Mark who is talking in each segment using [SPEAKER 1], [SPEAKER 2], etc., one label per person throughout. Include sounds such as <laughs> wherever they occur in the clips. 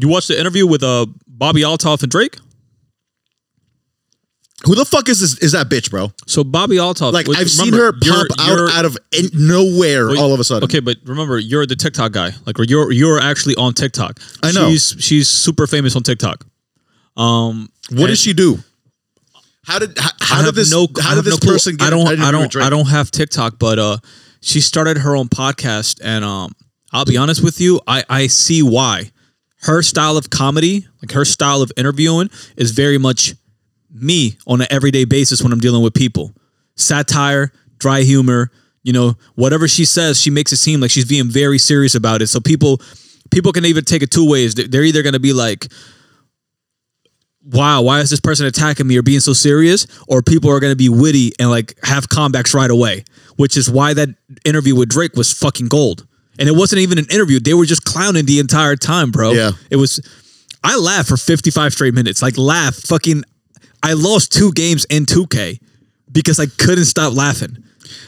[SPEAKER 1] You watched the interview with uh Bobby Altoff and Drake.
[SPEAKER 2] Who the fuck is this? Is that bitch, bro?
[SPEAKER 1] So Bobby Altoff,
[SPEAKER 2] Like
[SPEAKER 1] which-
[SPEAKER 2] I've seen her
[SPEAKER 1] remember,
[SPEAKER 2] pop
[SPEAKER 1] you're-
[SPEAKER 2] out
[SPEAKER 1] you're-
[SPEAKER 2] out of in- nowhere
[SPEAKER 1] Well,
[SPEAKER 2] all of a sudden.
[SPEAKER 1] Okay, but remember, you're the TikTok guy. Like you're you're actually on TikTok.
[SPEAKER 2] I know.
[SPEAKER 1] She's she's super famous on TikTok. Um,
[SPEAKER 2] what
[SPEAKER 1] and
[SPEAKER 2] did she do? How did how, how
[SPEAKER 1] I
[SPEAKER 2] did
[SPEAKER 1] have
[SPEAKER 2] this
[SPEAKER 1] no, I
[SPEAKER 2] how did
[SPEAKER 1] have
[SPEAKER 2] this
[SPEAKER 1] no clue.
[SPEAKER 2] person get?
[SPEAKER 1] I don't I
[SPEAKER 2] her
[SPEAKER 1] don't
[SPEAKER 2] drink?
[SPEAKER 1] I don't have TikTok, but uh, she started her own podcast, and um, I'll be honest with you, I I see why. Her style of comedy, like her style of interviewing, is very much me on an everyday basis when I'm dealing with people. Satire, dry humor, you know, whatever she says, she makes it seem like she's being very serious about it. So people people can even take it two ways. They- They're either going to be like, "Wow, why is this person attacking me or being so serious?" or people are going to be witty and like have comebacks right away, which is why that interview with Drake was fucking gold. And it wasn't even an interview. They were just clowning the entire time, bro.
[SPEAKER 2] Yeah.
[SPEAKER 1] It was I laughed for 55 straight minutes. Like laugh fucking I lost two games in 2K because I couldn't stop laughing.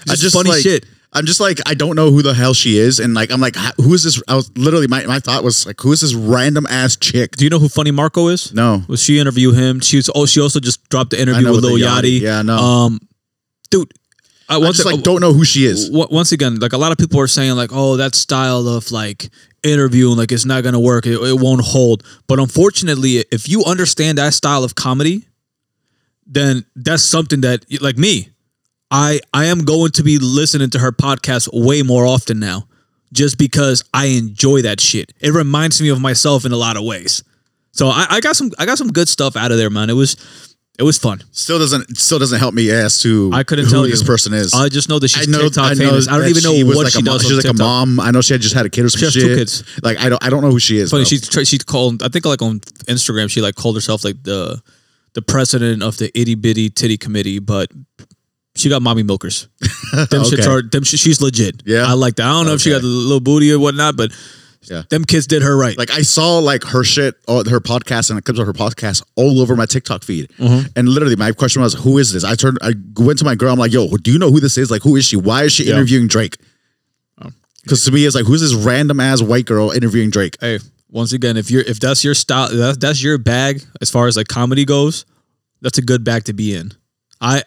[SPEAKER 1] Just,
[SPEAKER 2] I just
[SPEAKER 1] funny
[SPEAKER 2] like,
[SPEAKER 1] shit.
[SPEAKER 2] I'm just like I don't know who the hell she is, and like I'm like h- who is this? I was literally my, my thought was like who is this random ass chick?
[SPEAKER 1] Do you know who Funny Marco is?
[SPEAKER 2] No,
[SPEAKER 1] Well, she interviewed him. She was oh she also just dropped the
[SPEAKER 2] I
[SPEAKER 1] interview
[SPEAKER 2] know
[SPEAKER 1] with
[SPEAKER 2] the
[SPEAKER 1] Lil Yachty.
[SPEAKER 2] Yeah, no.
[SPEAKER 1] Um, dude, I uh,
[SPEAKER 2] I
[SPEAKER 1] once
[SPEAKER 2] just like don't know who she is.
[SPEAKER 1] w- once again, like a lot of people are saying, like, oh, that style of like interviewing, like it's not gonna work, it, it won't hold. But unfortunately, if you understand that style of comedy, then that's something that, like me, I I am going to be listening to her podcast way more often now, just because I enjoy that shit. It reminds me of myself in a lot of ways. So I, I got some I got some good stuff out of there, man. It was it was fun.
[SPEAKER 2] Still doesn't still doesn't help me as to
[SPEAKER 1] I couldn't
[SPEAKER 2] who
[SPEAKER 1] tell
[SPEAKER 2] this
[SPEAKER 1] you.
[SPEAKER 2] person is.
[SPEAKER 1] I just know that she's TikTok
[SPEAKER 2] know
[SPEAKER 1] famous. I don't
[SPEAKER 2] that
[SPEAKER 1] even know
[SPEAKER 2] was
[SPEAKER 1] what
[SPEAKER 2] like
[SPEAKER 1] she
[SPEAKER 2] a mom.
[SPEAKER 1] does.
[SPEAKER 2] She's
[SPEAKER 1] on
[SPEAKER 2] like
[SPEAKER 1] TikTok.
[SPEAKER 2] a mom. I know she had just had a kid or some
[SPEAKER 1] She has two
[SPEAKER 2] shit.
[SPEAKER 1] kids.
[SPEAKER 2] Like I don't I don't know who she is.
[SPEAKER 1] funny.
[SPEAKER 2] bro.
[SPEAKER 1] She tr- she called. I think like on Instagram, she like called herself like the the president of the itty bitty titty committee, but she got mommy
[SPEAKER 2] <laughs>
[SPEAKER 1] milkers. Them
[SPEAKER 2] Okay.
[SPEAKER 1] shits are them. sh- She's legit.
[SPEAKER 2] Yeah?
[SPEAKER 1] I like that. I don't know if she got
[SPEAKER 2] Okay.
[SPEAKER 1] a little booty or whatnot, but
[SPEAKER 2] Yeah.
[SPEAKER 1] them kids did her right.
[SPEAKER 2] like I saw like her shit, all- her podcast, and it comes on her podcast all over my TikTok feed.
[SPEAKER 1] Mm-hmm.
[SPEAKER 2] And literally, my question was, "Who is this?" I turned, I went to my girl. I'm like, "Yo, do you know who this is? Like, who is she? Why is she interviewing Drake?"
[SPEAKER 1] Oh.
[SPEAKER 2] Because to me, it's like, who's this random ass white girl interviewing Drake?
[SPEAKER 1] hey, once again, if you're if that's your style, that, that's your bag as far as like comedy goes, that's a good bag to be in. I,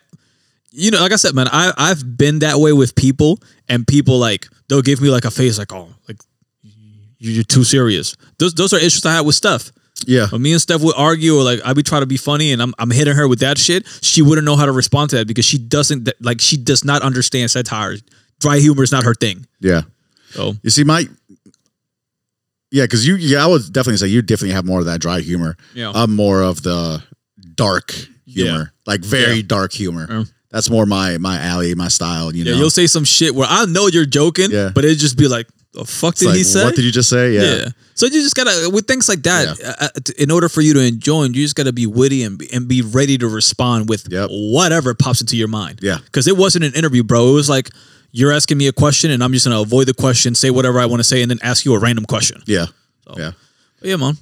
[SPEAKER 1] you know, like I said, man, I I've been that way with people, and people like they'll give me like a face like, oh, like you- you're too serious. Those those are issues I had with Steph.
[SPEAKER 2] Yeah,
[SPEAKER 1] When me and Steph would argue, or like I'd be trying to be funny, and I'm I'm hitting her with that shit. She wouldn't know how to respond to that because she doesn't like she does not understand satire. Dry humor is not her thing.
[SPEAKER 2] yeah.
[SPEAKER 1] So
[SPEAKER 2] You see, my yeah, because you, yeah, I would definitely say you definitely have more of that dry humor.
[SPEAKER 1] Yeah.
[SPEAKER 2] I'm more of the dark humor,
[SPEAKER 1] Oh. Yeah.
[SPEAKER 2] like very
[SPEAKER 1] Yeah.
[SPEAKER 2] dark humor.
[SPEAKER 1] Yeah.
[SPEAKER 2] That's more my my alley, my style. You
[SPEAKER 1] Yeah,
[SPEAKER 2] know,
[SPEAKER 1] you'll say some shit where I know you're joking,
[SPEAKER 2] Yeah.
[SPEAKER 1] but it'd just be like, the fuck
[SPEAKER 2] It's
[SPEAKER 1] did he
[SPEAKER 2] like,
[SPEAKER 1] say?
[SPEAKER 2] what did you just say?
[SPEAKER 1] yeah.
[SPEAKER 2] yeah.
[SPEAKER 1] So you just gotta with things like that. Uh, uh, in order for you to enjoy, you just gotta be witty and be, and be ready to respond with
[SPEAKER 2] Yep.
[SPEAKER 1] whatever pops into your mind.
[SPEAKER 2] Yeah.
[SPEAKER 1] because it wasn't an interview, bro. It was like you're asking me a question, and I'm just gonna avoid the question, say whatever I want to say, and then ask you a random question.
[SPEAKER 2] Yeah. Yeah.
[SPEAKER 1] But yeah, man.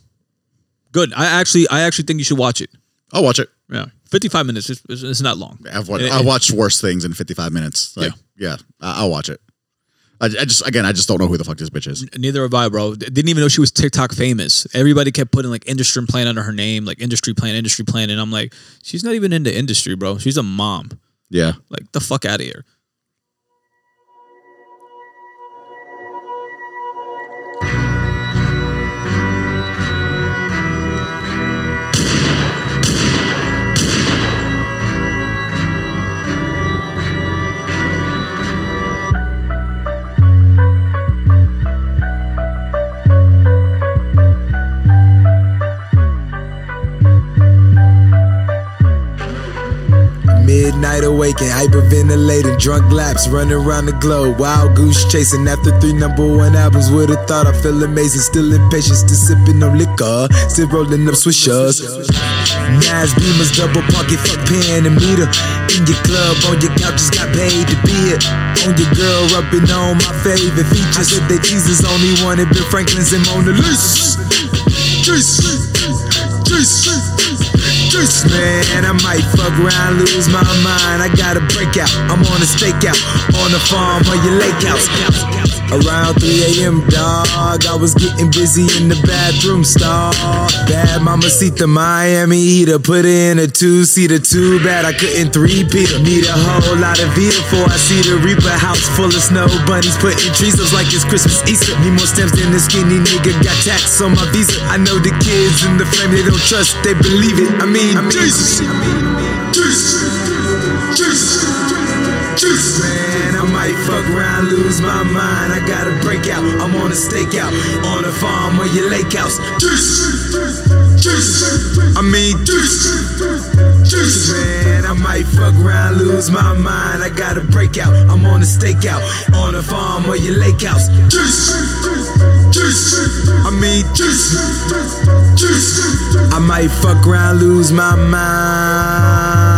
[SPEAKER 1] Good. I actually, I actually think you should watch it.
[SPEAKER 2] I'll watch it.
[SPEAKER 1] Yeah, 55 minutes. It's, it's it's not long.
[SPEAKER 2] I've watched,
[SPEAKER 1] And-
[SPEAKER 2] I watched worse things in 55 minutes. Like, yeah. I- I'll watch it. I, I just, again, I just don't know who the fuck this bitch is.
[SPEAKER 1] Neither have I, bro. D- Didn't even know she was TikTok famous. Everybody kept putting like industry plan under her name, like industry plan, industry plan, and I'm like, she's not even in the industry, bro. She's a mom.
[SPEAKER 2] Yeah.
[SPEAKER 1] Like the fuck out of here.
[SPEAKER 3] Midnight awaken, hyperventilating, drunk laps, running around the globe. Wild goose chasing after three number one albums. Would've thought I feel amazing, still impatient, still sipping on liquor, still rolling up swishers. Nas beamers, double pocket, fuck pen and meter. In your club, on your couch, just got paid to be it. On your girl, rubbing on my favorite features. I said that Jesus only wanted Bill Franklin's and Mona Lisa's. Jesus, Jesus, Jesus, man, I might fuck around, lose my mind. I got a breakout. I'm on a stakeout, on the farm, on your lake house. Around 3 a.m., dog, I was getting busy in the bathroom stall. Bad mama seat the Miami heater, put her in a two seater, too bad I couldn't three peter. Need a whole lot of Vita before I see the Reaper house full of snow bunnies, putting trees up like it's Christmas Easter. Need more stamps than this skinny nigga got tax on my visa. I know the kids in the family they don't trust, they believe it. I mean, I mean Jesus, Jesus, Jesus. Juice. Man, I might fuck around, lose my mind. I gotta break out. I'm on a stakeout, on a farm or your lake house. Juice. Juice. I mean, juice. Juice. Man, I might fuck around, lose my mind. I gotta break out. I'm on a stakeout, on a farm or your lake house. Juice. Juice. I mean, juice. Juice. I might fuck around, lose my mind.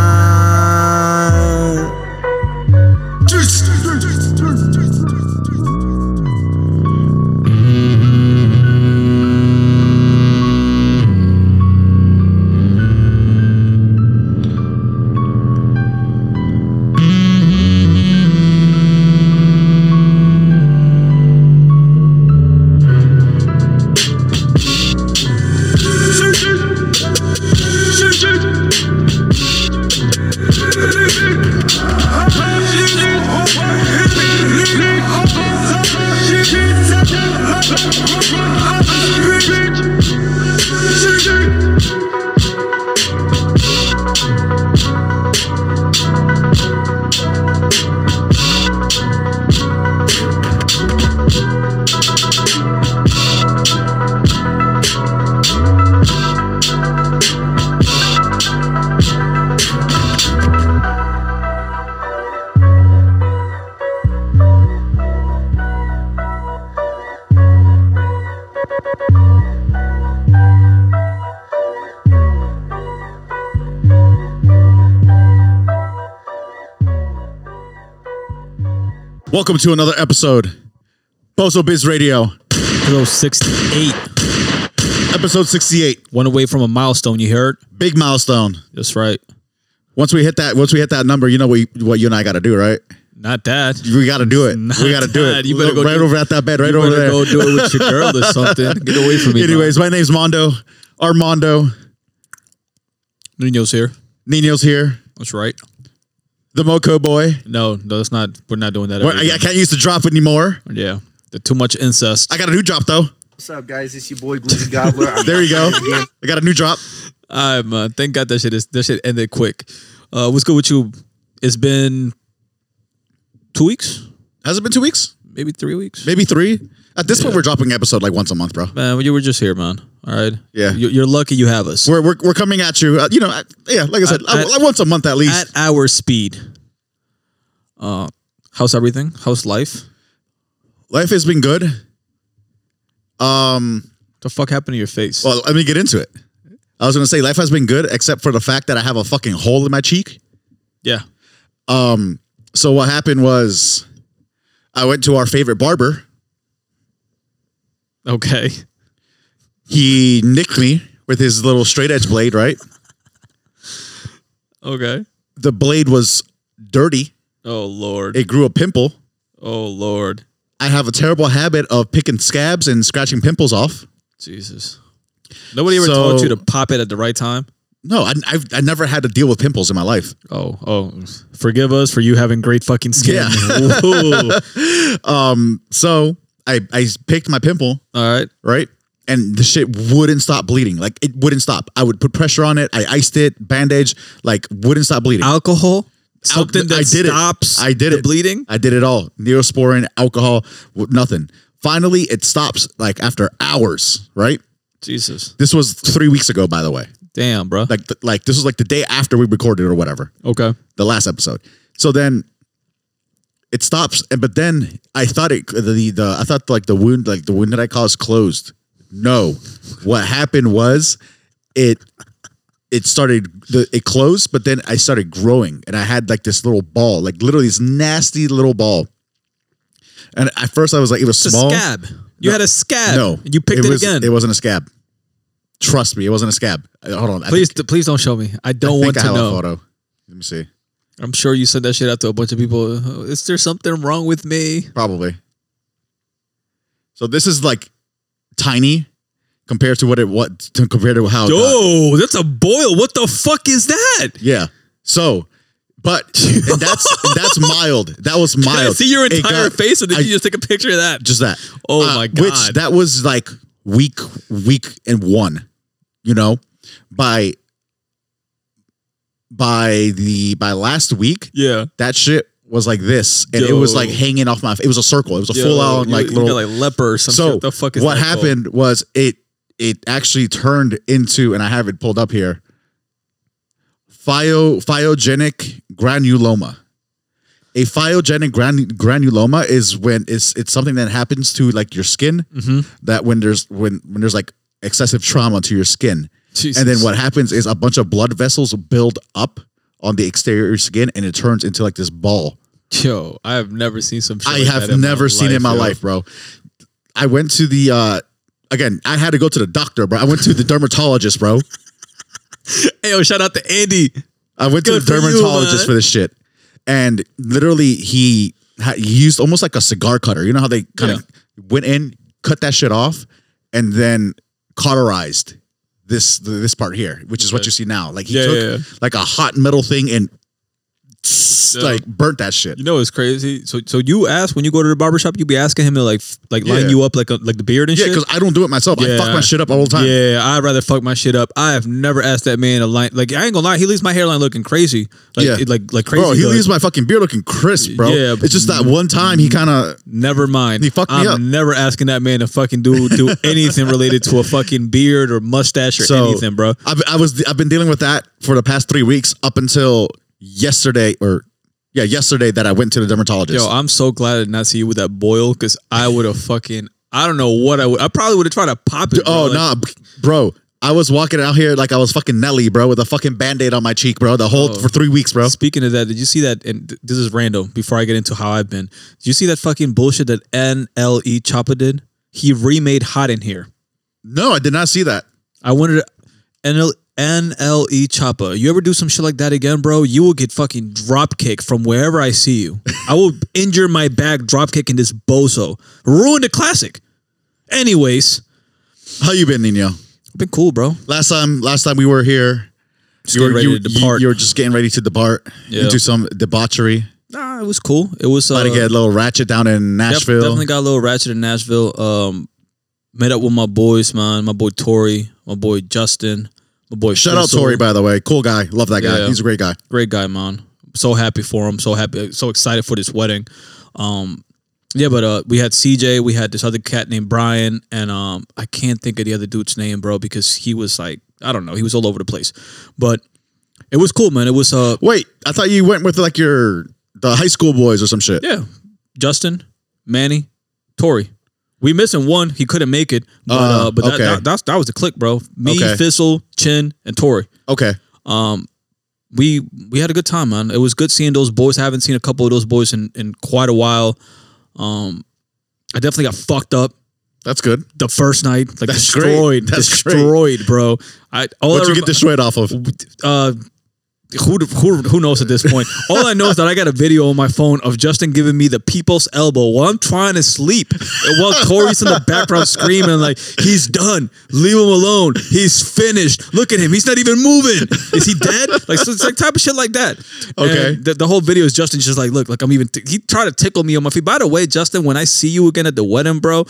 [SPEAKER 2] Welcome to another episode, Bozo Biz Radio,
[SPEAKER 1] Hello, 68.
[SPEAKER 2] episode 68.
[SPEAKER 1] One away from a milestone, you heard?
[SPEAKER 2] Big milestone.
[SPEAKER 1] That's right.
[SPEAKER 2] Once we hit that, once we hit that number, you know what, you- what you and I got to do, right?
[SPEAKER 1] Not that.
[SPEAKER 2] We got to do it. we got to do
[SPEAKER 1] that.
[SPEAKER 2] it.
[SPEAKER 1] You better go
[SPEAKER 2] right
[SPEAKER 1] do-
[SPEAKER 2] over at that bed, right
[SPEAKER 1] You
[SPEAKER 2] over
[SPEAKER 1] better
[SPEAKER 2] there.
[SPEAKER 1] Go do it with your girl or something.
[SPEAKER 2] <laughs>
[SPEAKER 1] Get away from me.
[SPEAKER 2] Anyways, my name's Mondo, Armando.
[SPEAKER 1] man. Nuno's here.
[SPEAKER 2] Nino's here.
[SPEAKER 1] That's right.
[SPEAKER 2] The Moco Boy.
[SPEAKER 1] No, no, that's not. We're not doing that.
[SPEAKER 2] Well,
[SPEAKER 1] every
[SPEAKER 2] I, I
[SPEAKER 1] time.
[SPEAKER 2] can't use the drop anymore.
[SPEAKER 1] yeah, The- too much incest.
[SPEAKER 2] I got a new drop though.
[SPEAKER 4] What's up, guys? It's your boy Glizzy Gobbler.
[SPEAKER 1] <laughs>
[SPEAKER 4] I'm
[SPEAKER 2] There you go. I got a new drop.
[SPEAKER 1] I man, thank God that shit is that shit ended quick. Uh, what's good with you? It's been two weeks,
[SPEAKER 2] Has it been two weeks?
[SPEAKER 1] maybe three weeks.
[SPEAKER 2] Maybe three. At this point, we're dropping episode like once a month, bro.
[SPEAKER 1] Man, you were just here, man. All right.
[SPEAKER 2] Yeah.
[SPEAKER 1] You, you're lucky you have us
[SPEAKER 2] We're we're, we're coming at you. Uh, you know, I, yeah. Like I said,
[SPEAKER 1] At-
[SPEAKER 2] I-
[SPEAKER 1] at-
[SPEAKER 2] I- once a month at least.
[SPEAKER 1] at our speed. Uh, how's everything? How's life?
[SPEAKER 2] Life has been good.
[SPEAKER 1] The fuck happened to your face?
[SPEAKER 2] Well, let me get into it. I was gonna say life has been good, except for the fact that I have a fucking hole in my cheek.
[SPEAKER 1] yeah.
[SPEAKER 2] So what happened was, I went to our favorite barber.
[SPEAKER 1] Okay.
[SPEAKER 2] He nicked me with his little straight edge blade. Right,
[SPEAKER 1] Okay.
[SPEAKER 2] the blade was dirty.
[SPEAKER 1] Oh lord.
[SPEAKER 2] It grew a pimple.
[SPEAKER 1] Oh lord.
[SPEAKER 2] I have a terrible habit of picking scabs and scratching pimples off.
[SPEAKER 1] Jesus. Nobody ever
[SPEAKER 2] So-
[SPEAKER 1] told you to pop it at the right time.
[SPEAKER 2] No, I, I've I never had to deal with pimples in my life.
[SPEAKER 1] Oh, oh, forgive us for you having great fucking skin.
[SPEAKER 2] Yeah.
[SPEAKER 1] <laughs> Ooh.
[SPEAKER 2] So I I picked my pimple
[SPEAKER 1] All right.
[SPEAKER 2] right, and the shit wouldn't stop bleeding. Like it wouldn't stop. I would put pressure on it. I iced it, bandage, like wouldn't stop bleeding.
[SPEAKER 1] Alcohol, something
[SPEAKER 2] Alc-
[SPEAKER 1] that stops
[SPEAKER 2] It. I did
[SPEAKER 1] the
[SPEAKER 2] it.
[SPEAKER 1] bleeding.
[SPEAKER 2] I did it all. Neosporin, alcohol, w- nothing. Finally, it stops like after hours. Right.
[SPEAKER 1] Jesus.
[SPEAKER 2] This was three weeks ago, by the way.
[SPEAKER 1] Damn, bro.
[SPEAKER 2] Like th- like this was like the day after we recorded or whatever.
[SPEAKER 1] okay.
[SPEAKER 2] the last episode. So then it stops, and but then I thought it the, the I thought like the wound like the wound that I caused closed. No, what happened was it it started the it closed, but then I started growing, and I had like this little ball, like literally this nasty little ball. And at first I was like, it was
[SPEAKER 1] It's
[SPEAKER 2] small.
[SPEAKER 1] a scab. You
[SPEAKER 2] No.
[SPEAKER 1] had a scab.
[SPEAKER 2] No,
[SPEAKER 1] You picked it,
[SPEAKER 2] was,
[SPEAKER 1] again.
[SPEAKER 2] It wasn't a scab. Trust me, it wasn't a scab. Uh, Hold on, I
[SPEAKER 1] please,
[SPEAKER 2] think-
[SPEAKER 1] d- please don't show me. I
[SPEAKER 2] I
[SPEAKER 1] don't
[SPEAKER 2] think
[SPEAKER 1] want
[SPEAKER 2] I
[SPEAKER 1] to
[SPEAKER 2] have a
[SPEAKER 1] know.
[SPEAKER 2] photo. Let me see.
[SPEAKER 1] I'm sure you said that shit out to a bunch of people. "Oh, Is there something wrong with me?
[SPEAKER 2] Probably. So this is like tiny compared to what it what to compared to how. it got.
[SPEAKER 1] Oh, that's a boil. What the fuck is that?
[SPEAKER 2] Yeah. So, but
[SPEAKER 1] <laughs>
[SPEAKER 2] and that's and that's mild. That was
[SPEAKER 1] Did I
[SPEAKER 2] mild.
[SPEAKER 1] see your
[SPEAKER 2] It
[SPEAKER 1] entire
[SPEAKER 2] got-
[SPEAKER 1] face, or did
[SPEAKER 2] I-
[SPEAKER 1] you just take a picture of that?
[SPEAKER 2] just that? Uh,
[SPEAKER 1] Oh my
[SPEAKER 2] Which
[SPEAKER 1] God.
[SPEAKER 2] that was like week week and one, you know, by by the by last week
[SPEAKER 1] yeah,
[SPEAKER 2] that shit was like this, and it was
[SPEAKER 1] Yo.
[SPEAKER 2] like hanging off my. It was a circle. It was a
[SPEAKER 1] Yo,
[SPEAKER 2] full out
[SPEAKER 1] you-
[SPEAKER 2] like
[SPEAKER 1] you
[SPEAKER 2] little
[SPEAKER 1] got, like leper or something.
[SPEAKER 2] so
[SPEAKER 1] what the fuck is
[SPEAKER 2] what
[SPEAKER 1] that called?
[SPEAKER 2] happened was it it actually turned into and i have it pulled up here phyo, phygenic granuloma a phygenic gran, granuloma is when it's it's something that happens to like your skin
[SPEAKER 1] Mm-hmm.
[SPEAKER 2] that when there's when when there's like excessive trauma to your skin
[SPEAKER 1] Jesus.
[SPEAKER 2] and then what happens is a bunch of blood vessels build up on the exterior skin and it turns into like this ball
[SPEAKER 1] Yo, I have never seen some. Shit
[SPEAKER 2] I
[SPEAKER 1] like
[SPEAKER 2] have
[SPEAKER 1] that in my
[SPEAKER 2] never seen it in my
[SPEAKER 1] yo.
[SPEAKER 2] life, bro. I went to the uh again, I had to go to the doctor, bro. I went to the dermatologist, bro.
[SPEAKER 1] Hey, yo, shout out to Andy.
[SPEAKER 2] I went to
[SPEAKER 1] Good
[SPEAKER 2] the
[SPEAKER 1] for you,
[SPEAKER 2] dermatologist
[SPEAKER 1] man.
[SPEAKER 2] for this shit. And literally he ha- he used almost like a cigar cutter. You know how they kind of went in, cut that shit off and then cauterized this this part here, which is what you see now. Like he
[SPEAKER 1] Yeah,
[SPEAKER 2] took
[SPEAKER 1] yeah, yeah.
[SPEAKER 2] like a hot metal thing and
[SPEAKER 1] Yeah.
[SPEAKER 2] like burnt that shit.
[SPEAKER 1] You know it's crazy. So, so you ask when you go to the barbershop, you be asking him to like, f- like line
[SPEAKER 2] Yeah.
[SPEAKER 1] you up like, a, like the beard and
[SPEAKER 2] Yeah,
[SPEAKER 1] shit.
[SPEAKER 2] because I don't do it myself. I
[SPEAKER 1] Yeah.
[SPEAKER 2] fuck my shit up all the time.
[SPEAKER 1] Yeah, I'd rather fuck my shit up. I have never asked that man to line. Like I ain't gonna lie, he leaves my hairline looking crazy. Like,
[SPEAKER 2] Yeah.
[SPEAKER 1] it- like like crazy.
[SPEAKER 2] Bro, he
[SPEAKER 1] like,
[SPEAKER 2] leaves my fucking beard looking crisp, bro.
[SPEAKER 1] Yeah,
[SPEAKER 2] it's just that one time he kind of.
[SPEAKER 1] Never mind.
[SPEAKER 2] He fucked me
[SPEAKER 1] I'm
[SPEAKER 2] up.
[SPEAKER 1] never asking that man to fucking do
[SPEAKER 2] <laughs>
[SPEAKER 1] do anything related to a fucking beard or mustache or
[SPEAKER 2] So
[SPEAKER 1] anything, bro.
[SPEAKER 2] I've, I was I've been dealing with that for the past three weeks up until yesterday or yeah yesterday that I went to the dermatologist.
[SPEAKER 1] Yo, I'm so glad I did not see you with that boil because I would have fucking. I don't know what I would. I probably would have tried to pop it. bro.
[SPEAKER 2] oh
[SPEAKER 1] Like,
[SPEAKER 2] nah, b- bro. I was walking out here like I was fucking Nelly, bro, with a fucking band-aid on my cheek, bro, the
[SPEAKER 1] Oh.
[SPEAKER 2] whole for three weeks, bro.
[SPEAKER 1] Speaking of that, did you see that? And th- this is random. Before I get into how I've been, did you see that fucking bullshit that NLE Choppa did? He remade Hot in here.
[SPEAKER 2] No, I did not see that.
[SPEAKER 1] I wanted to- NL, NLE E Choppa. You ever do some shit like that again, bro? You will get fucking drop kick from wherever I see
[SPEAKER 2] <laughs>
[SPEAKER 1] you. I will injure my back drop kicking this bozo. Ruined the classic. Anyways,
[SPEAKER 2] How you been, Nino?
[SPEAKER 1] been cool, bro.
[SPEAKER 2] Last time last time we were here,
[SPEAKER 1] Just getting ready
[SPEAKER 2] you,
[SPEAKER 1] to depart.
[SPEAKER 2] you were just getting ready to depart
[SPEAKER 1] Yeah.
[SPEAKER 2] into some debauchery.
[SPEAKER 1] nah, it was cool. It was uh,
[SPEAKER 2] About to get a little ratchet down in
[SPEAKER 1] Yep,
[SPEAKER 2] Nashville.
[SPEAKER 1] definitely got a little ratchet in Nashville. Um, met up with my boys, man. My boy Tori, my boy Justin, my boy.
[SPEAKER 2] Shout out
[SPEAKER 1] Fizzle.
[SPEAKER 2] Tori, by the way. Cool guy. Love that guy.
[SPEAKER 1] Yeah.
[SPEAKER 2] He's a great guy.
[SPEAKER 1] great guy, man. So happy for him. So happy. So excited for this wedding. Um, yeah, but uh, we had CJ. We had this other cat named Brian, and um, I can't think of the other dude's name, bro, because he was like, I don't know, he was all over the place. But it was cool, man. It was uh,
[SPEAKER 2] Wait, I thought you went with like your the high school boys or some shit.
[SPEAKER 1] yeah, Justin, Manny, Tori. We missing one. He couldn't make it, but uh,
[SPEAKER 2] Uh,
[SPEAKER 1] but that,
[SPEAKER 2] okay.
[SPEAKER 1] that, that's, that was the click, bro. Me,
[SPEAKER 2] Okay.
[SPEAKER 1] Fizzle, Chin, and Tori.
[SPEAKER 2] Okay.
[SPEAKER 1] um, we we had a good time, man. It was good seeing those boys. I haven't seen a couple of those boys in, in quite a while. Um, I definitely got fucked up
[SPEAKER 2] That's good.
[SPEAKER 1] the first night, like
[SPEAKER 2] That's great.
[SPEAKER 1] destroyed,
[SPEAKER 2] That's
[SPEAKER 1] destroyed, bro. I all
[SPEAKER 2] What'd
[SPEAKER 1] I
[SPEAKER 2] you get
[SPEAKER 1] rem-
[SPEAKER 2] destroyed off of?
[SPEAKER 1] uh, who, who who knows at this point? All I know is that I got a video on my phone of Justin giving me the people's elbow while I'm trying to sleep, and while Tori's in the background screaming like he's done, leave him alone, he's finished. Look at him, he's not even moving. Is he dead? Like so it's like type of shit like that.
[SPEAKER 2] Okay.
[SPEAKER 1] And the, the whole video is Justin just like look like I'm even t- he tried to tickle me on my feet. By the way, Justin, when I see you again at the wedding, bro.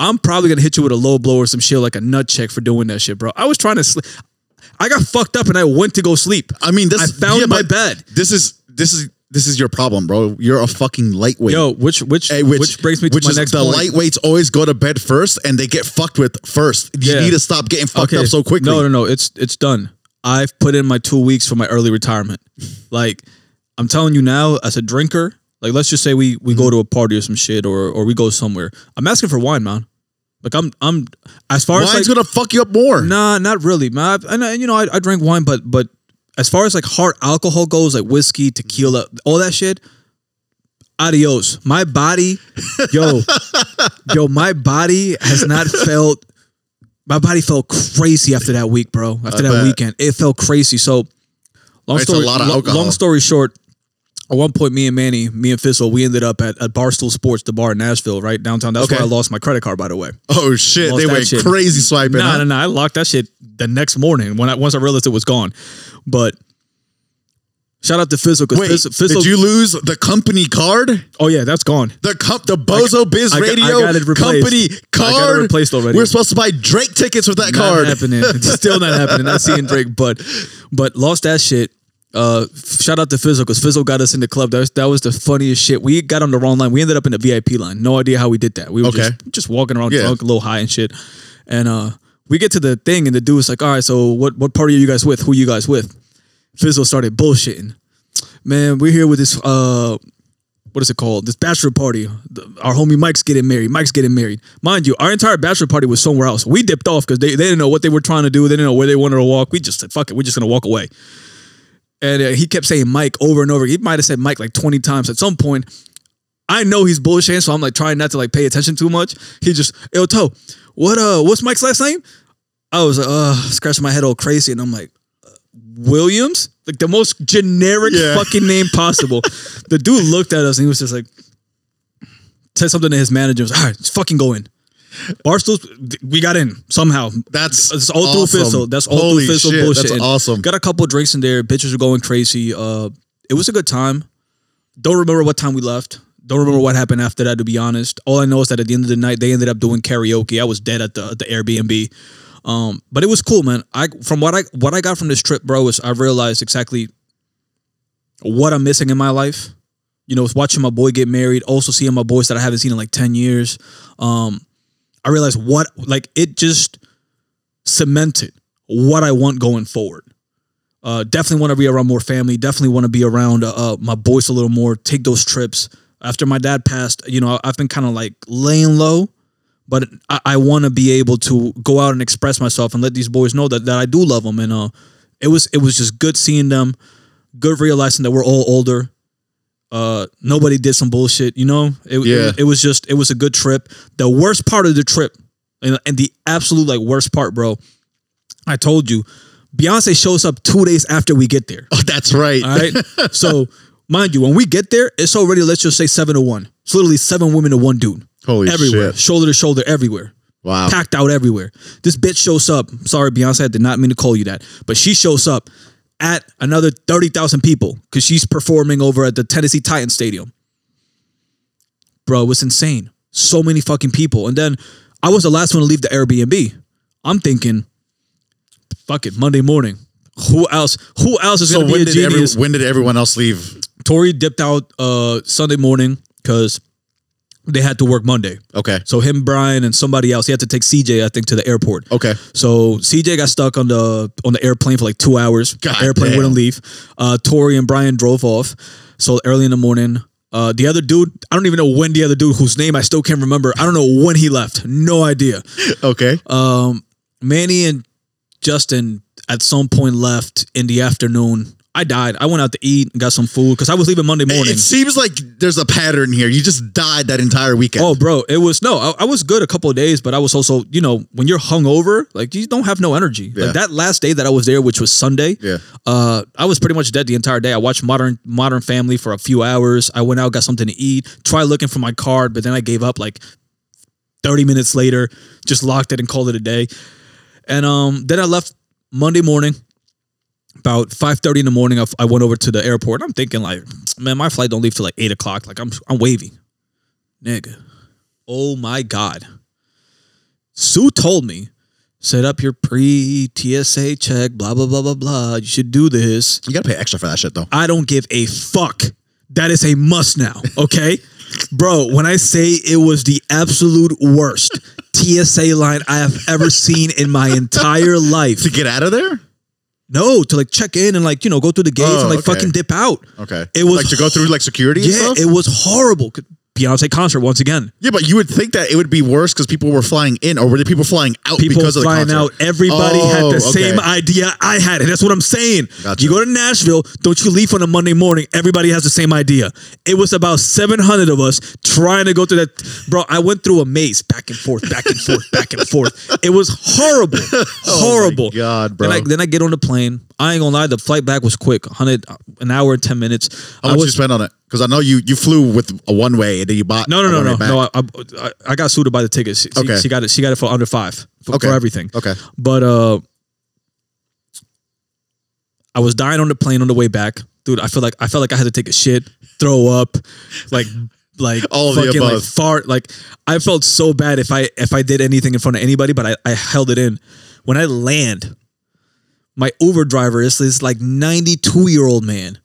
[SPEAKER 1] I'm probably gonna hit you with a low blow or some shit like a nut check for doing that shit, bro. I was trying to sleep. I got fucked up and I went to go sleep.
[SPEAKER 2] I mean, this
[SPEAKER 1] I found
[SPEAKER 2] yeah,
[SPEAKER 1] my
[SPEAKER 2] but
[SPEAKER 1] bed.
[SPEAKER 2] This is this is this is your problem, bro. You're a fucking lightweight.
[SPEAKER 1] Yo, which which
[SPEAKER 2] Hey,
[SPEAKER 1] which, brings me to
[SPEAKER 2] which
[SPEAKER 1] my
[SPEAKER 2] is
[SPEAKER 1] next
[SPEAKER 2] the
[SPEAKER 1] point.
[SPEAKER 2] lightweights always go to bed first and they get fucked with first. You
[SPEAKER 1] Yeah.
[SPEAKER 2] need to stop getting fucked up so quickly.
[SPEAKER 1] No, no, no. It's it's done. I've put in my two weeks for my early retirement. like I'm telling you now, as a drinker, like let's just say we we go to a party or some shit or or we go somewhere. I'm asking for wine, man. Like I'm I'm as far as
[SPEAKER 2] Wine's
[SPEAKER 1] like,
[SPEAKER 2] gonna fuck you up more.
[SPEAKER 1] Nah, not really, man. I, and, I- you know, I, I drink wine, but but as far as like hard alcohol goes, like whiskey, tequila, all that shit, adios. My body, yo, yo, my body has
[SPEAKER 2] <laughs>
[SPEAKER 1] not felt. My body felt crazy after that week, bro. After that
[SPEAKER 2] bet.
[SPEAKER 1] weekend, it felt crazy. So, long
[SPEAKER 2] It's a
[SPEAKER 1] story,
[SPEAKER 2] lot of
[SPEAKER 1] lo-
[SPEAKER 2] alcohol.
[SPEAKER 1] long story short, at one point, me and Manny, me and Fizzle, we ended up at, at Barstool Sports, the bar in Nashville, right downtown. That's
[SPEAKER 2] Okay.
[SPEAKER 1] where I lost my credit card, by the way.
[SPEAKER 2] Oh shit!
[SPEAKER 1] Lost
[SPEAKER 2] they
[SPEAKER 1] that
[SPEAKER 2] went
[SPEAKER 1] shit.
[SPEAKER 2] crazy swiping.
[SPEAKER 1] No,
[SPEAKER 2] huh?
[SPEAKER 1] no, no. I locked that shit the next morning when I once I realized it was gone. But shout out to Fizzle because
[SPEAKER 2] Wait,
[SPEAKER 1] Fizzle, Fizzle-
[SPEAKER 2] did you lose the company card?
[SPEAKER 1] oh yeah, that's gone.
[SPEAKER 2] The comp, the Bozo Biz
[SPEAKER 1] I got- I
[SPEAKER 2] Radio
[SPEAKER 1] got it replaced.
[SPEAKER 2] company
[SPEAKER 1] I got it
[SPEAKER 2] card.
[SPEAKER 1] replaced already.
[SPEAKER 2] We're supposed to buy Drake tickets with that card.
[SPEAKER 1] Not
[SPEAKER 2] <laughs>
[SPEAKER 1] happening. It's still not happening. Not seeing Drake, but but lost that shit. Uh, f- shout out to Fizzle because Fizzle got us in the club. That was, that was the funniest shit. We got on the wrong line. We ended up in the VIP line. No idea how we did that. We were
[SPEAKER 2] Okay.
[SPEAKER 1] just, just walking around
[SPEAKER 2] Yeah.
[SPEAKER 1] drunk, a little high and shit. And uh, we get to the thing, and the dude's like, "All right, so what what party are you guys with? Who you guys with?" Fizzle started bullshitting. Man, we're here with this uh, what is it called? This bachelor party. The- Our homie Mike's getting married. Mike's getting married. Mind you, our entire bachelor party was somewhere else. We dipped off because they, they didn't know what they were trying to do. They didn't know where they wanted to walk. We just said, fuck it, we're just going to walk away. And uh, he kept saying Mike over and over. He might have said Mike like 20 times. At some point, I know he's bullshitting, so I'm like trying not to like pay attention too much. He just, yo, Toe, what, uh, what's Mike's last name? I was, uh, scratching my head all crazy. And I'm like, "Uh, Williams? Like the most generic
[SPEAKER 2] Yeah.
[SPEAKER 1] fucking name possible. the dude looked at us and he was just like, said something to his manager. He was, all right, let's fucking go in. Barstools, we got in somehow.
[SPEAKER 2] That's
[SPEAKER 1] It's all
[SPEAKER 2] awesome.
[SPEAKER 1] through Fizzle. That's all
[SPEAKER 2] Holy
[SPEAKER 1] through Fizzle
[SPEAKER 2] shit,
[SPEAKER 1] bullshit.
[SPEAKER 2] That's
[SPEAKER 1] And
[SPEAKER 2] awesome.
[SPEAKER 1] Got a couple drinks in there. Bitches were going crazy. Uh, it was a good time. Don't remember what time we left. Don't remember what happened after that. To be honest, all I know is that at the end of the night, they ended up doing karaoke. I was dead at the at the Airbnb. Um, but it was cool, man. I from what I what I got from this trip, bro, is I realized exactly what I'm missing in my life. You know, it's watching my boy get married, also seeing my boys that I haven't seen in like ten years. Um, I realized what like it just cemented what I want going forward. Uh, definitely want to be around more family. Definitely want to be around uh, uh, my boys a little more. Take those trips. After my dad passed, you know, I've been kind of like laying low, but I, I want to be able to go out and express myself and let these boys know that, that I do love them. And uh, it was it was just good seeing them. Good realizing that we're all older. Uh, nobody did some bullshit, you know. It, it-
[SPEAKER 2] Yeah.
[SPEAKER 1] it, was just it was a good trip. The worst part of the trip, and, and the absolute like worst part, bro. I told you, Beyonce shows up two days after we get there.
[SPEAKER 2] Oh, that's right.
[SPEAKER 1] All
[SPEAKER 2] <laughs>
[SPEAKER 1] right. so mind you, when we get there, it's already let's just say seven to one. It's literally seven women to one dude.
[SPEAKER 2] Holy
[SPEAKER 1] everywhere,
[SPEAKER 2] shit.
[SPEAKER 1] shoulder to shoulder, everywhere.
[SPEAKER 2] Wow.
[SPEAKER 1] Packed out everywhere. This bitch shows up. Sorry, Beyonce, I did not mean to call you that, but she shows up at another thirty thousand people because she's performing over at the Tennessee Titan Stadium. Bro, it was insane. So many fucking people, and then I was the last one to leave the Airbnb. I'm thinking, fuck it, Monday morning. Who else? Who else is
[SPEAKER 2] So
[SPEAKER 1] going to be
[SPEAKER 2] when
[SPEAKER 1] a
[SPEAKER 2] did, every,
[SPEAKER 1] genius?
[SPEAKER 2] when did everyone else leave?
[SPEAKER 1] Tori dipped out uh, Sunday morning because they had to work Monday.
[SPEAKER 2] Okay.
[SPEAKER 1] So him, Brian, and somebody else, he had to take CJ, I think, to the airport.
[SPEAKER 2] Okay. <laughs>
[SPEAKER 1] So CJ got stuck on the on the airplane for like two hours.
[SPEAKER 2] God
[SPEAKER 1] airplane
[SPEAKER 2] damn.
[SPEAKER 1] wouldn't leave. Uh, Tori and Brian drove off. So early in the morning. Uh, the other dude, I don't even know when the other dude, whose name I still can't remember, I don't know when he left. No idea.
[SPEAKER 2] Okay.
[SPEAKER 1] Uh, Manny and Justin at some point left in the afternoon. I died. I went out to eat and got some food because I was leaving Monday
[SPEAKER 2] It-
[SPEAKER 1] morning.
[SPEAKER 2] It seems like there's a pattern here. You just died that entire weekend.
[SPEAKER 1] Oh, bro, it was no. I, I was good a couple of days, but I was also, you know, when you're hungover, like you don't have no energy.
[SPEAKER 2] Yeah.
[SPEAKER 1] Like that last day that I was there, which was Sunday.
[SPEAKER 2] Yeah.
[SPEAKER 1] Uh, I was pretty much dead the entire day. I watched Modern Modern Family for a few hours. I went out, got something to eat, tried looking for my card, but then I gave up. Like thirty minutes later, just locked it and called it a day. And um, then I left Monday morning. About five thirty in the morning, I, f- I went over to the airport. I'm thinking like, man, my flight don't leave till like eight o'clock. Like I'm I'm wavy, nigga. Oh my god. Sue told me, set up your pre TSA check, blah blah blah blah blah. You should do this.
[SPEAKER 2] You gotta pay extra for that shit though.
[SPEAKER 1] I don't give a fuck. That is a must now, okay? <laughs> Bro, when I say it was the absolute worst TSA line I have ever seen in my entire life.
[SPEAKER 2] To get out of there?
[SPEAKER 1] No, to like check in and like, you know, go through the gates
[SPEAKER 2] Oh,
[SPEAKER 1] and like
[SPEAKER 2] okay.
[SPEAKER 1] fucking dip out.
[SPEAKER 2] Okay.
[SPEAKER 1] It was
[SPEAKER 2] like to go through like security and
[SPEAKER 1] Yeah,
[SPEAKER 2] stuff?
[SPEAKER 1] it was horrible. Beyonce concert once again.
[SPEAKER 2] yeah, but you would think that it would be worse because people were flying in or were there people flying out
[SPEAKER 1] people
[SPEAKER 2] because of the
[SPEAKER 1] flying
[SPEAKER 2] concert?
[SPEAKER 1] out. Everybody had
[SPEAKER 2] Oh,
[SPEAKER 1] the
[SPEAKER 2] okay.
[SPEAKER 1] same idea I had, and that's what I'm saying.
[SPEAKER 2] Gotcha.
[SPEAKER 1] You go to Nashville, don't you leave on a Monday morning? Everybody has the same idea. It was about 700 of us trying to go through that. Bro, I went through a maze back and forth, back
[SPEAKER 2] <laughs>
[SPEAKER 1] and forth, back and forth. It was horrible, horrible.
[SPEAKER 2] Oh God, bro.
[SPEAKER 1] Then I, then I get on the plane. I ain't gonna lie, the flight back was quick. Hundred an hour and ten minutes.
[SPEAKER 2] How
[SPEAKER 1] I
[SPEAKER 2] much you
[SPEAKER 1] was
[SPEAKER 2] spend on it? Because I know you you flew with a one way and then you bought
[SPEAKER 1] no no
[SPEAKER 2] a
[SPEAKER 1] no
[SPEAKER 2] one-way
[SPEAKER 1] no
[SPEAKER 2] back.
[SPEAKER 1] no. I, I I got suited by the tickets. She,
[SPEAKER 2] Okay.
[SPEAKER 1] she got it. She got it for under five for,
[SPEAKER 2] Okay.
[SPEAKER 1] for everything.
[SPEAKER 2] Okay.
[SPEAKER 1] But uh, I was dying on the plane on the way back, dude. I feel like I felt like I had to take a shit, throw up, like like
[SPEAKER 2] <laughs> All of the
[SPEAKER 1] fucking like
[SPEAKER 2] above.
[SPEAKER 1] fart. Like I felt so bad if I if I did anything in front of anybody, but I, I held it in. When I land, my Uber driver is this like ninety two year old man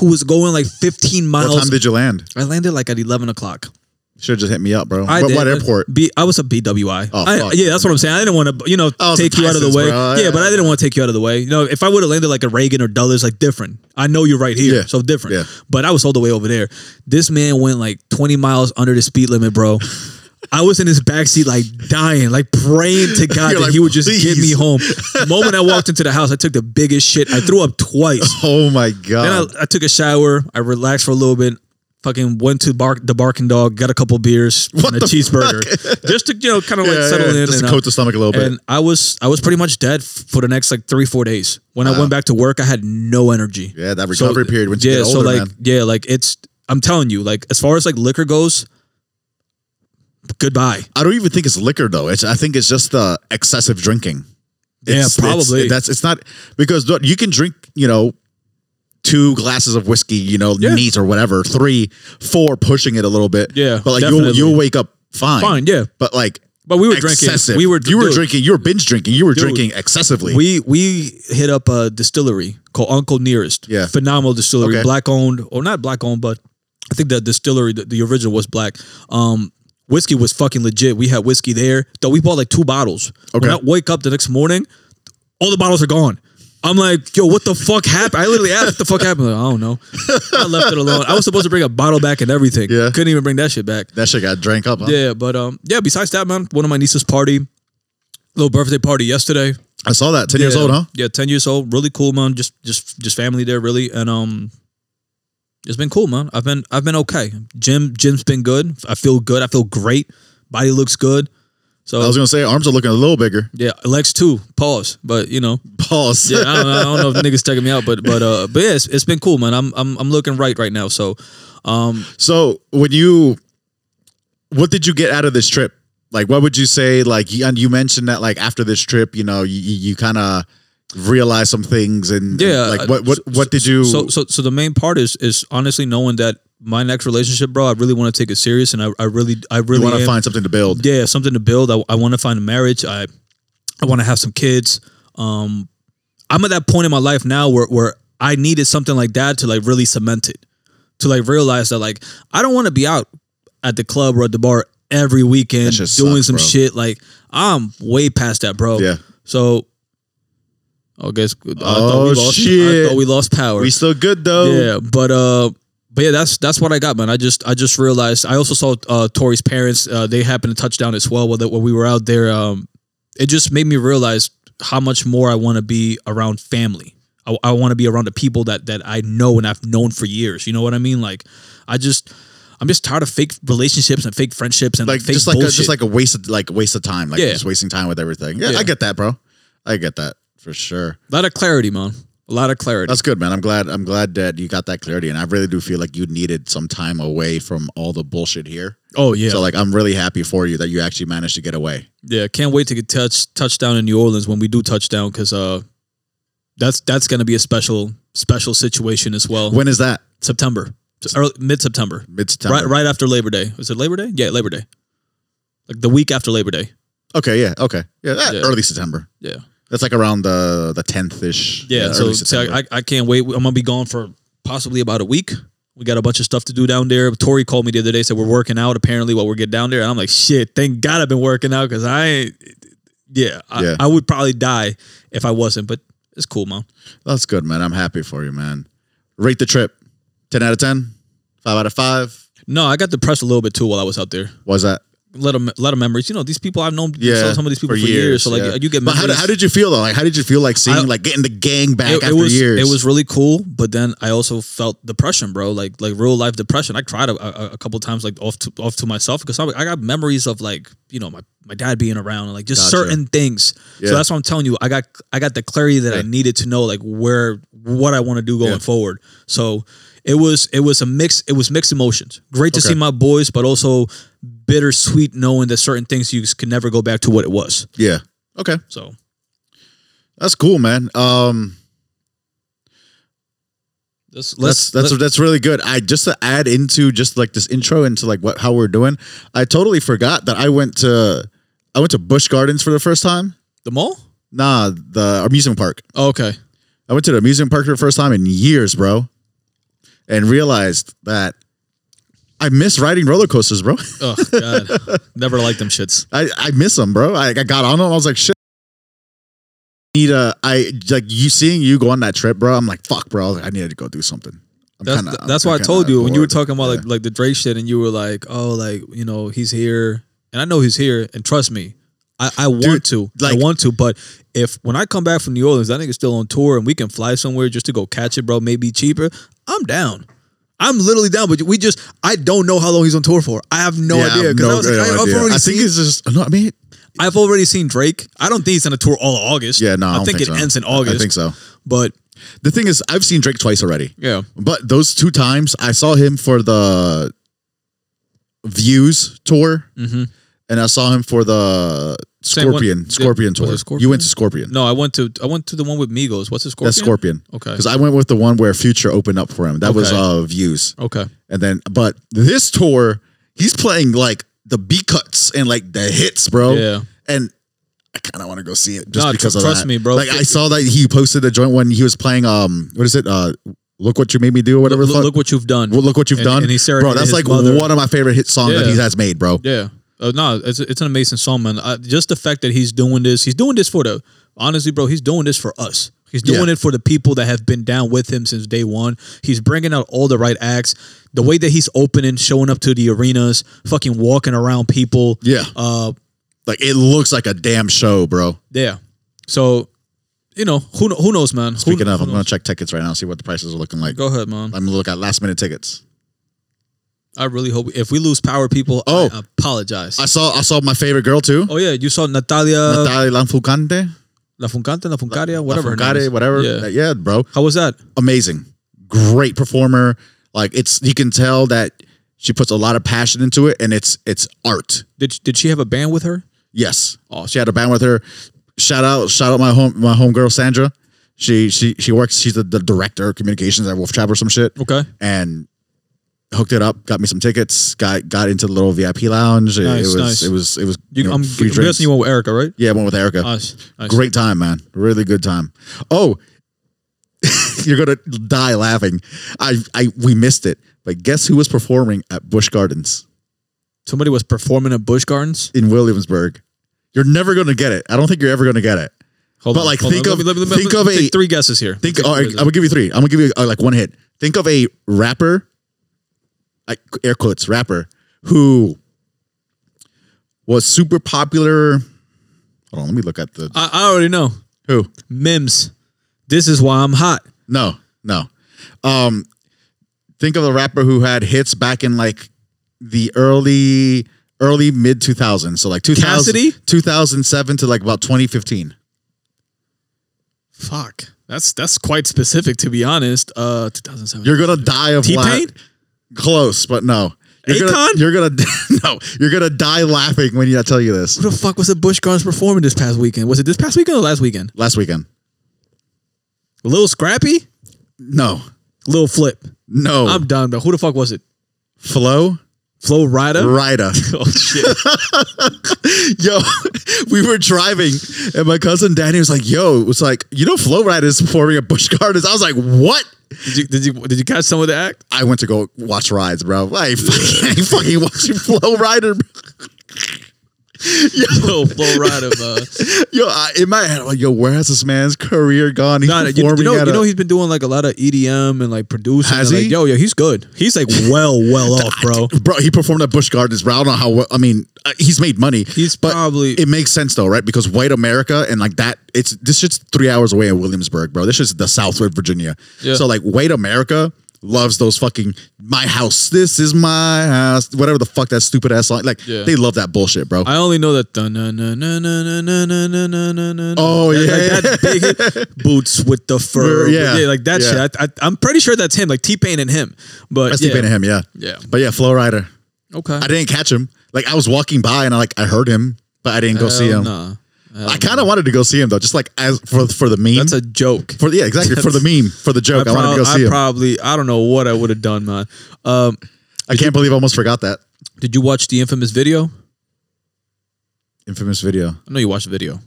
[SPEAKER 1] who was going like fifteen
[SPEAKER 2] What
[SPEAKER 1] miles.
[SPEAKER 2] time did you land?
[SPEAKER 1] I landed like at eleven o'clock.
[SPEAKER 2] Should have just hit me up, bro.
[SPEAKER 1] I
[SPEAKER 2] what,
[SPEAKER 1] did.
[SPEAKER 2] what airport?
[SPEAKER 1] B, I was a BWI.
[SPEAKER 2] Oh,
[SPEAKER 1] I-
[SPEAKER 2] fuck.
[SPEAKER 1] yeah, that's what I'm saying. I didn't want to, you know,
[SPEAKER 2] I was
[SPEAKER 1] take
[SPEAKER 2] in
[SPEAKER 1] you out of the
[SPEAKER 2] Tyson's,
[SPEAKER 1] way.
[SPEAKER 2] bro.
[SPEAKER 1] Yeah, but I didn't want to take you out of the way. You know, if I would have landed like a Reagan or Dulles, like different. I know you're right here,
[SPEAKER 2] Yeah.
[SPEAKER 1] so different.
[SPEAKER 2] Yeah.
[SPEAKER 1] But I was all the way over there. This man went like 20 miles under the speed limit, bro. I was in his backseat, like dying, like praying
[SPEAKER 2] <laughs>
[SPEAKER 1] to God that
[SPEAKER 2] You're like,
[SPEAKER 1] he would just get me
[SPEAKER 2] "Please."
[SPEAKER 1] home. The moment I walked into the house, I took the biggest shit. I threw up twice.
[SPEAKER 2] Oh my
[SPEAKER 1] Then
[SPEAKER 2] god!
[SPEAKER 1] I, I took a shower. I relaxed for a little bit. Fucking went to bark the barking dog, got a couple
[SPEAKER 2] <laughs>
[SPEAKER 1] beers and a
[SPEAKER 2] the
[SPEAKER 1] cheeseburger, <laughs> just to you know kind of like
[SPEAKER 2] Yeah,
[SPEAKER 1] settle
[SPEAKER 2] yeah,
[SPEAKER 1] in
[SPEAKER 2] just
[SPEAKER 1] and,
[SPEAKER 2] to
[SPEAKER 1] uh,
[SPEAKER 2] coat the stomach a little bit.
[SPEAKER 1] And I was I was pretty much dead f- for the next like three four days. When I went back to work, I had no energy.
[SPEAKER 2] Yeah, that recovery period when you
[SPEAKER 1] yeah,
[SPEAKER 2] get
[SPEAKER 1] so
[SPEAKER 2] older,
[SPEAKER 1] like
[SPEAKER 2] man.
[SPEAKER 1] yeah, like it's I'm telling you, like as far as like liquor goes, goodbye.
[SPEAKER 2] I don't even think it's liquor though. It's I think it's just the excessive drinking.
[SPEAKER 1] Yeah,
[SPEAKER 2] It's- it's-
[SPEAKER 1] probably.
[SPEAKER 2] that's it's not because look, you can drink you know two glasses of whiskey you know
[SPEAKER 1] Yeah.
[SPEAKER 2] neat or whatever three four pushing it a little bit
[SPEAKER 1] Yeah,
[SPEAKER 2] but like
[SPEAKER 1] definitely.
[SPEAKER 2] you'll you'll wake up fine
[SPEAKER 1] Fine, yeah.
[SPEAKER 2] but like
[SPEAKER 1] But we were drinking-
[SPEAKER 2] excessive.
[SPEAKER 1] we were-
[SPEAKER 2] you were
[SPEAKER 1] dude.
[SPEAKER 2] drinking you were binge drinking you were
[SPEAKER 1] Dude.
[SPEAKER 2] drinking excessively
[SPEAKER 1] We we hit up a distillery called Uncle Nearest.
[SPEAKER 2] Yeah.
[SPEAKER 1] phenomenal distillery,
[SPEAKER 2] Okay.
[SPEAKER 1] black owned or not black owned, but I think the distillery, the, the original was black. Um, whiskey was fucking legit. We had whiskey there, though. We bought like two bottles.
[SPEAKER 2] Okay.
[SPEAKER 1] When I wake up the next morning, all the bottles are gone. I'm like, yo, what the fuck happened? I literally asked what the fuck happened. Like, I don't know. I left it alone. I was supposed to bring a bottle back and everything.
[SPEAKER 2] Yeah.
[SPEAKER 1] Couldn't even bring that shit back.
[SPEAKER 2] that shit got drank up huh?
[SPEAKER 1] Yeah, but um, yeah, besides that, man, one of my niece's party, little birthday party yesterday.
[SPEAKER 2] I saw that ten years
[SPEAKER 1] Yeah.
[SPEAKER 2] old huh
[SPEAKER 1] Yeah, ten years old. Really cool, man. Just just just family there, really. And um it's been cool, man. I've been I've been okay. Jim Jim's been good. I feel good. I feel great. Body looks good. So
[SPEAKER 2] I was gonna say arms are looking a little bigger <laughs>
[SPEAKER 1] yeah, Lex too. Pause. But you know,
[SPEAKER 2] pause
[SPEAKER 1] yeah, I don't, I don't know if niggas checking me out, but but uh, but yeah, it's, it's been cool, man. I'm I'm I'm looking right right now. So
[SPEAKER 2] <laughs> So when you, what did you get out of this trip? Like, what would you say? Like, you, and you mentioned that like after this trip, you know, you, you kind of realize some things and
[SPEAKER 1] Yeah,
[SPEAKER 2] like
[SPEAKER 1] uh,
[SPEAKER 2] what what what did you?
[SPEAKER 1] so so so the main part is is honestly knowing that my next relationship, bro. I really want to take it serious, and I I really I
[SPEAKER 2] you
[SPEAKER 1] really
[SPEAKER 2] want to
[SPEAKER 1] am-
[SPEAKER 2] find something to build.
[SPEAKER 1] yeah something to build i, I want to find a marriage i i want to have some kids um i'm at that point in my life now where where i needed something like that to like really cement it to like realize that like i don't want to be out at the club or at the bar every weekend
[SPEAKER 2] That shit
[SPEAKER 1] doing
[SPEAKER 2] sucks,
[SPEAKER 1] some
[SPEAKER 2] bro.
[SPEAKER 1] shit like i'm way past that bro
[SPEAKER 2] Yeah.
[SPEAKER 1] so I guess I thought
[SPEAKER 2] Oh,
[SPEAKER 1] we lost.
[SPEAKER 2] shit.
[SPEAKER 1] I thought we lost power.
[SPEAKER 2] We still good though.
[SPEAKER 1] Yeah, but uh, but yeah, that's that's what I got, man. I just I just realized. I also saw uh, Tori's parents. Uh, they happened to touch down as well. While that when we were out there, um, it just made me realize how much more I want to be around family. I, I want to be around the people that that I know and I've known for years. You know what I mean? Like, I just. I'm just tired of fake relationships and fake friendships and like,
[SPEAKER 2] Like
[SPEAKER 1] fake
[SPEAKER 2] just like a,
[SPEAKER 1] bullshit.
[SPEAKER 2] just like a waste of like waste of time. Like
[SPEAKER 1] Yeah.
[SPEAKER 2] just wasting time with everything. Yeah,
[SPEAKER 1] Yeah.
[SPEAKER 2] I get that, bro. I get that for sure.
[SPEAKER 1] a lot of clarity, man. A lot of clarity.
[SPEAKER 2] That's good, man. I'm glad. I'm glad that you got that clarity, and I really do feel like you needed some time away from all the bullshit here.
[SPEAKER 1] oh yeah,
[SPEAKER 2] So like, I'm really happy for you that you actually managed to get away.
[SPEAKER 1] Yeah, can't wait to get touch touchdown in New Orleans when we do touchdown because uh, that's that's gonna be a special special situation as well.
[SPEAKER 2] When is that?
[SPEAKER 1] September, So early mid September,
[SPEAKER 2] Mid September.
[SPEAKER 1] right right after Labor Day. Is it Labor Day? Yeah, Labor Day, like the week after Labor Day.
[SPEAKER 2] Okay. Yeah. Okay. Yeah. that-
[SPEAKER 1] Yeah.
[SPEAKER 2] Early September.
[SPEAKER 1] Yeah,
[SPEAKER 2] That's like around the the tenth ish.
[SPEAKER 1] yeah. so so I, I can't wait. I'm gonna be gone for possibly about a week. We got a bunch of stuff to do down there. Tori called me the other day, said we're working out apparently while we're getting down there, and I'm like, shit, thank God I've been working out because I, ain't, yeah, I,
[SPEAKER 2] Yeah.
[SPEAKER 1] I would probably die if I wasn't, but it's cool, man.
[SPEAKER 2] That's good, man. I'm happy for you, man. Rate the trip. Ten out of ten. Five out of five.
[SPEAKER 1] No, I got depressed a little bit too while I was out there.
[SPEAKER 2] Was that?
[SPEAKER 1] little me- little memories. You know, these people I've known
[SPEAKER 2] Yeah,
[SPEAKER 1] some of these people for, years, So like,
[SPEAKER 2] yeah.
[SPEAKER 1] you get
[SPEAKER 2] But
[SPEAKER 1] memories.
[SPEAKER 2] how, did- how did you feel though? Like, how did you feel like seeing
[SPEAKER 1] I-
[SPEAKER 2] like getting the gang back
[SPEAKER 1] it,
[SPEAKER 2] after
[SPEAKER 1] it was
[SPEAKER 2] years?
[SPEAKER 1] it was really cool, but then I also felt depression, bro. Like like real life depression. I cried a, a, a couple times, like off to off to myself, because I, I got memories of like you know my, my dad being around and like just
[SPEAKER 2] Gotcha.
[SPEAKER 1] certain things.
[SPEAKER 2] Yeah.
[SPEAKER 1] So that's what I'm telling you. I got I got the clarity that I
[SPEAKER 2] Yeah.
[SPEAKER 1] needed to know like where what I want to do going
[SPEAKER 2] Yeah.
[SPEAKER 1] forward. So it was it was a mix. It was mixed emotions. Great to
[SPEAKER 2] Okay.
[SPEAKER 1] see my boys, but also bittersweet knowing that certain things you can never go back to what it was.
[SPEAKER 2] yeah. Okay,
[SPEAKER 1] So
[SPEAKER 2] that's cool, man. Um,
[SPEAKER 1] let's,
[SPEAKER 2] that's
[SPEAKER 1] let's
[SPEAKER 2] that's
[SPEAKER 1] let-
[SPEAKER 2] that's really good. I just to add into just like this intro into like what how we're doing. I totally forgot that I went to I went to Busch Gardens for the first time.
[SPEAKER 1] the mall. Oh,
[SPEAKER 2] Nah, the amusement park.
[SPEAKER 1] Okay.
[SPEAKER 2] I went to the amusement park for the first time in years, bro, and realized that I miss riding roller coasters, bro. <laughs>
[SPEAKER 1] Oh God, never liked them shits.
[SPEAKER 2] I, I miss them, bro. I, I got on them. I was like, shit. Need a I like you seeing you go on that trip, bro. I'm like, fuck, bro. I, was like, I needed to go do something. I'm
[SPEAKER 1] That's
[SPEAKER 2] kinda-
[SPEAKER 1] that's
[SPEAKER 2] I'm
[SPEAKER 1] why I
[SPEAKER 2] kinda
[SPEAKER 1] told you when you were
[SPEAKER 2] bored.
[SPEAKER 1] talking about
[SPEAKER 2] Yeah.
[SPEAKER 1] like like the Drake shit, and you were like, oh, like you know he's here, and I know he's here, and trust me, I, I want
[SPEAKER 2] Dude,
[SPEAKER 1] to,
[SPEAKER 2] like-
[SPEAKER 1] I want to, but if when I come back from New Orleans, that nigga's still on tour, and we can fly somewhere just to go catch it, bro, maybe cheaper. I'm down. I'm literally down, but we just I don't know how long he's on tour for. I have no
[SPEAKER 2] Yeah, I have
[SPEAKER 1] idea. 'cause I was like,
[SPEAKER 2] no
[SPEAKER 1] I, I've
[SPEAKER 2] idea.
[SPEAKER 1] already
[SPEAKER 2] I
[SPEAKER 1] seen-
[SPEAKER 2] think it's just no, I mean,
[SPEAKER 1] I've already seen Drake. I don't think he's on a tour all of August.
[SPEAKER 2] yeah, no, I, don't
[SPEAKER 1] think it
[SPEAKER 2] so.
[SPEAKER 1] ends in
[SPEAKER 2] I-
[SPEAKER 1] August.
[SPEAKER 2] I think so.
[SPEAKER 1] but
[SPEAKER 2] The thing is, I've seen Drake twice already.
[SPEAKER 1] yeah,
[SPEAKER 2] But those two times I saw him for the Views tour, and I saw him for the
[SPEAKER 1] Mm-hmm. Same one-
[SPEAKER 2] Scorpion
[SPEAKER 1] did-
[SPEAKER 2] Scorpion
[SPEAKER 1] was
[SPEAKER 2] tour.
[SPEAKER 1] it Scorpion?
[SPEAKER 2] You went to Scorpion.
[SPEAKER 1] no, I went to I went to the one with Migos. What's his
[SPEAKER 2] That's Scorpion.
[SPEAKER 1] Okay.
[SPEAKER 2] Because I went with the one where Future opened up for him. That was
[SPEAKER 1] Okay.
[SPEAKER 2] uh Views.
[SPEAKER 1] Okay.
[SPEAKER 2] And then but this tour, he's playing like the B cuts and like the hits, bro.
[SPEAKER 1] Yeah.
[SPEAKER 2] And I kind of want to go see it just
[SPEAKER 1] Nah,
[SPEAKER 2] because
[SPEAKER 1] tr-
[SPEAKER 2] of
[SPEAKER 1] trust
[SPEAKER 2] that.
[SPEAKER 1] me, bro.
[SPEAKER 2] Like I saw that he posted a joint when he was playing um what is it? Uh Look What You Made Me Do or whatever
[SPEAKER 1] Look,
[SPEAKER 2] the fuck.
[SPEAKER 1] look what you've done.
[SPEAKER 2] Well, look what you've
[SPEAKER 1] And-
[SPEAKER 2] done.
[SPEAKER 1] and he
[SPEAKER 2] bro,
[SPEAKER 1] serenaded
[SPEAKER 2] that's
[SPEAKER 1] his
[SPEAKER 2] like
[SPEAKER 1] mother.
[SPEAKER 2] one of my favorite hit songs that
[SPEAKER 1] Yeah.
[SPEAKER 2] he has made, bro.
[SPEAKER 1] Yeah. Uh, no, it's it's an amazing song, man. Uh, just the fact that he's doing this, he's doing this for the honestly, bro. He's doing this for us. He's doing
[SPEAKER 2] Yeah.
[SPEAKER 1] it for the people that have been down with him since day one. He's bringing out all the right acts. The way that he's opening, showing up to the arenas, fucking walking around people.
[SPEAKER 2] Yeah.
[SPEAKER 1] Uh,
[SPEAKER 2] Like it looks like a damn show, bro.
[SPEAKER 1] yeah. So, you know, who kn- who knows, man? Who-
[SPEAKER 2] Speaking of,
[SPEAKER 1] who
[SPEAKER 2] I'm gonna
[SPEAKER 1] knows?
[SPEAKER 2] check tickets right now, see what the prices are looking like.
[SPEAKER 1] go ahead, man.
[SPEAKER 2] I'm gonna look at last minute tickets.
[SPEAKER 1] I really hope if we lose power, people.
[SPEAKER 2] Oh.
[SPEAKER 1] I apologize.
[SPEAKER 2] I saw I saw my favorite girl too.
[SPEAKER 1] oh yeah, you saw Natalia
[SPEAKER 2] Natalia Lanfucante,
[SPEAKER 1] La Funcante, La Funcaria, Oh, whatever. her name
[SPEAKER 2] Lafourcade,
[SPEAKER 1] is.
[SPEAKER 2] whatever.
[SPEAKER 1] Yeah.
[SPEAKER 2] Yeah. bro,
[SPEAKER 1] How was that?
[SPEAKER 2] amazing, great performer. Like it's you can tell that she puts a lot of passion into it, and it's it's art.
[SPEAKER 1] Did did she have a band with her?
[SPEAKER 2] Yes,
[SPEAKER 1] Awesome.
[SPEAKER 2] she had a band with her. Shout out, shout out my home my homegirl Sandra. She she she works. She's the, the director of communications at Wolf Trap or some shit.
[SPEAKER 1] Okay.
[SPEAKER 2] and hooked it up. Got me some tickets. Got got into the little VIP lounge. It, it
[SPEAKER 1] Nice,
[SPEAKER 2] was
[SPEAKER 1] nice.
[SPEAKER 2] it was it was
[SPEAKER 1] You,
[SPEAKER 2] you know,
[SPEAKER 1] I'm,
[SPEAKER 2] free
[SPEAKER 1] I'm
[SPEAKER 2] drinks.
[SPEAKER 1] guessing you went with Erica, right?
[SPEAKER 2] yeah, I went with Erica.
[SPEAKER 1] Nice. nice.
[SPEAKER 2] Great time, man. Really good time. Oh, <laughs> you're gonna die laughing. I, I, we missed it. But guess who was performing at Busch Gardens
[SPEAKER 1] Somebody was performing at Busch Gardens.
[SPEAKER 2] in Williamsburg? You're never gonna get it. I don't think you're ever gonna get it.
[SPEAKER 1] Hold
[SPEAKER 2] But, like, think of- think of
[SPEAKER 1] take
[SPEAKER 2] a-
[SPEAKER 1] three guesses here.
[SPEAKER 2] Think.
[SPEAKER 1] Take
[SPEAKER 2] all
[SPEAKER 1] three
[SPEAKER 2] right, I'm
[SPEAKER 1] guesses.
[SPEAKER 2] gonna give you three. I'm gonna give you uh, like one hit. Think of a rapper, I, air quotes rapper, who was super popular. Hold on, let me look at the
[SPEAKER 1] I, I already know.
[SPEAKER 2] who.
[SPEAKER 1] Mims. This is why I'm hot.
[SPEAKER 2] No, no. Um, think of a rapper who had hits back in like the early, early mid 2000s. So like 2000,
[SPEAKER 1] Cassidy?
[SPEAKER 2] 2007 to like about 2015.
[SPEAKER 1] Fuck. That's that's quite specific to be honest. Uh 2007.
[SPEAKER 2] You're gonna die of la-
[SPEAKER 1] T-Pain?
[SPEAKER 2] Close, but no. You're gonna,
[SPEAKER 1] Akon?
[SPEAKER 2] you're gonna <laughs> no. You're gonna die laughing when you- I tell you this.
[SPEAKER 1] Who the fuck was at Busch Gardens performing this past weekend? Was it this past weekend or last weekend?
[SPEAKER 2] Last weekend.
[SPEAKER 1] Lil Scrappy?
[SPEAKER 2] No,
[SPEAKER 1] Lil Flip.
[SPEAKER 2] no.
[SPEAKER 1] I'm done, bro. Who the fuck was it?
[SPEAKER 2] Flo
[SPEAKER 1] Flo Rida?
[SPEAKER 2] Rida.
[SPEAKER 1] <laughs> Oh shit.
[SPEAKER 2] <laughs> yo, we were driving, and my cousin Danny was like, "Yo, it was like you know, Flow Rider is performing at Bush Gardens." I was like, "What?"
[SPEAKER 1] did you did you did you catch some of the
[SPEAKER 2] <laughs>
[SPEAKER 1] act?
[SPEAKER 2] I went to go watch rides, bro. I ain't fucking, I ain't fucking watching Flow Rider. bro.
[SPEAKER 1] <laughs> Yo, Flo Rida, man.
[SPEAKER 2] Yo, I, in my head, I'm like, yo, where has this man's career gone? He's
[SPEAKER 1] Nah, you,
[SPEAKER 2] performing
[SPEAKER 1] you know,
[SPEAKER 2] at
[SPEAKER 1] you
[SPEAKER 2] a-
[SPEAKER 1] know, he's been doing like a lot of EDM and like producing.
[SPEAKER 2] Has
[SPEAKER 1] and, like,
[SPEAKER 2] he?
[SPEAKER 1] Yo, yeah, he's good. He's like well,
[SPEAKER 2] <laughs>
[SPEAKER 1] well off, bro.
[SPEAKER 2] bro, he performed at Busch Gardens, bro. I don't know how. I mean, uh, he's made money.
[SPEAKER 1] He's
[SPEAKER 2] but
[SPEAKER 1] probably-
[SPEAKER 2] it makes sense though, right? Because white America and like that, it's this shit's three hours away in Williamsburg, bro. This is the Southwest Virginia.
[SPEAKER 1] Yeah.
[SPEAKER 2] So like white America loves those fucking my house. This is my house. Whatever the fuck that stupid ass line. Like
[SPEAKER 1] Yeah.
[SPEAKER 2] they love that bullshit, bro.
[SPEAKER 1] I only know that. dun- dun- dun- dun- dun- dun- dun- dun- dun- dun- dun- dun-
[SPEAKER 2] Oh,
[SPEAKER 1] That-
[SPEAKER 2] yeah,
[SPEAKER 1] like that big
[SPEAKER 2] <laughs>
[SPEAKER 1] boots with the fur.
[SPEAKER 2] Fur, yeah,
[SPEAKER 1] like that
[SPEAKER 2] yeah.
[SPEAKER 1] shit. I, I, I'm pretty sure that's him, like T Pain and him. But
[SPEAKER 2] That's
[SPEAKER 1] yeah.
[SPEAKER 2] yeah. him, yeah.
[SPEAKER 1] Yeah.
[SPEAKER 2] But yeah, Flow Rider.
[SPEAKER 1] Okay,
[SPEAKER 2] I didn't catch him. Like I was walking by and I like I heard him, but I didn't go see
[SPEAKER 1] Hell
[SPEAKER 2] him.
[SPEAKER 1] nah.
[SPEAKER 2] I kind of wanted to go see him though, just like as for for the meme.
[SPEAKER 1] That's a joke.
[SPEAKER 2] for yeah, exactly
[SPEAKER 1] <laughs>
[SPEAKER 2] for the meme, for the joke. I, wanted to go
[SPEAKER 1] prob-
[SPEAKER 2] see
[SPEAKER 1] I
[SPEAKER 2] him.
[SPEAKER 1] probably I don't know what I would have done, man. Um,
[SPEAKER 2] I can't believe I almost forgot that
[SPEAKER 1] did you watch the infamous video? <laughs>
[SPEAKER 2] infamous video.
[SPEAKER 1] I know you watched the video.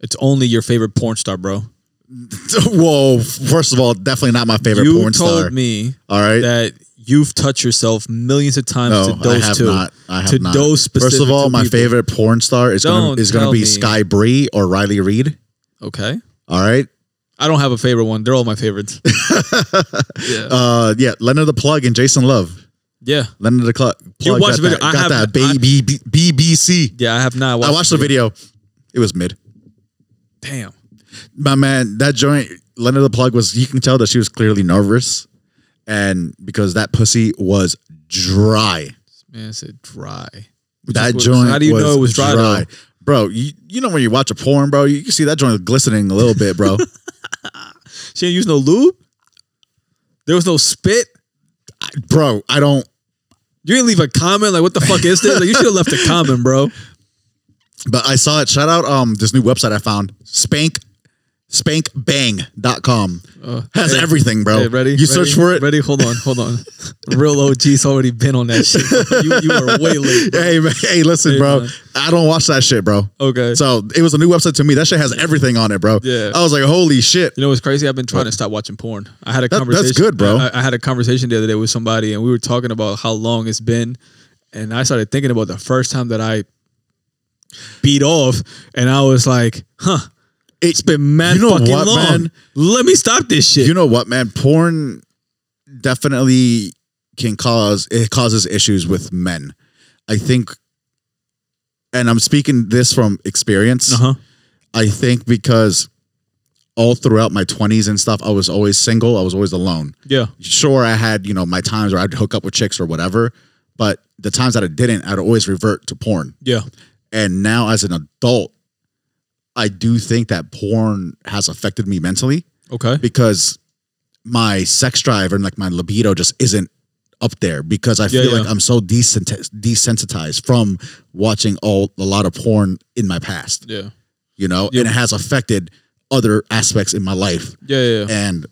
[SPEAKER 1] It's only your favorite porn star, bro.
[SPEAKER 2] Whoa! First of all, definitely not my favorite
[SPEAKER 1] You
[SPEAKER 2] porn
[SPEAKER 1] told
[SPEAKER 2] star.
[SPEAKER 1] me
[SPEAKER 2] all right.
[SPEAKER 1] that you've touched yourself millions of times
[SPEAKER 2] no,
[SPEAKER 1] to
[SPEAKER 2] I
[SPEAKER 1] those
[SPEAKER 2] have
[SPEAKER 1] two.
[SPEAKER 2] not. I have
[SPEAKER 1] to
[SPEAKER 2] not.
[SPEAKER 1] those
[SPEAKER 2] First
[SPEAKER 1] specific
[SPEAKER 2] of all,
[SPEAKER 1] two
[SPEAKER 2] my
[SPEAKER 1] people.
[SPEAKER 2] favorite porn star is
[SPEAKER 1] Don't
[SPEAKER 2] gonna, is going
[SPEAKER 1] tell
[SPEAKER 2] to be
[SPEAKER 1] me.
[SPEAKER 2] Sky Bree or Riley Reed.
[SPEAKER 1] Okay.
[SPEAKER 2] All right.
[SPEAKER 1] I don't have a favorite one. They're all my
[SPEAKER 2] <laughs>
[SPEAKER 1] favorites. yeah.
[SPEAKER 2] Uh, yeah, Leonard the Plug and Jason Love.
[SPEAKER 1] yeah.
[SPEAKER 2] Leonard the Clu- Plug.
[SPEAKER 1] You watched the
[SPEAKER 2] oh, got
[SPEAKER 1] video.
[SPEAKER 2] That,
[SPEAKER 1] I
[SPEAKER 2] got
[SPEAKER 1] have-
[SPEAKER 2] that baby B- BBC.
[SPEAKER 1] Yeah, I have not watched
[SPEAKER 2] I watched the video. It was mid.
[SPEAKER 1] Damn.
[SPEAKER 2] my man, that joint, Leonard the Plug was, you can tell that she was clearly nervous. And because that pussy was dry.
[SPEAKER 1] Man, it's said dry.
[SPEAKER 2] that
[SPEAKER 1] was-
[SPEAKER 2] joint.
[SPEAKER 1] how do you
[SPEAKER 2] was
[SPEAKER 1] know it was dry, though?
[SPEAKER 2] Bro, you, you know when you watch a porn, bro, you can see that joint glistening a little
[SPEAKER 1] <laughs>
[SPEAKER 2] bit, bro.
[SPEAKER 1] She didn't use no lube? There was no spit?
[SPEAKER 2] bro, I don't.
[SPEAKER 1] You didn't leave a comment? Like, what the fuck is this? Like, you should have left a comment, bro.
[SPEAKER 2] But I saw it. Shout out um this new website I found, Spank spankbang.com. Has everything, bro.
[SPEAKER 1] Uh, Hey, ready?
[SPEAKER 2] Oh. You
[SPEAKER 1] ready,
[SPEAKER 2] search for it.
[SPEAKER 1] Ready? Hold on, hold
[SPEAKER 2] <laughs>
[SPEAKER 1] on. Real OG's already been on that shit. You, you are way late. bro.
[SPEAKER 2] <laughs> Hey, man, hey, listen, bro.
[SPEAKER 1] man.
[SPEAKER 2] I don't watch that shit, bro.
[SPEAKER 1] Okay.
[SPEAKER 2] So it was a new website to me. That shit has everything on it, bro.
[SPEAKER 1] Yeah.
[SPEAKER 2] I was like, holy shit.
[SPEAKER 1] You know what's crazy? I've been trying to stop watching porn. I had a
[SPEAKER 2] that's
[SPEAKER 1] conversation.
[SPEAKER 2] good, bro.
[SPEAKER 1] I, I had a conversation the other day with somebody, and we were talking about how long it's been, and I started thinking about the first time that I beat off, and I was like, "Huh,
[SPEAKER 2] It's
[SPEAKER 1] it's been mad
[SPEAKER 2] You know
[SPEAKER 1] fucking
[SPEAKER 2] what,
[SPEAKER 1] long.
[SPEAKER 2] man?
[SPEAKER 1] Let me stop this shit."
[SPEAKER 2] You know what, man? Porn definitely can cause it causes issues with men. I think and I'm speaking this from experience.
[SPEAKER 1] uh huh.
[SPEAKER 2] I think because all throughout my 20s and stuff, I was always single. I was always alone.
[SPEAKER 1] Yeah.
[SPEAKER 2] Sure, I had, you know, my times where I'd hook up with chicks or whatever, but the times that I didn't, I'd always revert to porn.
[SPEAKER 1] Yeah.
[SPEAKER 2] And now as an adult, I do think that porn has affected me mentally
[SPEAKER 1] Okay.
[SPEAKER 2] because my sex drive and like my libido just isn't up there because I feel
[SPEAKER 1] yeah.
[SPEAKER 2] like I'm so desensitized, desensitized from watching all a lot of porn in my past,
[SPEAKER 1] Yeah.
[SPEAKER 2] you know, and it has affected other aspects in my life.
[SPEAKER 1] Yeah. Yeah. yeah.
[SPEAKER 2] And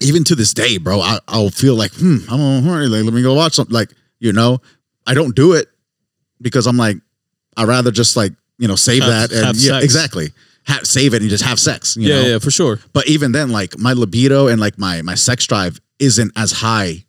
[SPEAKER 2] even to this day, bro, I, I'll feel like, hmm, I'm on horny. Like, let me go watch something. Like, you know, I don't do it because I'm like, I'd rather just like, you know, save
[SPEAKER 1] Have-
[SPEAKER 2] that and
[SPEAKER 1] have
[SPEAKER 2] yeah,
[SPEAKER 1] sex.
[SPEAKER 2] exactly. Ha save it and just have sex. You
[SPEAKER 1] yeah,
[SPEAKER 2] know?
[SPEAKER 1] yeah, for sure.
[SPEAKER 2] But even then, like my libido and like my my sex drive isn't as high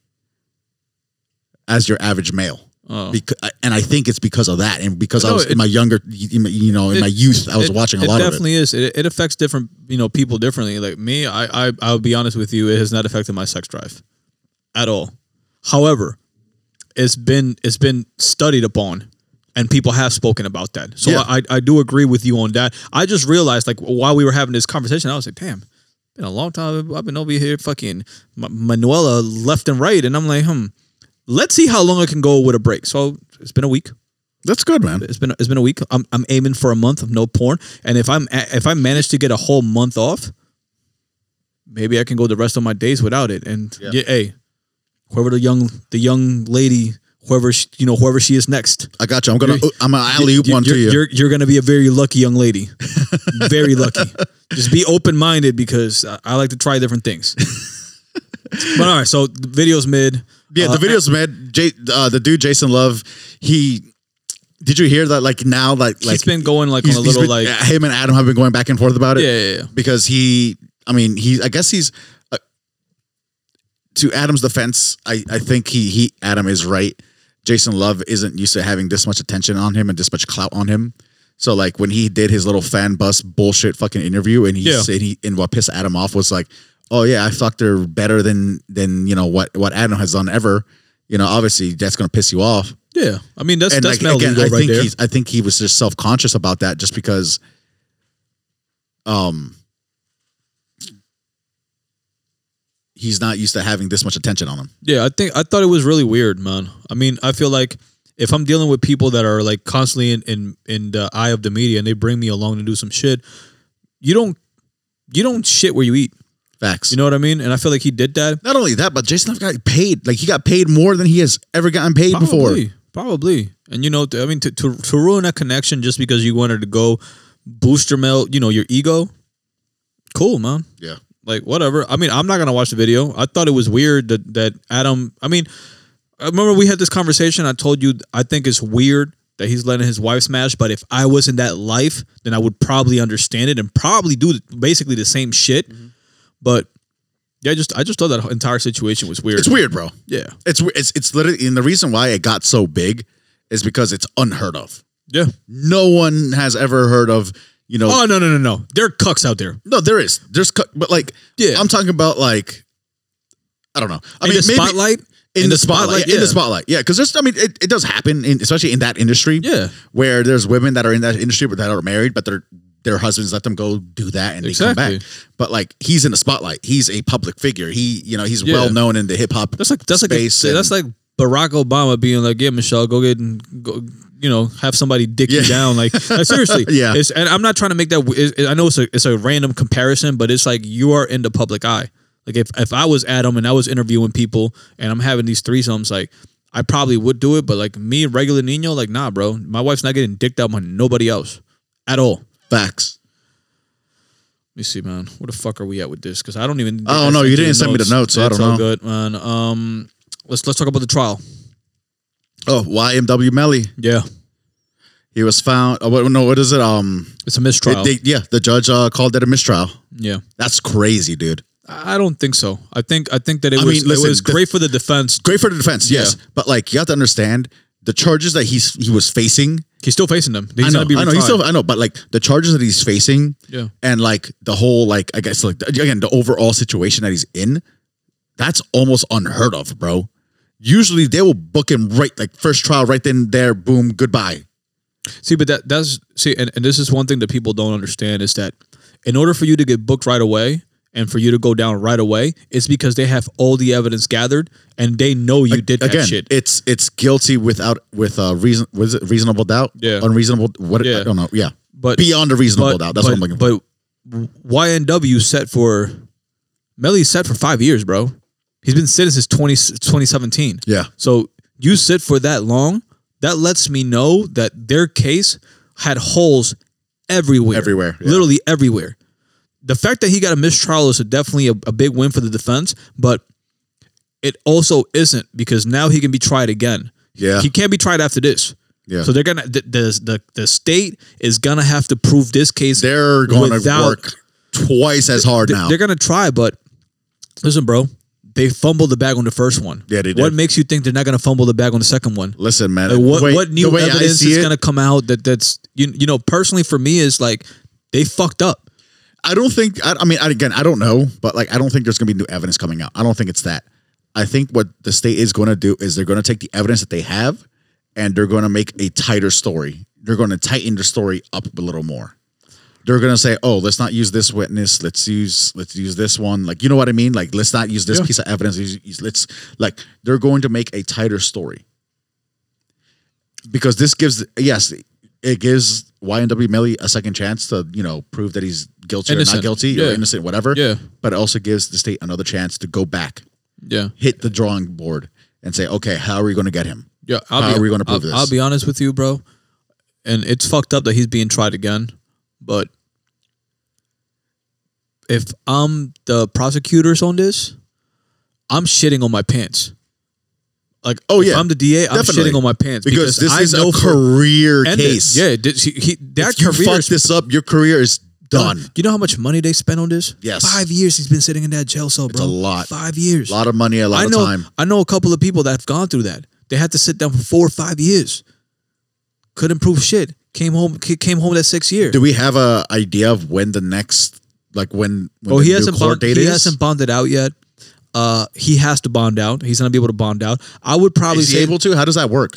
[SPEAKER 2] as your average male.
[SPEAKER 1] Oh.
[SPEAKER 2] Becau- uh, and I think it's because of that, and because I
[SPEAKER 1] No,
[SPEAKER 2] was
[SPEAKER 1] it-
[SPEAKER 2] in my younger, in my- you know, in my
[SPEAKER 1] It-
[SPEAKER 2] youth, I was
[SPEAKER 1] it-
[SPEAKER 2] watching a lot
[SPEAKER 1] It
[SPEAKER 2] of it.
[SPEAKER 1] definitely is. It, it affects different, you know, people differently. Like me, I, I, I'll be honest with you, it has not affected my sex drive at all. However, it's been it's been studied upon, and people have spoken about that. So
[SPEAKER 2] Yeah.
[SPEAKER 1] I, I do agree with you on that. I just realized, like, while we were having this conversation, I was like, damn. Been a long time. I've been over here fucking Ma- Manuela left and right, and I'm like, hmm. Let's see how long I can go with a break. So it's been a week
[SPEAKER 2] That's good, man.
[SPEAKER 1] it's been it's been a week. I'm I'm aiming for a month of no porn, and if I'm if I manage to get a whole month off, maybe I can go the rest of my days without it. And yeah, hey, whoever the young the young lady, whoever she, you know whoever she is next,
[SPEAKER 2] I got you. I'm gonna,
[SPEAKER 1] You're-
[SPEAKER 2] I'm gonna alley oop one
[SPEAKER 1] you're,
[SPEAKER 2] to you.
[SPEAKER 1] You're you're gonna be a very lucky young <laughs> lady, very lucky. Just be open minded because I, I like to try different <laughs> things. but all right, so the video's mid.
[SPEAKER 2] Yeah,
[SPEAKER 1] Uh,
[SPEAKER 2] the videos, man. Jay, uh, the dude Jason Love, he. Did you hear that? Like now, like like
[SPEAKER 1] he's been going like on
[SPEAKER 2] he's-
[SPEAKER 1] a
[SPEAKER 2] he's
[SPEAKER 1] little
[SPEAKER 2] been-
[SPEAKER 1] <laughs> like
[SPEAKER 2] him and Adam have been going back and forth about it.
[SPEAKER 1] Yeah, yeah, yeah.
[SPEAKER 2] Because he, I mean, he. I guess he's. Uh, to Adam's defense, I I think he he Adam is right. Jason Love isn't used to having this much attention on him and this much clout on him. So like when he did his little fan bus bullshit fucking interview and he
[SPEAKER 1] Yeah.
[SPEAKER 2] said he and what pissed Adam off was like, oh yeah, I fucked her better than than you know what what Adam has done ever. You know, obviously that's gonna piss you off.
[SPEAKER 1] Yeah, I mean that's
[SPEAKER 2] And
[SPEAKER 1] that's
[SPEAKER 2] like
[SPEAKER 1] male
[SPEAKER 2] again,
[SPEAKER 1] ego
[SPEAKER 2] I
[SPEAKER 1] right
[SPEAKER 2] think
[SPEAKER 1] there.
[SPEAKER 2] he's I think he was just self conscious about that just because um he's not used to having this much attention on him.
[SPEAKER 1] Yeah, I think I thought it was really weird, man. I mean, I feel like if I'm dealing with people that are like constantly in in, in the eye of the media and they bring me along to do some shit, you don't you don't shit where you eat.
[SPEAKER 2] Facts.
[SPEAKER 1] You know what I mean? And I feel like he did that
[SPEAKER 2] not only that, but Jason Love got paid. Like he got paid more than he has ever gotten paid before.
[SPEAKER 1] Probably, probably. And you know, t- I mean, to, to to ruin that connection just because you wanted to go booster mail, you know, your ego. Cool, man.
[SPEAKER 2] Yeah.
[SPEAKER 1] Like whatever. I mean, I'm not gonna watch the video. I thought it was weird that that Adam. I mean, I remember we had this conversation. I told you I think it's weird that he's letting his wife smash. But if I was in that life, then I would probably understand it and probably do basically the same shit.
[SPEAKER 2] Mm-hmm.
[SPEAKER 1] But yeah, I just I just thought that entire situation was weird.
[SPEAKER 2] It's weird, bro.
[SPEAKER 1] Yeah.
[SPEAKER 2] It's it's it's literally and the reason why it got so big is because it's unheard of.
[SPEAKER 1] Yeah.
[SPEAKER 2] No one has ever heard of, you know,
[SPEAKER 1] Oh no no no no! There are cucks out there.
[SPEAKER 2] No, there is. There's, cu- but like,
[SPEAKER 1] Yeah.
[SPEAKER 2] I'm talking about like, I don't know. I
[SPEAKER 1] In the
[SPEAKER 2] maybe-
[SPEAKER 1] spotlight?
[SPEAKER 2] In, the spotlight, yeah, in the spotlight, yeah, because there's, I mean, it, it does happen, in, especially in that industry,
[SPEAKER 1] Yeah.
[SPEAKER 2] where there's women that are in that industry but that are married, but their their husbands let them go do that and they come back. But like, he's in the spotlight. He's a public figure. He, you know, he's
[SPEAKER 1] Yeah.
[SPEAKER 2] well known in the hip hop.
[SPEAKER 1] That's like that's like a,
[SPEAKER 2] space. and-
[SPEAKER 1] that's like Barack Obama being like, "Yeah, Michelle, go get and go." You know, have somebody dick you
[SPEAKER 2] Yeah.
[SPEAKER 1] down. Like like, seriously,
[SPEAKER 2] <laughs> Yeah.
[SPEAKER 1] It's, and I'm not trying to make that. w- It, it- I know it's a it's a random comparison, but it's like you are in the public eye. Like if if I was Adam and I was interviewing people and I'm having these threesomes, like I probably would do it. But like me, regular Nino, like nah, bro. My wife's not getting dicked out by nobody else at all. Let
[SPEAKER 2] facts.
[SPEAKER 1] me see, man. Where the fuck are we at with this? Because I don't even.
[SPEAKER 2] I don't know. You didn't send me the notes, so I
[SPEAKER 1] It's
[SPEAKER 2] don't
[SPEAKER 1] all
[SPEAKER 2] know.
[SPEAKER 1] Good, man. Um, let's let's talk about the trial.
[SPEAKER 2] Oh, YMW Melly.
[SPEAKER 1] Yeah,
[SPEAKER 2] He was found. Oh, what, no, what is it? Um,
[SPEAKER 1] it's a mistrial.
[SPEAKER 2] they- yeah, the judge uh, called it a mistrial.
[SPEAKER 1] yeah,
[SPEAKER 2] That's crazy, dude.
[SPEAKER 1] I I don't think so. I think I think that it
[SPEAKER 2] I
[SPEAKER 1] was
[SPEAKER 2] mean, listen,
[SPEAKER 1] it was
[SPEAKER 2] the-
[SPEAKER 1] great for the defense.
[SPEAKER 2] great for the defense, yes. But like you have to understand the charges that he's he was facing.
[SPEAKER 1] He's still facing them. He's
[SPEAKER 2] I know,
[SPEAKER 1] gonna be
[SPEAKER 2] I know, he's
[SPEAKER 1] retried.
[SPEAKER 2] still, I know, but like the charges that he's facing,
[SPEAKER 1] Yeah.
[SPEAKER 2] and like the whole like I guess like again the overall situation that he's in, that's almost unheard of, bro. Usually they will book him right like first trial right then and there, boom, goodbye.
[SPEAKER 1] See, but that that's see, and, and this is one thing that people don't understand is that in order for you to get booked right away and for you to go down right away, it's because they have all the evidence gathered and they know you did that
[SPEAKER 2] again,
[SPEAKER 1] shit.
[SPEAKER 2] it's it's guilty without with uh reason was it reasonable doubt,
[SPEAKER 1] Yeah.
[SPEAKER 2] unreasonable. What
[SPEAKER 1] Yeah.
[SPEAKER 2] I don't know, yeah,
[SPEAKER 1] but
[SPEAKER 2] beyond a reasonable
[SPEAKER 1] but,
[SPEAKER 2] doubt. That's
[SPEAKER 1] but,
[SPEAKER 2] what I'm looking for.
[SPEAKER 1] But YNW set for Melly's set for five years, bro. He's been sitting since 20, 2017.
[SPEAKER 2] Yeah,
[SPEAKER 1] So you sit for that long, that lets me know that their case had holes everywhere.
[SPEAKER 2] Everywhere, yeah.
[SPEAKER 1] Literally everywhere. The fact that he got a mistrial is a- definitely a, a big win for the defense, but it also isn't because now he can be tried again.
[SPEAKER 2] Yeah.
[SPEAKER 1] He can't be tried after this.
[SPEAKER 2] Yeah.
[SPEAKER 1] So they're gonna the the, the, the state is gonna have to prove this case
[SPEAKER 2] they're going
[SPEAKER 1] without-
[SPEAKER 2] to work twice as hard
[SPEAKER 1] they-
[SPEAKER 2] now.
[SPEAKER 1] They're gonna try, but listen, bro, they fumbled the bag on the first one.
[SPEAKER 2] Yeah, they
[SPEAKER 1] What
[SPEAKER 2] did.
[SPEAKER 1] makes you think they're not gonna fumble the bag on the second one?
[SPEAKER 2] Listen, man.
[SPEAKER 1] Like, what
[SPEAKER 2] the way-
[SPEAKER 1] what new
[SPEAKER 2] the way I
[SPEAKER 1] evidence
[SPEAKER 2] see
[SPEAKER 1] is
[SPEAKER 2] it,
[SPEAKER 1] gonna come out that that's you you know personally for me is like they fucked up.
[SPEAKER 2] I don't think. I, I mean, I, again, I don't know, but like, I don't think there's gonna be new evidence coming out. I don't think it's that. I think what the state is gonna do is they're gonna take the evidence that they have, and they're gonna make a tighter story. They're gonna tighten the story up a little more. They're gonna say, "Oh, let's not use this witness. Let's use let's use this one. Like, you know what I mean? Like, let's not use this piece of evidence. Let's use- Let's like they're going to make a tighter story." because this gives yes, it gives YNW Melly a second chance to you know prove that he's guilty or
[SPEAKER 1] Innocent.
[SPEAKER 2] not guilty
[SPEAKER 1] Yeah.
[SPEAKER 2] or innocent, whatever.
[SPEAKER 1] Yeah.
[SPEAKER 2] But it also gives the state another chance to go back,
[SPEAKER 1] Yeah.
[SPEAKER 2] hit the drawing board, and say, okay, how are we going to get him?
[SPEAKER 1] Yeah. I'll
[SPEAKER 2] How
[SPEAKER 1] be,
[SPEAKER 2] are we gonna prove
[SPEAKER 1] I'll,
[SPEAKER 2] this?
[SPEAKER 1] I'll be honest with you, bro. And it's fucked up that he's being tried again, but if I'm the prosecutors on this, I'm shitting on my pants. Like,
[SPEAKER 2] Oh,
[SPEAKER 1] if
[SPEAKER 2] yeah.
[SPEAKER 1] I'm the DA.
[SPEAKER 2] Definitely.
[SPEAKER 1] I'm shitting on my pants
[SPEAKER 2] Because, this
[SPEAKER 1] I
[SPEAKER 2] is
[SPEAKER 1] know
[SPEAKER 2] a
[SPEAKER 1] for-
[SPEAKER 2] career
[SPEAKER 1] and it-
[SPEAKER 2] case.
[SPEAKER 1] Yeah, this, he, he, that
[SPEAKER 2] if you
[SPEAKER 1] career
[SPEAKER 2] fuck
[SPEAKER 1] is
[SPEAKER 2] this up, your career is done.
[SPEAKER 1] Do you know how much money they spent on this?
[SPEAKER 2] Yes.
[SPEAKER 1] Five years he's been sitting in that jail cell, bro.
[SPEAKER 2] a lot.
[SPEAKER 1] Five years.
[SPEAKER 2] A lot of money, a lot
[SPEAKER 1] I
[SPEAKER 2] of
[SPEAKER 1] know,
[SPEAKER 2] time.
[SPEAKER 1] I know a couple of people that have gone through that. They had to sit down for four or five years. Couldn't prove shit. Came home. ki- Came home that sixth year.
[SPEAKER 2] Do we have a idea of when the next, like when? when
[SPEAKER 1] Oh,
[SPEAKER 2] the
[SPEAKER 1] he
[SPEAKER 2] new
[SPEAKER 1] hasn't
[SPEAKER 2] court
[SPEAKER 1] bond,
[SPEAKER 2] date
[SPEAKER 1] he
[SPEAKER 2] is?
[SPEAKER 1] hasn't bonded out yet. Uh, he has to bond out. He's gonna be able to bond out. I would probably
[SPEAKER 2] Is he
[SPEAKER 1] say
[SPEAKER 2] able to? How does that work?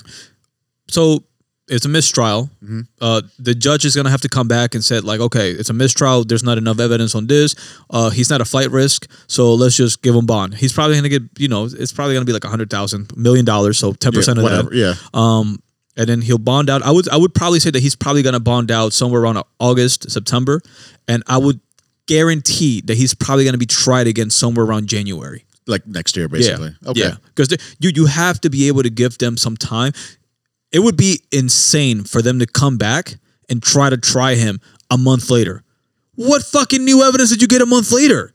[SPEAKER 1] so. It's a mistrial.
[SPEAKER 2] Mm-hmm.
[SPEAKER 1] Uh, the judge is gonna have to come back and said like, okay, it's a mistrial. There's not enough evidence on this. Uh, he's not a flight risk, so let's just give him bond. He's probably gonna get you know, it's probably gonna be like a hundred thousand million dollars, so ten percent of
[SPEAKER 2] whatever.
[SPEAKER 1] that.
[SPEAKER 2] Yeah.
[SPEAKER 1] Um, and then he'll bond out. I would I would probably say that he's probably going to bond out somewhere around August, September, and I would guarantee that he's probably going to be tried again somewhere around January.
[SPEAKER 2] like next year, basically.
[SPEAKER 1] Yeah,
[SPEAKER 2] Okay.
[SPEAKER 1] Because you you have to be able to give them some time. It would be insane for them to come back and try to try him a month later. What fucking new evidence did you get a month later?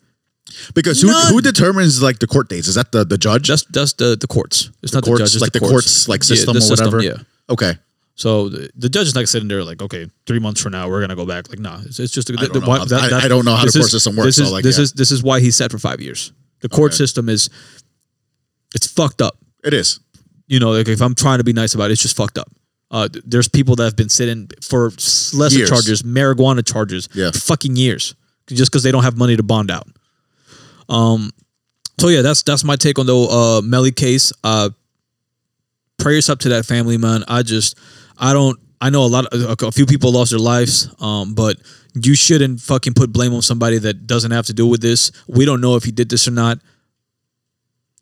[SPEAKER 2] Because who,
[SPEAKER 1] None.
[SPEAKER 2] who determines like the court dates? Is that the, the judge?
[SPEAKER 1] Just that's the the courts. It's not
[SPEAKER 2] courts,
[SPEAKER 1] the judges,
[SPEAKER 2] like the courts, like
[SPEAKER 1] Yeah,
[SPEAKER 2] system
[SPEAKER 1] the
[SPEAKER 2] or whatever.
[SPEAKER 1] yeah.
[SPEAKER 2] Okay.
[SPEAKER 1] So the, the judge is not sitting there like, okay, three months from now we're gonna go back. Like, nah, it's, it's just. I
[SPEAKER 2] don't know how- I- I don't know how the court system works,
[SPEAKER 1] This
[SPEAKER 2] so,
[SPEAKER 1] is
[SPEAKER 2] like,
[SPEAKER 1] this
[SPEAKER 2] yeah.
[SPEAKER 1] is this is why he's set for five years. The court system is, it's fucked up.
[SPEAKER 2] It is.
[SPEAKER 1] You know, like if I'm trying to be nice about it, it's just fucked up. Uh, th- there's people that have been sitting for s- lesser
[SPEAKER 2] Years.
[SPEAKER 1] charges, marijuana charges,
[SPEAKER 2] Yeah.
[SPEAKER 1] fucking years, just because they don't have money to bond out. Um, so yeah, that's that's my take on the uh, Melly case. Uh, prayers up to that family, man. I just, I don't, I know a lot, of, a, a few people lost their lives, um, but you shouldn't fucking put blame on somebody that doesn't have to do with this. We don't know if he did this or not.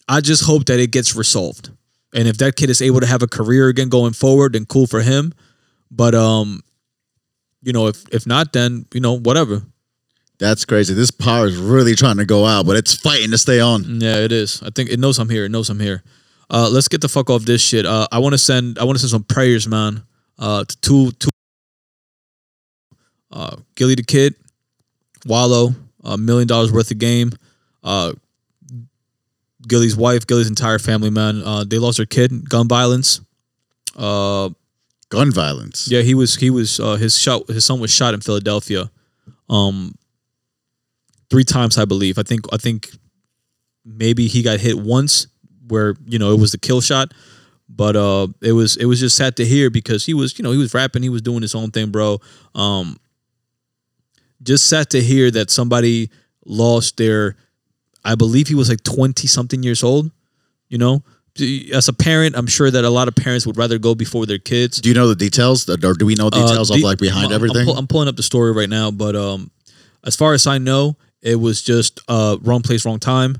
[SPEAKER 1] I just hope that it gets resolved. And if that kid is able to have a career again going forward, then cool for him. But um, you know, if if not, then you know, whatever.
[SPEAKER 2] That's crazy. This power is really trying to go out, but it's fighting to stay on.
[SPEAKER 1] Yeah, it is. I think it knows I'm here. It knows I'm here. Uh, let's get the fuck off this shit. Uh, I want to send. I want to send some prayers, man. Uh, to two, two. Uh, Gilly the Kid, Wallow, a million dollars worth of game. Uh, Gilly's wife, Gilly's entire family, man. Uh, they lost their kid, gun violence. Uh,
[SPEAKER 2] Gun violence.
[SPEAKER 1] yeah, he was. He was. Uh, his shot. His son was shot in Philadelphia, um, three times, I believe. I think. I think maybe he got hit once, where you know it was the kill shot. But uh, it was it was just sad to hear because he was you know he was rapping, he was doing his own thing, bro. Um, just sad to hear that somebody lost their. I believe he was like twenty something years old. You know, as a parent, I'm sure that a lot of parents would rather go before their kids.
[SPEAKER 2] Do you know the details? Or do we know
[SPEAKER 1] Uh,
[SPEAKER 2] details
[SPEAKER 1] the-
[SPEAKER 2] of like
[SPEAKER 1] I'm-
[SPEAKER 2] behind
[SPEAKER 1] I'm,
[SPEAKER 2] everything?
[SPEAKER 1] pull- I'm pulling up the story right now, but um, as far as I know, it was just uh, wrong place, wrong time.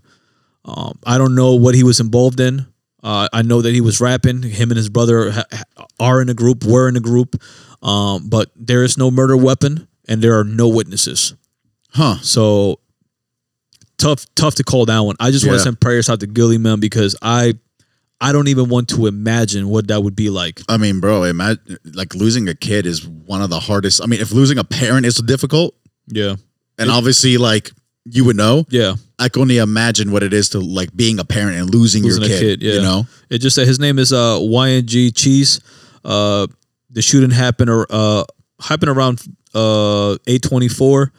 [SPEAKER 1] Um, I don't know what he was involved in. Uh, I know that he was rapping. Him and his brother ha- ha- are in a group, were in a group, um, but there is no murder weapon and there are no witnesses.
[SPEAKER 2] huh.
[SPEAKER 1] So tough, tough to call that one. I just want
[SPEAKER 2] Yeah.
[SPEAKER 1] to send prayers out to Gilly man because I, I don't even want to imagine what that would be like.
[SPEAKER 2] I mean, bro, imagine like losing a kid is one of the hardest. I mean, if losing a parent is difficult,
[SPEAKER 1] Yeah,
[SPEAKER 2] and obviously like you would know,
[SPEAKER 1] yeah.
[SPEAKER 2] I can only imagine what it is to like being a parent and losing,
[SPEAKER 1] Losing a
[SPEAKER 2] your kid.
[SPEAKER 1] kid, yeah.
[SPEAKER 2] You know,
[SPEAKER 1] It just said his name is uh YNG Cheese. Uh, the shooting happened or uh happened around uh eight twenty four,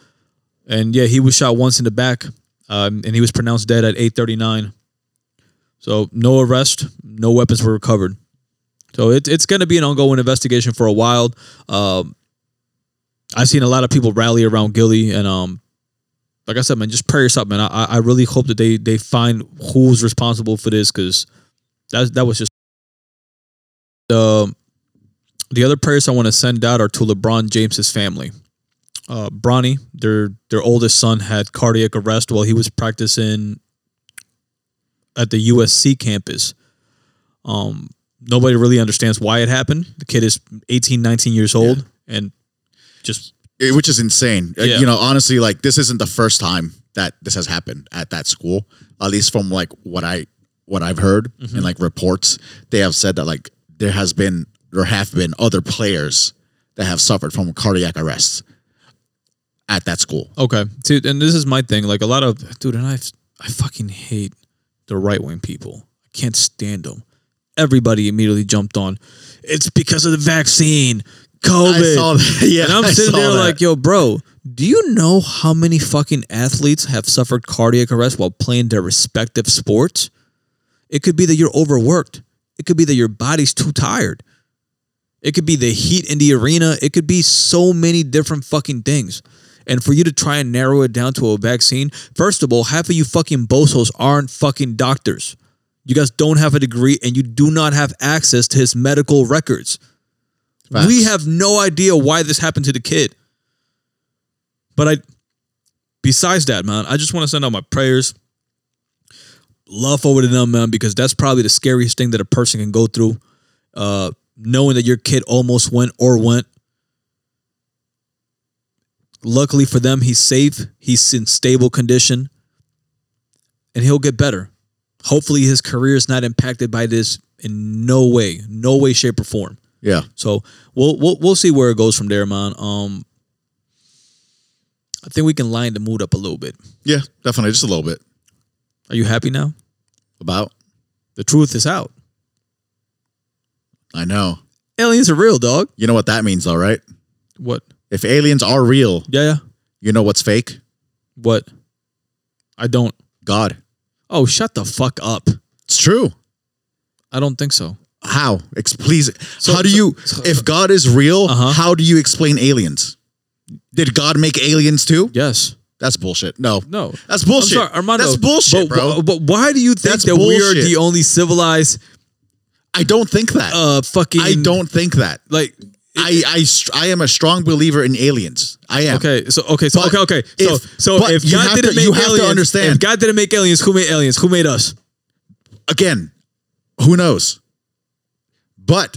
[SPEAKER 1] and yeah, he was shot once in the back, um, and he was pronounced dead at eight thirty nine. So no arrest, no weapons were recovered. So it, it's going to be an ongoing investigation for a while. Um, I've seen a lot of people rally around Gilly, and um, like I said, man, just prayers up, man. I, I- I really hope that they they find who's responsible for this because that that was just the the other prayers I want to send out are to LeBron James's family. Uh, Bronny, their their oldest son, had cardiac arrest while he was practicing at the USC campus. Um, nobody really understands why it happened. The kid is 18, 19 years old, and just
[SPEAKER 2] It- Eh, which is insane. Uh,
[SPEAKER 1] Yeah.
[SPEAKER 2] You know, honestly, like this isn't the first time that this has happened at that school. At least from like what I what I've heard
[SPEAKER 1] Mm-hmm.
[SPEAKER 2] and like reports, they have said that like there has been there have been other players that have suffered from cardiac arrests at that school.
[SPEAKER 1] Okay, dude, and this is my thing. Like a lot of dude, and I, I fucking hate the right wing people. I can't stand them. Everybody immediately jumped on. It's because of the vaccine, COVID.
[SPEAKER 2] I saw that. <laughs> Yeah,
[SPEAKER 1] and I'm
[SPEAKER 2] I
[SPEAKER 1] sitting
[SPEAKER 2] saw
[SPEAKER 1] there
[SPEAKER 2] that.
[SPEAKER 1] like, yo, bro, do you know how many fucking athletes have suffered cardiac arrest while playing their respective sports? It could be that you're overworked. It could be that your body's too tired. It could be the heat in the arena. It could be so many different fucking things. And for you to try and narrow it down to a vaccine, first of all, half of you fucking bozos aren't fucking doctors. You guys don't have a degree and you do not have access to his medical records. We
[SPEAKER 2] Facts.
[SPEAKER 1] have no idea why this happened to the kid. But I, besides that, man, I just want to send out my prayers. Love forward to them, man, because that's probably the scariest thing that a person can go through. Uh, knowing that your kid almost went or went. Luckily for them, he's safe. He's in stable condition, and he'll get better. Hopefully, his career is not impacted by this in no way, no way, shape, or form.
[SPEAKER 2] Yeah.
[SPEAKER 1] So we'll we'll we'll see where it goes from there, man. Um, I think we can line the mood up a little bit.
[SPEAKER 2] Yeah, definitely. Just a little bit.
[SPEAKER 1] Are you happy now?
[SPEAKER 2] About.
[SPEAKER 1] The truth is out.
[SPEAKER 2] I know.
[SPEAKER 1] Aliens are real, dog.
[SPEAKER 2] You know what that means, though, right?
[SPEAKER 1] What?
[SPEAKER 2] If aliens are real,
[SPEAKER 1] Yeah, yeah.
[SPEAKER 2] you know what's fake?
[SPEAKER 1] What? I don't.
[SPEAKER 2] God.
[SPEAKER 1] Oh, shut the fuck up.
[SPEAKER 2] It's true.
[SPEAKER 1] I don't think so.
[SPEAKER 2] How? Ex- please.
[SPEAKER 1] So-
[SPEAKER 2] how do you,
[SPEAKER 1] so-
[SPEAKER 2] if God is real,
[SPEAKER 1] Uh-huh.
[SPEAKER 2] how do you explain aliens? Did God make aliens too?
[SPEAKER 1] Yes.
[SPEAKER 2] That's bullshit. No.
[SPEAKER 1] No.
[SPEAKER 2] That's bullshit.
[SPEAKER 1] I'm sorry, Armando.
[SPEAKER 2] That's bullshit,
[SPEAKER 1] but,
[SPEAKER 2] bro.
[SPEAKER 1] But why do you think
[SPEAKER 2] That's
[SPEAKER 1] that we are
[SPEAKER 2] bullshit.
[SPEAKER 1] the only civilized
[SPEAKER 2] I don't think that.
[SPEAKER 1] uh fucking
[SPEAKER 2] I don't think that.
[SPEAKER 1] like
[SPEAKER 2] I I str- I am a strong believer in aliens. I am.
[SPEAKER 1] Okay, so okay, so
[SPEAKER 2] But
[SPEAKER 1] okay, okay. So
[SPEAKER 2] if-
[SPEAKER 1] so
[SPEAKER 2] but
[SPEAKER 1] if
[SPEAKER 2] you
[SPEAKER 1] God
[SPEAKER 2] have
[SPEAKER 1] didn't
[SPEAKER 2] to-
[SPEAKER 1] make
[SPEAKER 2] you have to
[SPEAKER 1] aliens,
[SPEAKER 2] understand.
[SPEAKER 1] if God didn't make aliens, who made aliens? Who made us?
[SPEAKER 2] Again, who knows? But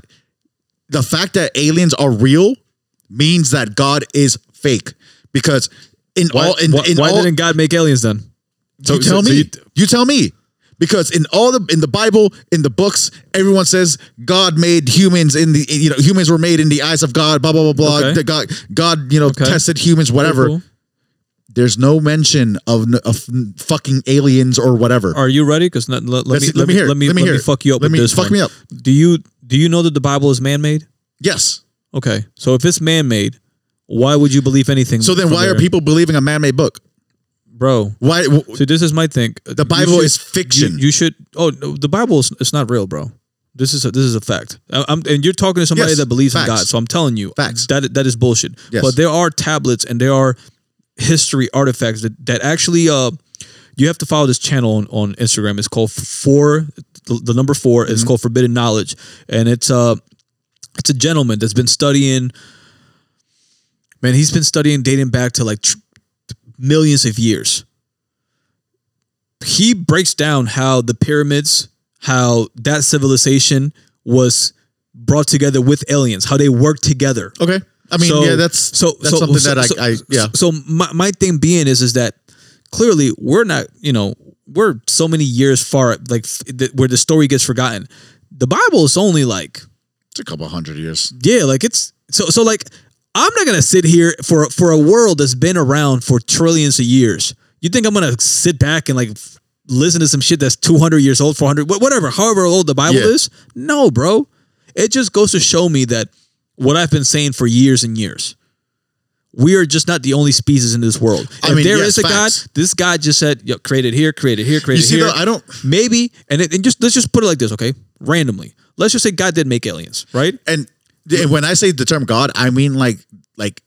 [SPEAKER 2] the fact that aliens are real means that God is fake because in
[SPEAKER 1] Why,
[SPEAKER 2] all in,
[SPEAKER 1] why-
[SPEAKER 2] in
[SPEAKER 1] why
[SPEAKER 2] all,
[SPEAKER 1] didn't God make aliens then? So-
[SPEAKER 2] you
[SPEAKER 1] so-
[SPEAKER 2] tell
[SPEAKER 1] so
[SPEAKER 2] me.
[SPEAKER 1] you-
[SPEAKER 2] you, tell me. Because in all the in the Bible, in the books, everyone says God made humans in the you know humans were made in the eyes of God. Blah blah blah blah.
[SPEAKER 1] Okay.
[SPEAKER 2] That God God you know
[SPEAKER 1] Okay.
[SPEAKER 2] tested humans. Whatever.
[SPEAKER 1] Cool.
[SPEAKER 2] There's no mention of, n- of n- fucking aliens or whatever.
[SPEAKER 1] Are you ready? Because let, let,
[SPEAKER 2] Let's
[SPEAKER 1] me
[SPEAKER 2] see- let me hear it.
[SPEAKER 1] let me
[SPEAKER 2] Let me hear it.
[SPEAKER 1] fuck you up
[SPEAKER 2] Let
[SPEAKER 1] with
[SPEAKER 2] me-
[SPEAKER 1] this.
[SPEAKER 2] fuck
[SPEAKER 1] one.
[SPEAKER 2] me up.
[SPEAKER 1] Do you do you know that the Bible is man made?
[SPEAKER 2] Yes.
[SPEAKER 1] Okay, so if it's man made, why would you believe anything?
[SPEAKER 2] So then,
[SPEAKER 1] from
[SPEAKER 2] why are
[SPEAKER 1] there?
[SPEAKER 2] people believing a man-made book?
[SPEAKER 1] bro?
[SPEAKER 2] Why? w-
[SPEAKER 1] So this is my thing. The
[SPEAKER 2] Bible is fiction.
[SPEAKER 1] You, you should. Oh, no, the Bible is it's not real, bro. This is a, this is a fact. I, am and you're talking to somebody
[SPEAKER 2] Yes,
[SPEAKER 1] that believes
[SPEAKER 2] facts.
[SPEAKER 1] in God, so I'm telling you,
[SPEAKER 2] Facts.
[SPEAKER 1] That that is bullshit.
[SPEAKER 2] Yes.
[SPEAKER 1] But there are tablets and there are history artifacts that that actually. Uh, you have to follow this channel on, on Instagram. It's called Four. The, the number 4 It's called Forbidden Knowledge, and it's uh it's a gentleman that's been studying. Man, he's been studying dating back to like tr- millions of years. He breaks down how the pyramids, how that civilization was brought together with aliens, how they worked together.
[SPEAKER 2] Okay. I mean, yeah, that's so, that's something
[SPEAKER 1] so-
[SPEAKER 2] that
[SPEAKER 1] so-
[SPEAKER 2] I, I yeah.
[SPEAKER 1] So my, my thing being is is that clearly we're not you know we're so many years far like f- th- where the story gets forgotten. The Bible is only like
[SPEAKER 2] It's a couple hundred years.
[SPEAKER 1] yeah, like it's so so like I'm not gonna sit here for for a world that's been around for trillions of years. You think I'm gonna sit back and like f- listen to some shit that's 200 years old, 400, wh- whatever, however old the Bible
[SPEAKER 2] Yeah.
[SPEAKER 1] is? No, bro. It just goes to show me that what I've been saying for years and years. We are just not the only species in this world.
[SPEAKER 2] I
[SPEAKER 1] if
[SPEAKER 2] mean,
[SPEAKER 1] there is
[SPEAKER 2] yes,
[SPEAKER 1] a
[SPEAKER 2] facts.
[SPEAKER 1] God, this God just said, Yo, created here, created here,
[SPEAKER 2] You
[SPEAKER 1] created
[SPEAKER 2] see,
[SPEAKER 1] here.
[SPEAKER 2] though, I don't.
[SPEAKER 1] Maybe, and, it, and just let's just put it like this, okay? Randomly, let's just say God did make aliens, right?
[SPEAKER 2] And th- when I say the term God, I mean like like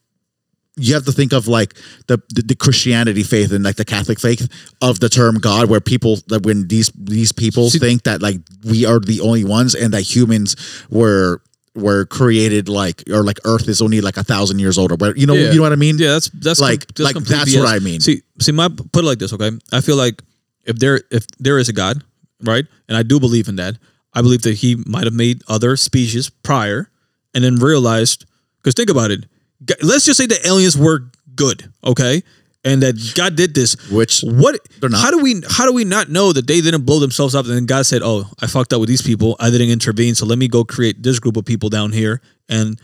[SPEAKER 2] you have to think of like the, the the Christianity faith and like the Catholic faith of the term God, where people that when these these people
[SPEAKER 1] See-
[SPEAKER 2] think that like we are the only ones and that humans were were created like or like Earth is only like a thousand years older, but you know
[SPEAKER 1] Yeah.
[SPEAKER 2] you know what I mean?
[SPEAKER 1] Yeah, that's that's
[SPEAKER 2] Like-
[SPEAKER 1] com-
[SPEAKER 2] like,
[SPEAKER 1] complete
[SPEAKER 2] that's
[SPEAKER 1] BS.
[SPEAKER 2] what I mean.
[SPEAKER 1] See, see, my put it like this, okay? I feel like if there if there is a God, right, and I do believe in that, I believe that He might have made other species prior, and then realized. Because think about it. G- Let's just say the aliens were good, okay, and that God did this.
[SPEAKER 2] Which
[SPEAKER 1] What?
[SPEAKER 2] they're not.
[SPEAKER 1] How do we? How do we not know that they didn't blow themselves up? And then God said, "Oh, I fucked up with these people. I didn't intervene. So let me go create this group of people down here, and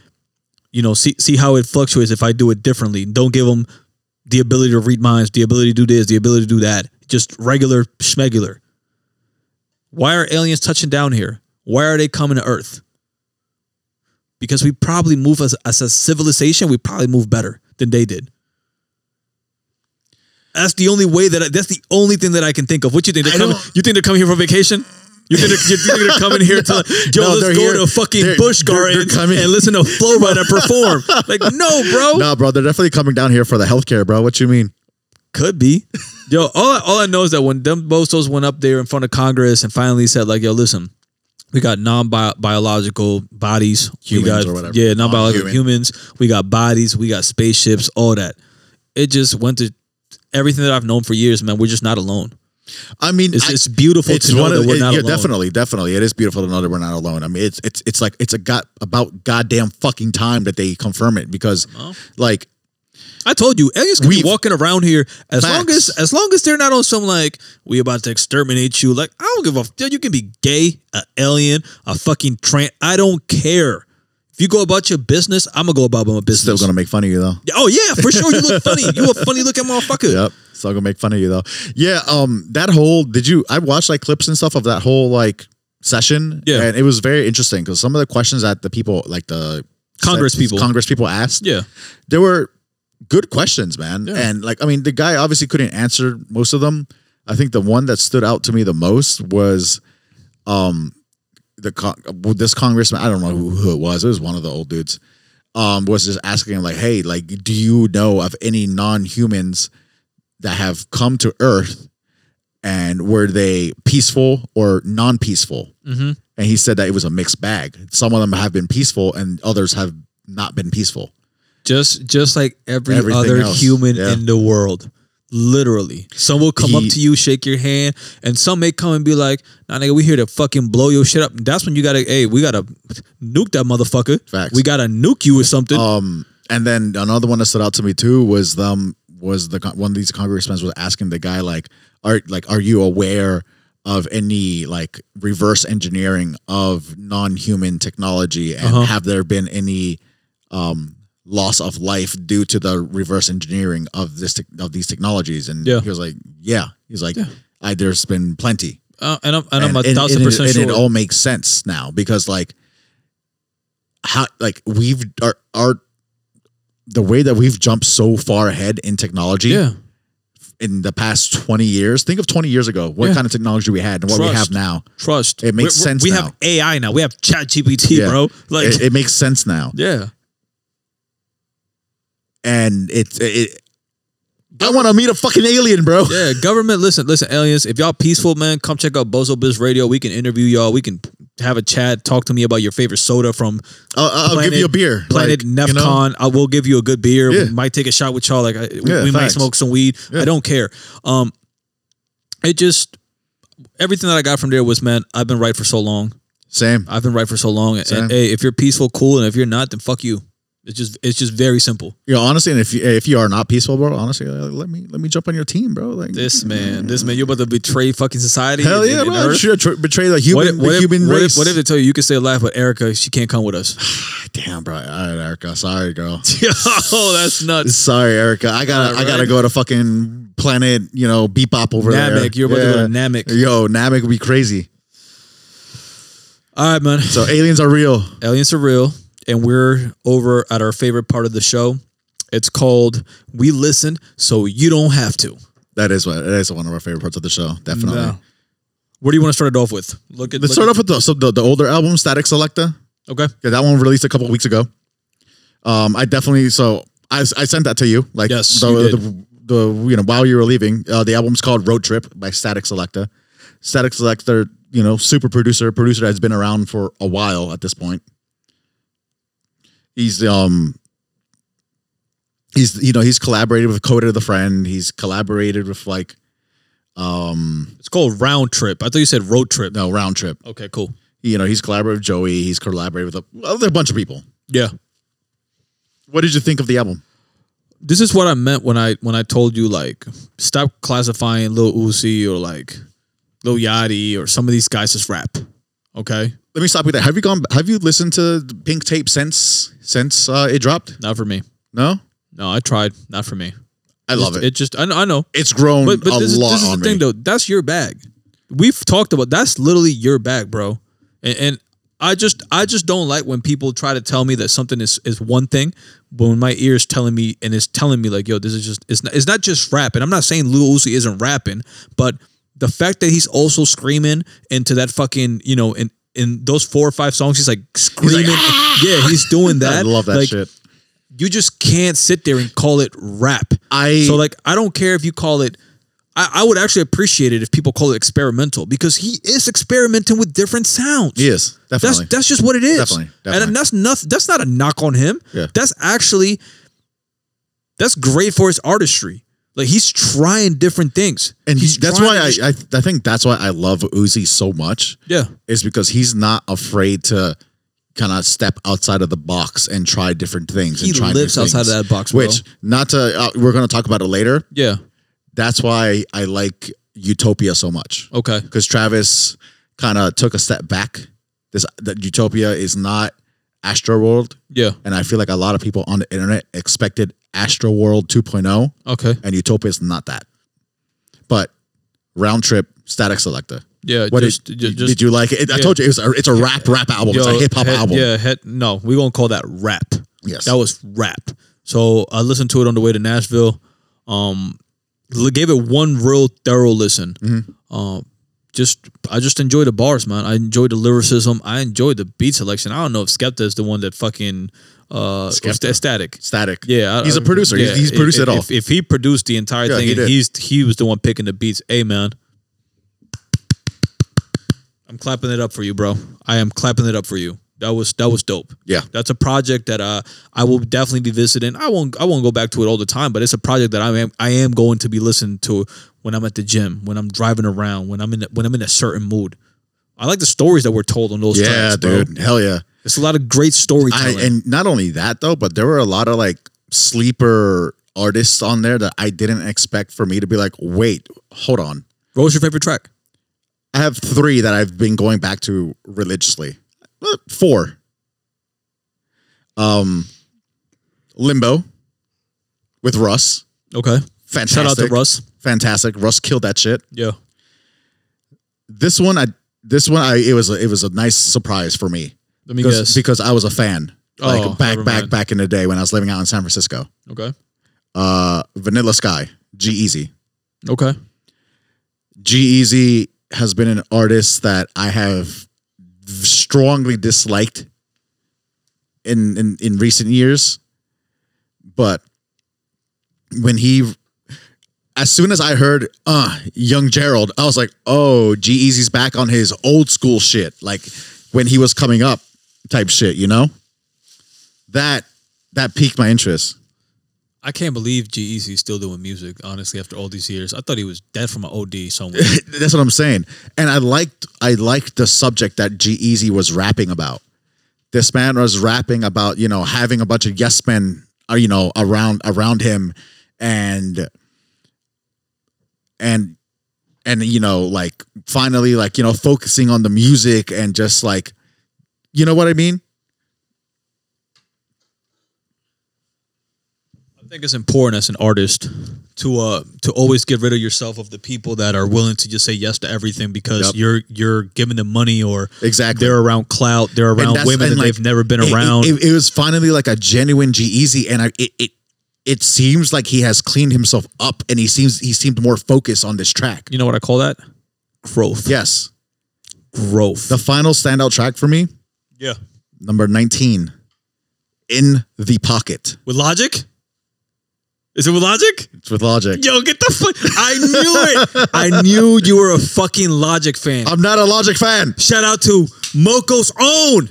[SPEAKER 1] you know, see see how it fluctuates if I do it differently. Don't give them the ability to read minds, the ability to do this, the ability to do that. Just regular schmegular. Why are aliens touching down here? Why are they coming to Earth? Because we probably move as, as a civilization, we probably move better than they did. That's the only way that I, that's the only thing that I can think of. What you think? They
[SPEAKER 2] I
[SPEAKER 1] come,
[SPEAKER 2] don't-
[SPEAKER 1] you think they're coming here for vacation? You're gonna you're gonna come in here to
[SPEAKER 2] <laughs>
[SPEAKER 1] like, yo,
[SPEAKER 2] no,
[SPEAKER 1] let's
[SPEAKER 2] they're
[SPEAKER 1] go
[SPEAKER 2] here.
[SPEAKER 1] to a fucking
[SPEAKER 2] They're-
[SPEAKER 1] bush
[SPEAKER 2] they're- they're
[SPEAKER 1] garden
[SPEAKER 2] coming.
[SPEAKER 1] and listen to Flow Rider
[SPEAKER 2] <laughs>
[SPEAKER 1] perform. Like, no, bro.
[SPEAKER 2] No, bro, they're definitely coming down here for the healthcare, bro. What you mean?
[SPEAKER 1] Could be. Yo, all I, all I know is that when them bozos went up there in front of Congress and finally said, like, yo, listen, we got non-biological bodies. we
[SPEAKER 2] Humans
[SPEAKER 1] got,
[SPEAKER 2] or whatever.
[SPEAKER 1] Yeah, non-biological
[SPEAKER 2] Non-human.
[SPEAKER 1] humans. We got bodies. We got spaceships, all that. It just went to everything that I've known for years, man. We're just not alone.
[SPEAKER 2] I mean,
[SPEAKER 1] It's,
[SPEAKER 2] I-
[SPEAKER 1] it's beautiful to know that
[SPEAKER 2] of-
[SPEAKER 1] we're
[SPEAKER 2] it-
[SPEAKER 1] not
[SPEAKER 2] yeah,
[SPEAKER 1] alone.
[SPEAKER 2] definitely, definitely. It is beautiful to know that we're not alone. I mean, it's it's it's like it's a god about goddamn fucking time that they confirm it because, like,
[SPEAKER 1] I told you, aliens can be
[SPEAKER 2] We've-
[SPEAKER 1] walking around here as long
[SPEAKER 2] Facts.
[SPEAKER 1] as as long as they're not on some like we about to exterminate you. Like I don't give a f- you can be gay, a alien, a fucking trans. I don't care. If you go about your business, I'm gonna go about my
[SPEAKER 2] still
[SPEAKER 1] business.
[SPEAKER 2] gonna make fun of you though.
[SPEAKER 1] oh yeah, for sure. You look funny. You a funny looking
[SPEAKER 2] <laughs>
[SPEAKER 1] motherfucker.
[SPEAKER 2] Yep. Still gonna make fun of you though. Yeah. Um. That whole did you? I watched like clips and stuff of that whole like session.
[SPEAKER 1] Yeah.
[SPEAKER 2] And it was very interesting because some of the questions that the people like the
[SPEAKER 1] Congress people.
[SPEAKER 2] Congress people asked.
[SPEAKER 1] Yeah.
[SPEAKER 2] there were good questions, man.
[SPEAKER 1] Yeah.
[SPEAKER 2] And like, I mean, the guy obviously couldn't answer most of them. I think the one that stood out to me the most was, um, the con- well, this congressman. I don't know who, who it was. It was one of the old dudes. Um, was just asking him like, "Hey, like, do you know of any non-humans that have come to Earth, and were they peaceful or non-peaceful?"
[SPEAKER 1] Mhm.
[SPEAKER 2] And he said that it was a mixed bag. Some of them have been peaceful, and others have not been peaceful.
[SPEAKER 1] Just just like every
[SPEAKER 2] Everything
[SPEAKER 1] other
[SPEAKER 2] else,
[SPEAKER 1] human
[SPEAKER 2] yeah.
[SPEAKER 1] in the world. Literally. Some will come
[SPEAKER 2] He-
[SPEAKER 1] up to you, shake your hand, and some may come and be like, nah nigga, we here to fucking blow your shit up. That's when you gotta, hey, we gotta nuke that motherfucker.
[SPEAKER 2] Facts.
[SPEAKER 1] We gotta nuke you with something.
[SPEAKER 2] Um, and then another one that stood out to me too was them was the con- one of these congressmen was asking the guy like, are like are you aware of any like reverse engineering of non-human technology and
[SPEAKER 1] Uh-huh.
[SPEAKER 2] have there been any um loss of life due to the reverse engineering of this tech of these technologies and
[SPEAKER 1] Yeah.
[SPEAKER 2] he was like yeah he's like I, there's been plenty
[SPEAKER 1] Uh, and I'm and, I'm a
[SPEAKER 2] and-
[SPEAKER 1] thousand
[SPEAKER 2] and it-
[SPEAKER 1] percent
[SPEAKER 2] and
[SPEAKER 1] sure.
[SPEAKER 2] it all makes sense now because like how like we've our, our the way that we've jumped so far ahead in technology
[SPEAKER 1] yeah.
[SPEAKER 2] in the past 20 years think of 20 years ago what
[SPEAKER 1] Yeah.
[SPEAKER 2] kind of technology we had and what we have
[SPEAKER 1] Trust.
[SPEAKER 2] now
[SPEAKER 1] Trust.
[SPEAKER 2] It makes
[SPEAKER 1] We're-
[SPEAKER 2] sense
[SPEAKER 1] We
[SPEAKER 2] now.
[SPEAKER 1] have AI now. We have chat GPT,
[SPEAKER 2] Yeah.
[SPEAKER 1] bro. Like
[SPEAKER 2] it, it makes sense now
[SPEAKER 1] <laughs> Yeah.
[SPEAKER 2] and it's it, i want to meet a fucking alien bro
[SPEAKER 1] Yeah, government, listen, listen, aliens. If y'all peaceful, man, come check out Bozo Biz Radio. We can interview y'all. We can have a chat. Talk to me about your favorite soda from
[SPEAKER 2] I'll, I'll
[SPEAKER 1] Planet-
[SPEAKER 2] give you a beer
[SPEAKER 1] Planet
[SPEAKER 2] Like, you know?
[SPEAKER 1] Nefcon. I will give you a good beer.
[SPEAKER 2] Yeah.
[SPEAKER 1] We might take a shot with y'all. Like I, we-
[SPEAKER 2] Yeah,
[SPEAKER 1] we might
[SPEAKER 2] facts.
[SPEAKER 1] smoke some weed. I
[SPEAKER 2] Yeah.
[SPEAKER 1] don't care. Um, it just everything that I got from there was, man, I've been right for so long.
[SPEAKER 2] same
[SPEAKER 1] I've been right for so long. And,
[SPEAKER 2] Same.
[SPEAKER 1] hey, if you're peaceful, cool, and if you're not, then fuck you. It's just it's just very simple.
[SPEAKER 2] you know honestly and if you if you are not peaceful bro honestly like, let me let me jump on your team bro like
[SPEAKER 1] This man, this man, you're about to betray fucking society.
[SPEAKER 2] Hell
[SPEAKER 1] and-
[SPEAKER 2] yeah,
[SPEAKER 1] and
[SPEAKER 2] bro!
[SPEAKER 1] Earth.
[SPEAKER 2] Should tr- betray the
[SPEAKER 1] what
[SPEAKER 2] human,
[SPEAKER 1] if, what
[SPEAKER 2] the
[SPEAKER 1] if-
[SPEAKER 2] human
[SPEAKER 1] what if-
[SPEAKER 2] race.
[SPEAKER 1] what if they tell you you can stay alive, but Erica, she can't come with
[SPEAKER 2] <laughs>
[SPEAKER 1] us? <laughs>
[SPEAKER 2] Damn, bro! All right, Erica, sorry, girl.
[SPEAKER 1] oh, that's nuts.
[SPEAKER 2] sorry, Erica. I got. to I
[SPEAKER 1] Alright.
[SPEAKER 2] got to go to fucking planet. You know, Bebop over there.
[SPEAKER 1] Namek, you're about to go to Namek.
[SPEAKER 2] Yo, Namek would be crazy.
[SPEAKER 1] All right, man.
[SPEAKER 2] So aliens are real.
[SPEAKER 1] Aliens are real, and we're over at our favorite part of the show. It's called "We Listen, So You Don't Have to."
[SPEAKER 2] That is what. That is one of our favorite parts of the show. Definitely.
[SPEAKER 1] No. What do you want to start it off with? Look at
[SPEAKER 2] Let's
[SPEAKER 1] look
[SPEAKER 2] start off with the, so the the older album, Static Selecta.
[SPEAKER 1] at- Okay.
[SPEAKER 2] Yeah, that one released a couple weeks ago. Um, I definitely so I, I sent that to you. Like
[SPEAKER 1] Yes,
[SPEAKER 2] the,
[SPEAKER 1] you
[SPEAKER 2] the,
[SPEAKER 1] did.
[SPEAKER 2] the you know while you were leaving, uh, the album's called Road Trip by Static Selecta. Static Selecta, you know, super producer, producer that's been around for a while at this point. He's um he's you know he's collaborated with Coda the Friend. He's collaborated with like um
[SPEAKER 1] It's called round trip. I thought you said road trip.
[SPEAKER 2] no round trip.
[SPEAKER 1] Okay, cool.
[SPEAKER 2] You know he's collaborated with Joey. He's collaborated with a, a bunch of people.
[SPEAKER 1] Yeah.
[SPEAKER 2] What did you think of the album?
[SPEAKER 1] This is what I meant when I when I told you like stop classifying Lil Uzi or like Lil Yachty or some of these guys as rap. Okay,
[SPEAKER 2] let me stop you there. Have you gone? Have you listened to Pink Tape since since uh, it dropped?
[SPEAKER 1] not for me.
[SPEAKER 2] No,
[SPEAKER 1] No, I tried. Not for me.
[SPEAKER 2] I love
[SPEAKER 1] It,
[SPEAKER 2] it.
[SPEAKER 1] just I know, I know.
[SPEAKER 2] It's grown
[SPEAKER 1] But but
[SPEAKER 2] a
[SPEAKER 1] this is,
[SPEAKER 2] lot
[SPEAKER 1] this is
[SPEAKER 2] on
[SPEAKER 1] the thing
[SPEAKER 2] me.
[SPEAKER 1] though. That's your bag. We've talked about that's literally your bag, bro. And, and I just I just don't like when people try to tell me that something is is one thing, but when my ear is telling me and it's telling me like, yo, this is just it's not it's not just rap. And I'm not saying Lil Uzi isn't rapping, but The fact that he's also screaming into that fucking, you know, in in those four or five songs, he's like screaming. Yeah, he's doing that.
[SPEAKER 2] "Ah!" <laughs> I love that
[SPEAKER 1] Like,
[SPEAKER 2] shit.
[SPEAKER 1] You just can't sit there and call it rap.
[SPEAKER 2] I-
[SPEAKER 1] so like I don't care if you call it. I, I would actually appreciate it if people call it experimental because he is experimenting with different sounds.
[SPEAKER 2] Yes,
[SPEAKER 1] That's
[SPEAKER 2] definitely.
[SPEAKER 1] that's just what it is.
[SPEAKER 2] Definitely,
[SPEAKER 1] And
[SPEAKER 2] definitely.
[SPEAKER 1] that's nothing. That's not a knock on him.
[SPEAKER 2] Yeah.
[SPEAKER 1] That's actually that's great for his artistry. Like he's trying different things,
[SPEAKER 2] and he,
[SPEAKER 1] he's
[SPEAKER 2] that's
[SPEAKER 1] trying
[SPEAKER 2] why
[SPEAKER 1] to
[SPEAKER 2] I,
[SPEAKER 1] just-
[SPEAKER 2] I I think that's why I love Uzi so much.
[SPEAKER 1] yeah
[SPEAKER 2] is because he's not afraid to kind of step outside of the box and try different things.
[SPEAKER 1] He
[SPEAKER 2] and try new
[SPEAKER 1] lives outside of
[SPEAKER 2] things.
[SPEAKER 1] that box, bro.
[SPEAKER 2] Which not to uh, we're going to talk about it later.
[SPEAKER 1] yeah
[SPEAKER 2] That's why I like Utopia so much.
[SPEAKER 1] okay
[SPEAKER 2] because Travis kind of took a step back. This that Utopia is not Astro World,
[SPEAKER 1] yeah
[SPEAKER 2] and I feel like a lot of people on the internet expected Astro World 2.0,
[SPEAKER 1] okay
[SPEAKER 2] oh, and Utopia is not that. But round trip static selector.
[SPEAKER 1] Yeah,
[SPEAKER 2] what
[SPEAKER 1] Uh, just-
[SPEAKER 2] did,
[SPEAKER 1] ju-
[SPEAKER 2] did
[SPEAKER 1] just-
[SPEAKER 2] you like it? I told you it was a, it's a rap rap album. it's
[SPEAKER 1] Yo,
[SPEAKER 2] a hip hop
[SPEAKER 1] head-
[SPEAKER 2] album.
[SPEAKER 1] Yeah, head, no, we're gonna call that rap.
[SPEAKER 2] Yes.
[SPEAKER 1] that was rap. So I listened to it on the way to Nashville. Um, l- gave it one real thorough listen.
[SPEAKER 2] Mm-hmm.
[SPEAKER 1] Um, just I just enjoyed the bars, man. I enjoyed the lyricism. I enjoyed the beat selection. I don't know if Skepta is the one that fucking uh
[SPEAKER 2] Skepta.
[SPEAKER 1] static.
[SPEAKER 2] Static.
[SPEAKER 1] Yeah, I-
[SPEAKER 2] he's a
[SPEAKER 1] I-
[SPEAKER 2] producer.
[SPEAKER 1] yeah,
[SPEAKER 2] he's, he's produced
[SPEAKER 1] if,
[SPEAKER 2] it all.
[SPEAKER 1] If, if he produced the entire
[SPEAKER 2] Yeah,
[SPEAKER 1] thing,
[SPEAKER 2] he
[SPEAKER 1] and
[SPEAKER 2] did.
[SPEAKER 1] he's he was the one picking the beats. Hey, man, I'm clapping it up for you, bro. I am clapping it up for you. That was that was dope.
[SPEAKER 2] Yeah.
[SPEAKER 1] that's a project that uh, I will definitely be visiting. I won't I won't go back to it all the time, but it's a project that I am I am going to be listening to when I'm at the gym, when I'm driving around, when I'm in when I'm in a certain mood. I like the stories that were told on those
[SPEAKER 2] yeah,
[SPEAKER 1] tracks, bro.
[SPEAKER 2] dude. Hell yeah.
[SPEAKER 1] It's a lot of great
[SPEAKER 2] I,
[SPEAKER 1] storytelling.
[SPEAKER 2] and not only that though, but there were a lot of like sleeper artists on there that I didn't expect for me to be like, wait, hold on.
[SPEAKER 1] what was your favorite track?
[SPEAKER 2] I have three that I've been going back to religiously. Uh, Four. Um, Limbo with Russ.
[SPEAKER 1] Okay,
[SPEAKER 2] Fantastic.
[SPEAKER 1] shout out to Russ.
[SPEAKER 2] Fantastic. Russ killed that shit.
[SPEAKER 1] Yeah.
[SPEAKER 2] This one, I this one, I it was a, it was a nice surprise for me
[SPEAKER 1] Let me
[SPEAKER 2] because
[SPEAKER 1] guess.
[SPEAKER 2] because I was a fan like
[SPEAKER 1] Oh,
[SPEAKER 2] back
[SPEAKER 1] never
[SPEAKER 2] back
[SPEAKER 1] mind.
[SPEAKER 2] back in the day when I was living out in San Francisco.
[SPEAKER 1] okay.
[SPEAKER 2] uh, Vanilla Sky, G Easy.
[SPEAKER 1] Okay.
[SPEAKER 2] G Easy has been an artist that I have strongly disliked in, in in recent years, but when he, as soon as I heard uh Young Gerald, I was like, oh, G Easy's back on his old school shit, like when he was coming up type shit, you know. That that piqued my interest.
[SPEAKER 1] I can't believe G Easy's still doing music, honestly, after all these years. I thought he was dead from an OD somewhere.
[SPEAKER 2] <laughs> That's what I'm saying. And I liked I liked the subject that G Easy was rapping about. This man was rapping about, you know, having a bunch of yes men uh, you know around around him and and and you know, like finally like, you know, focusing on the music and just like you know what I mean?
[SPEAKER 1] <laughs> I think it's important as an artist to uh to always get rid of yourself of the people that are willing to just say yes to everything because
[SPEAKER 2] Yep.
[SPEAKER 1] you're you're giving them money or
[SPEAKER 2] Exactly.
[SPEAKER 1] they're around clout, they're
[SPEAKER 2] And
[SPEAKER 1] around
[SPEAKER 2] that's-
[SPEAKER 1] women
[SPEAKER 2] and,
[SPEAKER 1] that
[SPEAKER 2] like,
[SPEAKER 1] they've never been
[SPEAKER 2] it-
[SPEAKER 1] around.
[SPEAKER 2] It, it, was finally like a genuine G Easy, and I, it, it it seems like he has cleaned himself up, and he seems he seemed more focused on this track.
[SPEAKER 1] you know what I call that? Growth.
[SPEAKER 2] Yes,
[SPEAKER 1] Growth.
[SPEAKER 2] the final standout track for me,
[SPEAKER 1] yeah.
[SPEAKER 2] number nineteen, in the pocket.
[SPEAKER 1] With logic? Is it with logic?
[SPEAKER 2] It's with Logic.
[SPEAKER 1] Yo, get the fuck! I knew it. <laughs> I knew you were a fucking Logic fan.
[SPEAKER 2] I'm not a Logic fan,
[SPEAKER 1] Shout out to Moko's own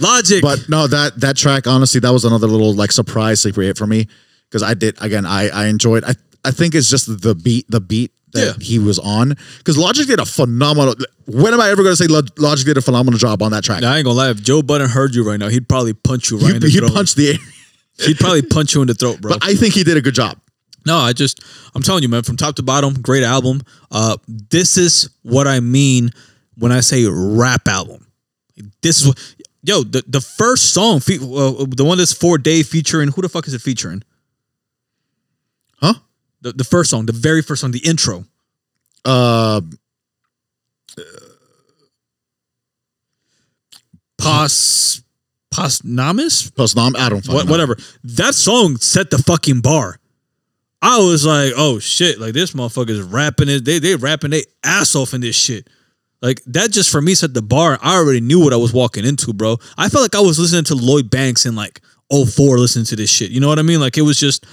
[SPEAKER 1] Logic.
[SPEAKER 2] but no that that track honestly that was another little like surprise sleeper hit for me because I did again I I enjoyed I I think it's just the beat the beat. That
[SPEAKER 1] Yeah.
[SPEAKER 2] he was on because Logic did a phenomenal. When am I ever going to say Log- Logic did a phenomenal job on that track?
[SPEAKER 1] Now, I ain't gonna lie. If Joe Budden heard you right now, he'd probably punch you right in the
[SPEAKER 2] he, he
[SPEAKER 1] throat.
[SPEAKER 2] punched the air. <laughs>
[SPEAKER 1] he'd probably punch you in the throat, bro.
[SPEAKER 2] But I think he did a good job.
[SPEAKER 1] no, I just, I'm telling you, man, from top to bottom, great album. Uh, this is what I mean when I say rap album. This is what, yo, the the first song, fe- uh, the one that's four day featuring. Who the fuck is it featuring?
[SPEAKER 2] Huh?
[SPEAKER 1] The, the first song, the very first song, the intro.
[SPEAKER 2] Uh,
[SPEAKER 1] Pos Posnamis?
[SPEAKER 2] plus nom, I don't fucking
[SPEAKER 1] What,
[SPEAKER 2] know.
[SPEAKER 1] whatever. That song set the fucking bar. I was like, oh shit, like this motherfucker's rapping it. They they rapping they ass off in this shit. Like that just for me set the bar. I already knew what I was walking into, bro. I felt like I was listening to Lloyd Banks in like 04 listening to this shit. You know what I mean? Like it was just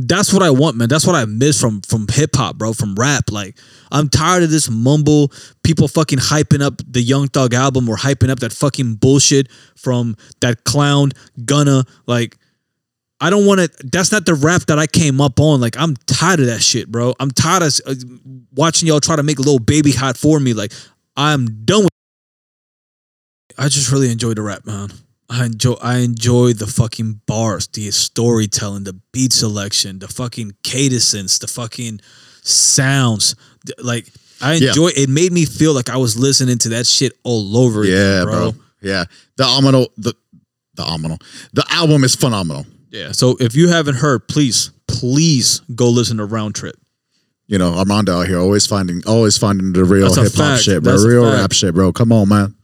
[SPEAKER 1] that's what I want, man. That's what I miss from from hip hop, bro, from rap. Like I'm tired of this mumble, people fucking hyping up the Young Thug album or hyping up that fucking bullshit from that clown Gunna. Like I don't want to. That's not the rap that I came up on. Like I'm tired of that shit, bro. I'm tired of uh, watching y'all try to make a little baby hot for me. Like I'm done with. I just really enjoy the rap, man. I enjoy. I enjoy the fucking bars, the storytelling, the beat selection, the fucking cadences, the fucking sounds. Th- Like I
[SPEAKER 2] Yeah.
[SPEAKER 1] enjoy. It made me feel like I was listening to that shit all over.
[SPEAKER 2] Yeah,
[SPEAKER 1] again,
[SPEAKER 2] bro. Yeah. The Amino, the the Amino. The album is phenomenal.
[SPEAKER 1] Yeah. So if you haven't heard, please, please go listen to Round Trip.
[SPEAKER 2] You know, Armando out here always finding always finding the real
[SPEAKER 1] That's a
[SPEAKER 2] hip hop
[SPEAKER 1] fact.
[SPEAKER 2] shit, bro.
[SPEAKER 1] That's a
[SPEAKER 2] real
[SPEAKER 1] fact.
[SPEAKER 2] rap shit, bro. Come on, man.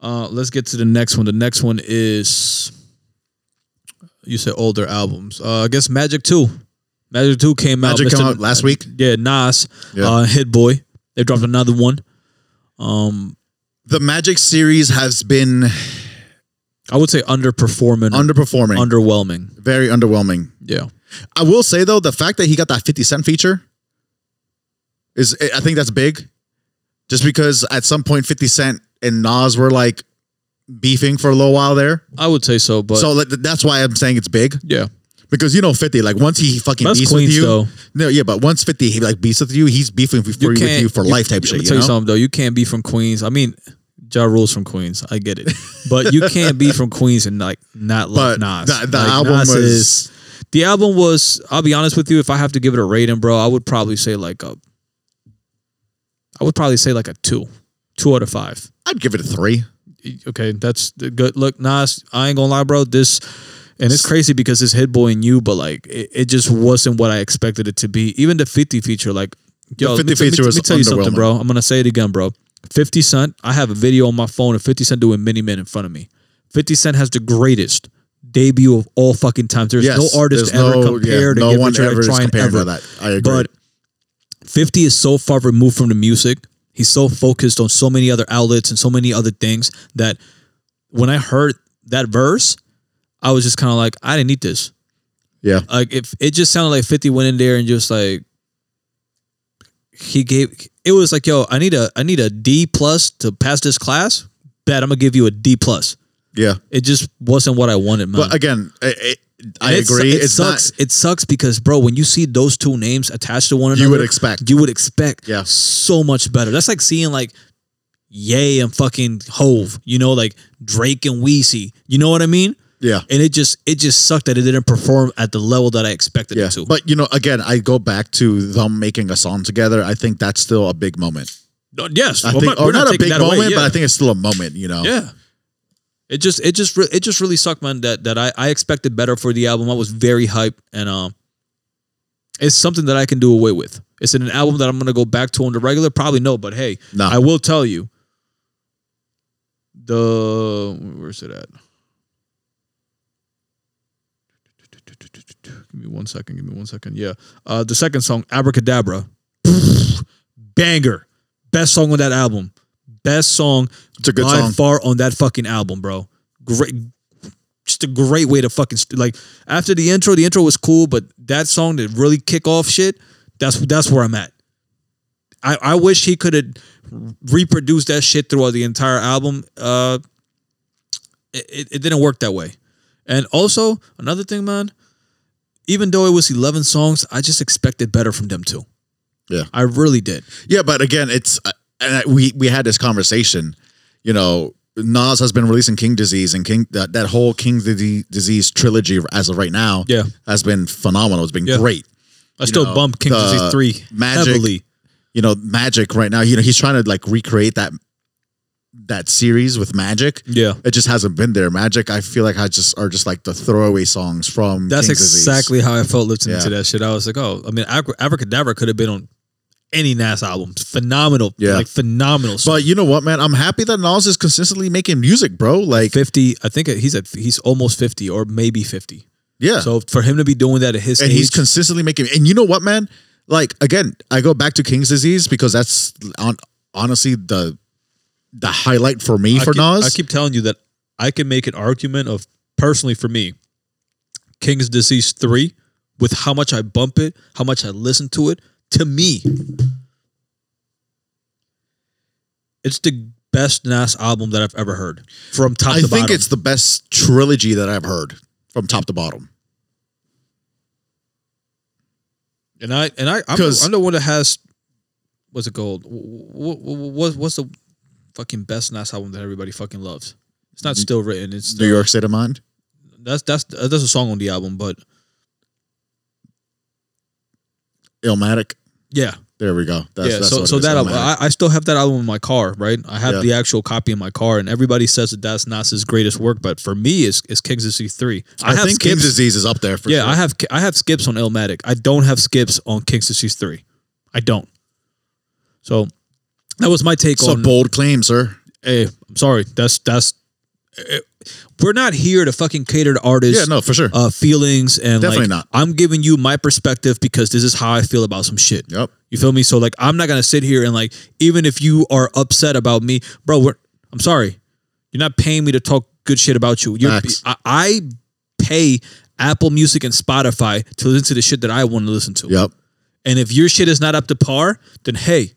[SPEAKER 1] Uh, let's get to the next one. The next one is you said older albums. Uh, I guess Magic Two. Magic Two came out.
[SPEAKER 2] Magic came
[SPEAKER 1] Mr.
[SPEAKER 2] out last week.
[SPEAKER 1] Yeah, Nas.
[SPEAKER 2] Yeah.
[SPEAKER 1] Uh, Hit Boy. They dropped another one. Um,
[SPEAKER 2] The Magic series has been
[SPEAKER 1] I would say underperforming,
[SPEAKER 2] underperforming.
[SPEAKER 1] underwhelming.
[SPEAKER 2] very underwhelming.
[SPEAKER 1] Yeah,
[SPEAKER 2] I will say though, the fact that he got that 50 cent feature is I think that's big. Just because at some point 50 Cent and Nas were like beefing for a little while there.
[SPEAKER 1] I would say so. But
[SPEAKER 2] so like, th- that's why I'm saying it's big.
[SPEAKER 1] yeah,
[SPEAKER 2] Because you know 50, like once he fucking
[SPEAKER 1] That's
[SPEAKER 2] beefs
[SPEAKER 1] Queens,
[SPEAKER 2] with you.
[SPEAKER 1] though.
[SPEAKER 2] No, yeah, but once 50 he like beefs with you, he's beefing for you, with you for life type
[SPEAKER 1] let
[SPEAKER 2] shit.
[SPEAKER 1] me
[SPEAKER 2] You
[SPEAKER 1] tell
[SPEAKER 2] know?
[SPEAKER 1] you something though. You can't be from Queens. I mean, Ja Rule's from Queens. I get it, but you can't be from Queens and like not like
[SPEAKER 2] But
[SPEAKER 1] Nas.
[SPEAKER 2] the, the
[SPEAKER 1] Like,
[SPEAKER 2] album
[SPEAKER 1] Nas
[SPEAKER 2] was
[SPEAKER 1] is- The album was, I'll be honest with you, if I have to give it a rating, bro, I would probably say like a I would probably say like a two. Two out of five.
[SPEAKER 2] I'd give it a three.
[SPEAKER 1] Okay, that's the good. Look, Nas, I ain't gonna lie, bro. This and it's crazy because it's Hit Boy and you, but like it, it just wasn't what I expected it to be. Even the 50 feature, like yo,
[SPEAKER 2] The
[SPEAKER 1] let me t-
[SPEAKER 2] 50
[SPEAKER 1] let me,
[SPEAKER 2] feature
[SPEAKER 1] let
[SPEAKER 2] was
[SPEAKER 1] me tell you something,
[SPEAKER 2] underwhelming.
[SPEAKER 1] bro. I'm gonna say it again, bro. 50 Cent, I have a video on my phone of 50 Cent doing Mini Men in front of me. 50 Cent has the greatest debut of all fucking times. There's
[SPEAKER 2] Yes,
[SPEAKER 1] no artist
[SPEAKER 2] there's
[SPEAKER 1] ever
[SPEAKER 2] no-
[SPEAKER 1] compared
[SPEAKER 2] yeah,
[SPEAKER 1] to
[SPEAKER 2] no
[SPEAKER 1] get
[SPEAKER 2] one
[SPEAKER 1] Rich or Die
[SPEAKER 2] ever is
[SPEAKER 1] Trying
[SPEAKER 2] compared to
[SPEAKER 1] ever.
[SPEAKER 2] that. I agree.
[SPEAKER 1] But 50 is so far removed from the music. He's so focused on so many other outlets and so many other things that when I heard that verse, I was just kind of like, I didn't need this.
[SPEAKER 2] Yeah.
[SPEAKER 1] Like if it just sounded like 50 went in there and just like he gave it was like, yo, I need a I need a D plus to pass this class. Bet I'm gonna give you a D plus.
[SPEAKER 2] Yeah.
[SPEAKER 1] It just wasn't what I wanted, man.
[SPEAKER 2] But again, I, I, I
[SPEAKER 1] It su-
[SPEAKER 2] agree.
[SPEAKER 1] Mm. It
[SPEAKER 2] it's
[SPEAKER 1] sucks.
[SPEAKER 2] not
[SPEAKER 1] it sucks because, bro, when you see those two names attached to one another,
[SPEAKER 2] You would expect.
[SPEAKER 1] You would expect
[SPEAKER 2] Yeah.
[SPEAKER 1] so much better. That's like seeing like Yay and fucking Hove, you know, like Drake and Weezy. You know what I mean?
[SPEAKER 2] Yeah.
[SPEAKER 1] And it just it just sucked that it didn't perform at the level that I expected
[SPEAKER 2] Yeah.
[SPEAKER 1] it to.
[SPEAKER 2] But you know, again, I go back to them making a song together. I think that's still a big moment.
[SPEAKER 1] No, yes,
[SPEAKER 2] I
[SPEAKER 1] we're
[SPEAKER 2] think,
[SPEAKER 1] not-
[SPEAKER 2] or
[SPEAKER 1] we're
[SPEAKER 2] not, a
[SPEAKER 1] taking
[SPEAKER 2] big
[SPEAKER 1] that away,
[SPEAKER 2] moment, but
[SPEAKER 1] yeah.
[SPEAKER 2] I think it's still a moment. You know.
[SPEAKER 1] Yeah. It just it just re- it just really sucked, man. That that I, I expected better for the album. I was very hyped, and um, it's something that I can do away with. It's in an album that I'm gonna go back to on the regular. Probably no, but hey,
[SPEAKER 2] No.
[SPEAKER 1] I will tell you. The where's it at? Give me one second. Give me one second. Yeah, uh, the second song, Abracadabra, banger, best song on that album, best song
[SPEAKER 2] It's a good
[SPEAKER 1] by
[SPEAKER 2] song.
[SPEAKER 1] far on that fucking album, bro. Great, just a great way to fucking st- like. After the intro, the intro was cool, but that song that really kick off shit. That's that's where I'm at. I I wish he could have reproduced that shit throughout the entire album. Uh, it, it- it didn't work that way. And also another thing, man. Even though it was 11 songs, I just expected better from them too.
[SPEAKER 2] Yeah.
[SPEAKER 1] I really did.
[SPEAKER 2] Yeah, but again, it's uh, and I, we we had this conversation. You know, Nas has been releasing King Disease and King that, that whole King Dise- Disease trilogy as of right now.
[SPEAKER 1] Yeah.
[SPEAKER 2] has been phenomenal. It's been
[SPEAKER 1] Yeah.
[SPEAKER 2] great.
[SPEAKER 1] I still
[SPEAKER 2] know,
[SPEAKER 1] bump King
[SPEAKER 2] the
[SPEAKER 1] Disease 3
[SPEAKER 2] Magic-
[SPEAKER 1] heavily.
[SPEAKER 2] You know, Magic right now. You know, he's trying to like recreate that that series with Magic.
[SPEAKER 1] Yeah.
[SPEAKER 2] It just hasn't been there. Magic, I feel like I just are just like the throwaway songs from
[SPEAKER 1] That's
[SPEAKER 2] King Disease.
[SPEAKER 1] exactly how I felt listening to
[SPEAKER 2] Yeah.
[SPEAKER 1] that shit. I was like, oh, I mean, Abra- Abracadabra could have been on any Nas album. Phenomenal.
[SPEAKER 2] Yeah.
[SPEAKER 1] Like, phenomenal. song.
[SPEAKER 2] But you know what, man? I'm happy that Nas is consistently making music, bro. Like,
[SPEAKER 1] 50, I think he's at, he's almost 50 or maybe 50.
[SPEAKER 2] Yeah.
[SPEAKER 1] So for him to be doing that at his
[SPEAKER 2] and
[SPEAKER 1] age,
[SPEAKER 2] he's consistently making. And you know what, man? Like again, I go back to King's disease because that's on, honestly the the highlight for me
[SPEAKER 1] I
[SPEAKER 2] for
[SPEAKER 1] keep,
[SPEAKER 2] Nas.
[SPEAKER 1] I keep telling you that I can make an argument of personally for me, King's Disease three, with how much I bump it, how much I listen to it. To me, it's the best Nas album that I've ever heard from top
[SPEAKER 2] I
[SPEAKER 1] to
[SPEAKER 2] think
[SPEAKER 1] bottom.
[SPEAKER 2] it's the best trilogy that I've heard from top to bottom.
[SPEAKER 1] and I and I I'm the,
[SPEAKER 2] 'Cause-
[SPEAKER 1] I'm the one that has what's it called? What, what, what's the fucking best Nas album that everybody fucking loves? It's not still written. It's
[SPEAKER 2] New York State of Mind.
[SPEAKER 1] That's that's that's a song on the album, but
[SPEAKER 2] Illmatic.
[SPEAKER 1] yeah.
[SPEAKER 2] There we go. That's,
[SPEAKER 1] yeah,
[SPEAKER 2] that's
[SPEAKER 1] so
[SPEAKER 2] what
[SPEAKER 1] so
[SPEAKER 2] it is,
[SPEAKER 1] that album,
[SPEAKER 2] Illmatic.
[SPEAKER 1] I, I still have that album in my car, right? I have
[SPEAKER 2] Yeah.
[SPEAKER 1] the actual copy in my car, and everybody says that that's not his greatest work, but for me, it's, it's Kings of C three.
[SPEAKER 2] I,
[SPEAKER 1] have
[SPEAKER 2] think
[SPEAKER 1] skips.
[SPEAKER 2] King's disease is up there for
[SPEAKER 1] yeah,
[SPEAKER 2] sure.
[SPEAKER 1] I have I have skips on Illmatic. I don't have skips on Kings of C three. I don't. So that was my take
[SPEAKER 2] it's
[SPEAKER 1] on.
[SPEAKER 2] a bold claim, sir.
[SPEAKER 1] hey, I'm sorry. That's that's. eh, we're not here to fucking cater to artists.
[SPEAKER 2] Yeah, no, for sure.
[SPEAKER 1] Uh, feelings and
[SPEAKER 2] Definitely
[SPEAKER 1] like,
[SPEAKER 2] not.
[SPEAKER 1] I'm giving you my perspective because this is how I feel about some shit.
[SPEAKER 2] Yep.
[SPEAKER 1] You feel me? So like, I'm not gonna sit here and like, even if you are upset about me, bro. We're, I'm sorry. You're not paying me to talk good shit about you. You're,
[SPEAKER 2] Facts.
[SPEAKER 1] I, I pay Apple Music and Spotify to listen to the shit that I want to listen to.
[SPEAKER 2] Yep.
[SPEAKER 1] And if your shit is not up to par, then hey,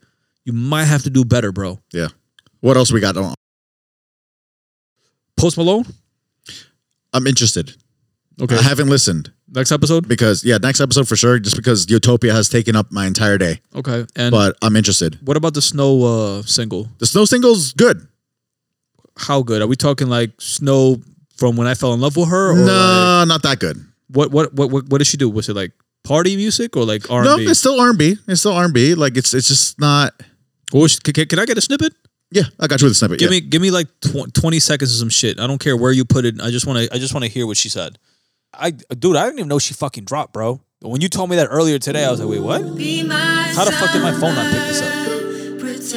[SPEAKER 1] you might have to do better, bro.
[SPEAKER 2] Yeah. What else we got on?
[SPEAKER 1] Post Malone.
[SPEAKER 2] I'm interested.
[SPEAKER 1] Okay.
[SPEAKER 2] I haven't listened
[SPEAKER 1] Next episode.
[SPEAKER 2] because yeah, next episode for sure. Just because Utopia has taken up my entire day,
[SPEAKER 1] Okay. And
[SPEAKER 2] but I'm interested.
[SPEAKER 1] what about the snow uh, single?
[SPEAKER 2] The snow single's good.
[SPEAKER 1] How good are we talking? Like snow from when I fell in love with her, or
[SPEAKER 2] No,
[SPEAKER 1] like,
[SPEAKER 2] not that good.
[SPEAKER 1] what, what what what what did she do? Was it like party music or like R
[SPEAKER 2] No,
[SPEAKER 1] and B?
[SPEAKER 2] it's still R&B. It's still R&B. Like it's it's just not.
[SPEAKER 1] Can can I get a snippet?
[SPEAKER 2] Yeah, I got you with a snippet.
[SPEAKER 1] Give
[SPEAKER 2] yeah.
[SPEAKER 1] me give me like tw- twenty seconds of some shit. I don't care where you put it. I just want to I just want to hear what she said. I dude, I didn't even know she fucking dropped, bro. But when you told me that earlier today, I was like, wait, what?
[SPEAKER 5] How the fuck did my phone not pick this up?